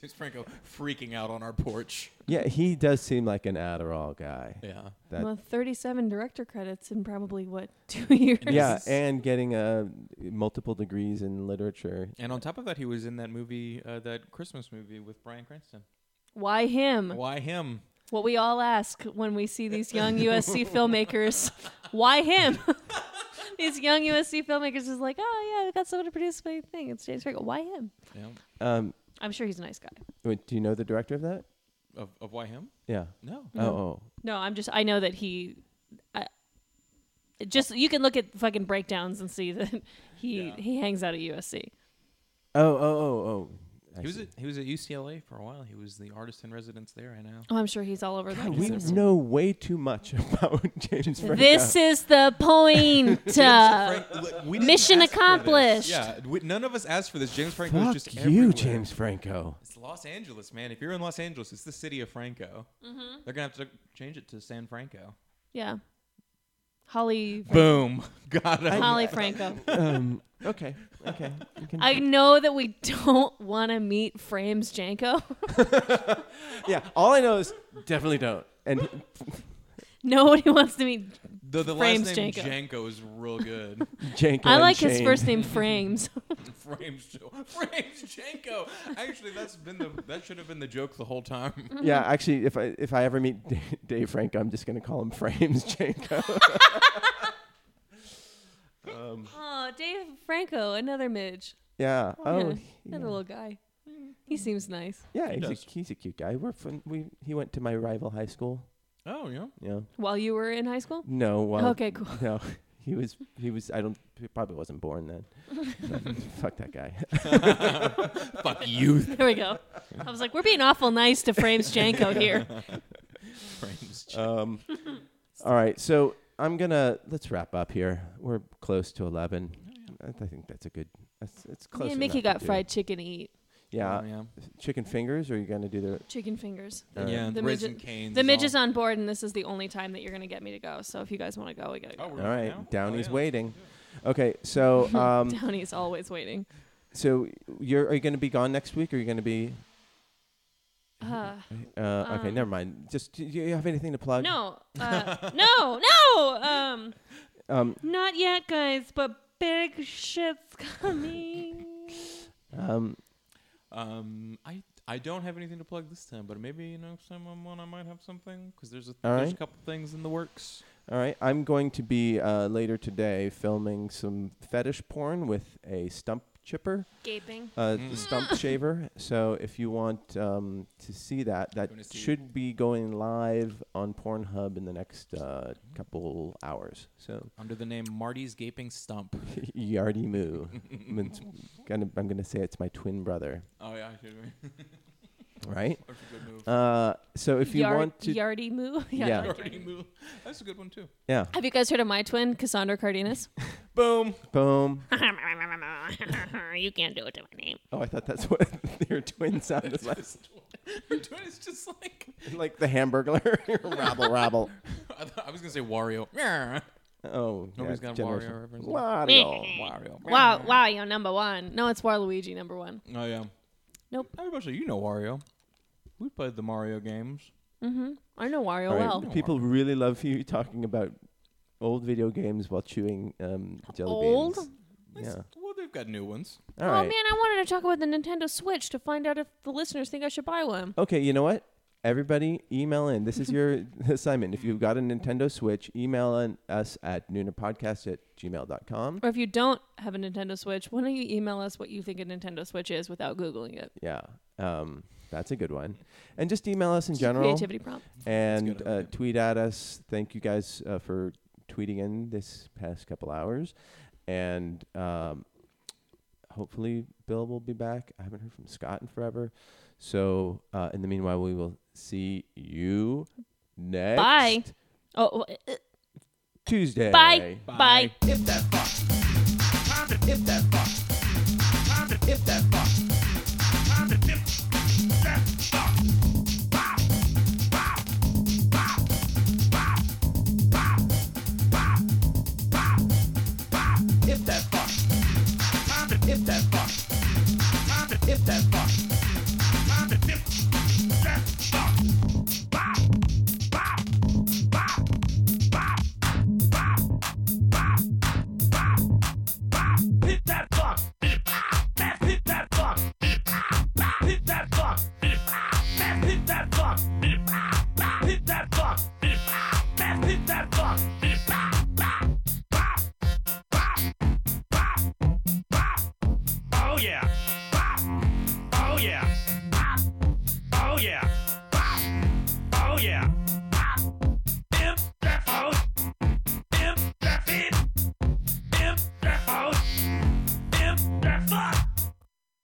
James Franco freaking out on our porch.
Yeah, he does seem like an Adderall guy.
Yeah.
That-
well, 37 director credits in probably what 2 years."
Yeah, and getting uh, multiple degrees in literature.
And on top of that, he was in that movie, uh, that Christmas movie with Brian Cranston.
Why him?
Why him?
What we all ask when we see these young USC filmmakers, why him? these young USC filmmakers is like, "Oh yeah, I got someone to produce my thing. It's James Franco. Why him?"
Yeah.
Um,
I'm sure he's a nice guy.
wait, do you know the director of that?
Of, of why him?
Yeah.
No.
Oh, oh,
No, I'm just. I know that he. I, it just you can look at fucking breakdowns and see that he
Yeah.
he hangs out at USC.
oh, oh, oh, oh. I
He was
see.
at, he was at UCLA for a while. He was the artist in residence there. I know.
Oh, I'm sure he's all over
God,
that.
we know way too much about James Franco.
This is the point. uh, mission accomplished.
Yeah, we, none of us asked for this. James Franco
Fuck
was just
you,
everywhere.
James Franco.
It's Los Angeles, man. If you're in Los Angeles, it's the city of Franco.
Mm-hmm.
They're gonna have to change it to San Franco.
Yeah. Holly
Boom. Got it.
Holly Franco.
Um, okay, okay. you can-
I know that we don't want to meet Frames Janko.
yeah, all I know is definitely don't. And
Nobody wants to meet.
The, the
Frames
last name
Janko.
Janko. is real good.
Janko.
I
and
like his
Shane.
first name Frames.
Frames Jo- Frames Janko. Actually, that's been the that should have been the joke the whole
Mm-hmm.
time.
Yeah, actually, if I if I ever meet D- Dave Franco, I'm just gonna call him Frames Janko.
oh, Dave Franco, another midge.
Yeah. Oh.
yeah.
he- Yeah.
Another little guy. He seems nice.
Yeah, he's a,
does.
he's a cute guy. We're from, we he went to my rival high school.
Oh yeah.
Yeah.
While you were in high school.
No. Well,
okay, cool.
No, he was he was. I don't. He probably wasn't born then. But fuck that guy.
Fuck you,
There we go. I was like, we're being awful nice to Frames Janko here.
Frames. Janko.
Um, all right, so I'm gonna let's wrap up here. We're close to eleven.
Oh,
I th- I think that's a good. That's it's close.
Yeah, Mickey
enough to
got
do.
fried chicken to eat.
Yeah,
Oh, yeah.
chicken fingers. Or are you gonna do the?
Chicken fingers.
Uh,
yeah,
The
the raisin
midget-
canes.
The
is
midge
all-
is on board, and this is the only time that you're going to get me to go. So if you guys want to go, we got to
Oh,
go.
we're
All right,
now? Oh,
Downey's
yeah.
waiting. Okay, so um,
Downey's always waiting.
so you're are you gonna be gone next week? Or are you gonna be?
Uh,
Uh, okay,
Um,
never mind. Just do you have anything to plug?
no. Uh, no. No. Um,
Um,
not yet, guys, but big shit's coming.
um,
Um, I I don't have anything to plug this time, but maybe you know someone I might have something because there's a
All
there's
right.
a couple things in the works.
All right, I'm going to be uh, later today filming some fetish porn with a stump chipper,
Gaping.
uh, the stump shaver. So if you want um, to see that, that
wanna see-
should be going live on Pornhub in the next uh, couple hours. So
Under the name Marty's Gaping Stump.
Yardi Moo. I'm gonna- gonna, I'm gonna say it's my twin brother,
Oh yeah, that's
right?
a good move.
Uh, so if you want to,
Yardy Moo. yeah. I
Yeah.
like
Yardy
Yardy Moo.
That's a good one too.
yeah,
Have you guys heard of my twin, Cassandra Cardenas?
Boom.
boom.
you can't do it to my name.
Oh, I thought that's what your twin sounded like,
Her twin is just like
like the Hamburglar, rabble rabble.
I, thought- I was gonna say Wario. Yeah.
Oh,
Nobody's
yeah,
got a Wario
generation.
reference.
Eh.
Wario.
Wario.
Wow, wow, you're number one. No, it's Waluigi number one.
Oh yeah.
Nope.
Everybody, you know Wario. We played the Mario games.
I know Wario
All right,
Oh, well.
people really love you talking about old video games while chewing um, jelly
Old?
beans. Yeah.
Well, they've got new ones.
All
oh
right.
man, I wanted to talk about the Nintendo Switch to find out if the listeners think I should buy one.
Okay, you know what? Everybody, email in. This is your assignment. If you've got a Nintendo Switch, email in us at noonapodcast at gmail.com.
Or if you don't have a Nintendo Switch, why don't you email us what you think a Nintendo Switch is without Googling it?
Yeah, um, that's a good one. And just email us in
Just a
general
Creativity prompt.
and
good
uh,
idea.
tweet at us. Thank you guys uh, for tweeting in this past couple hours. And um, hopefully, Bill will be back. I haven't heard from Scott in forever. So, uh, in the meanwhile, we will see you next
Bye. Oh, uh, uh,
Tuesday.
bye. Bye.
If that fuck. Time to if that fuck. Time to if that fuck.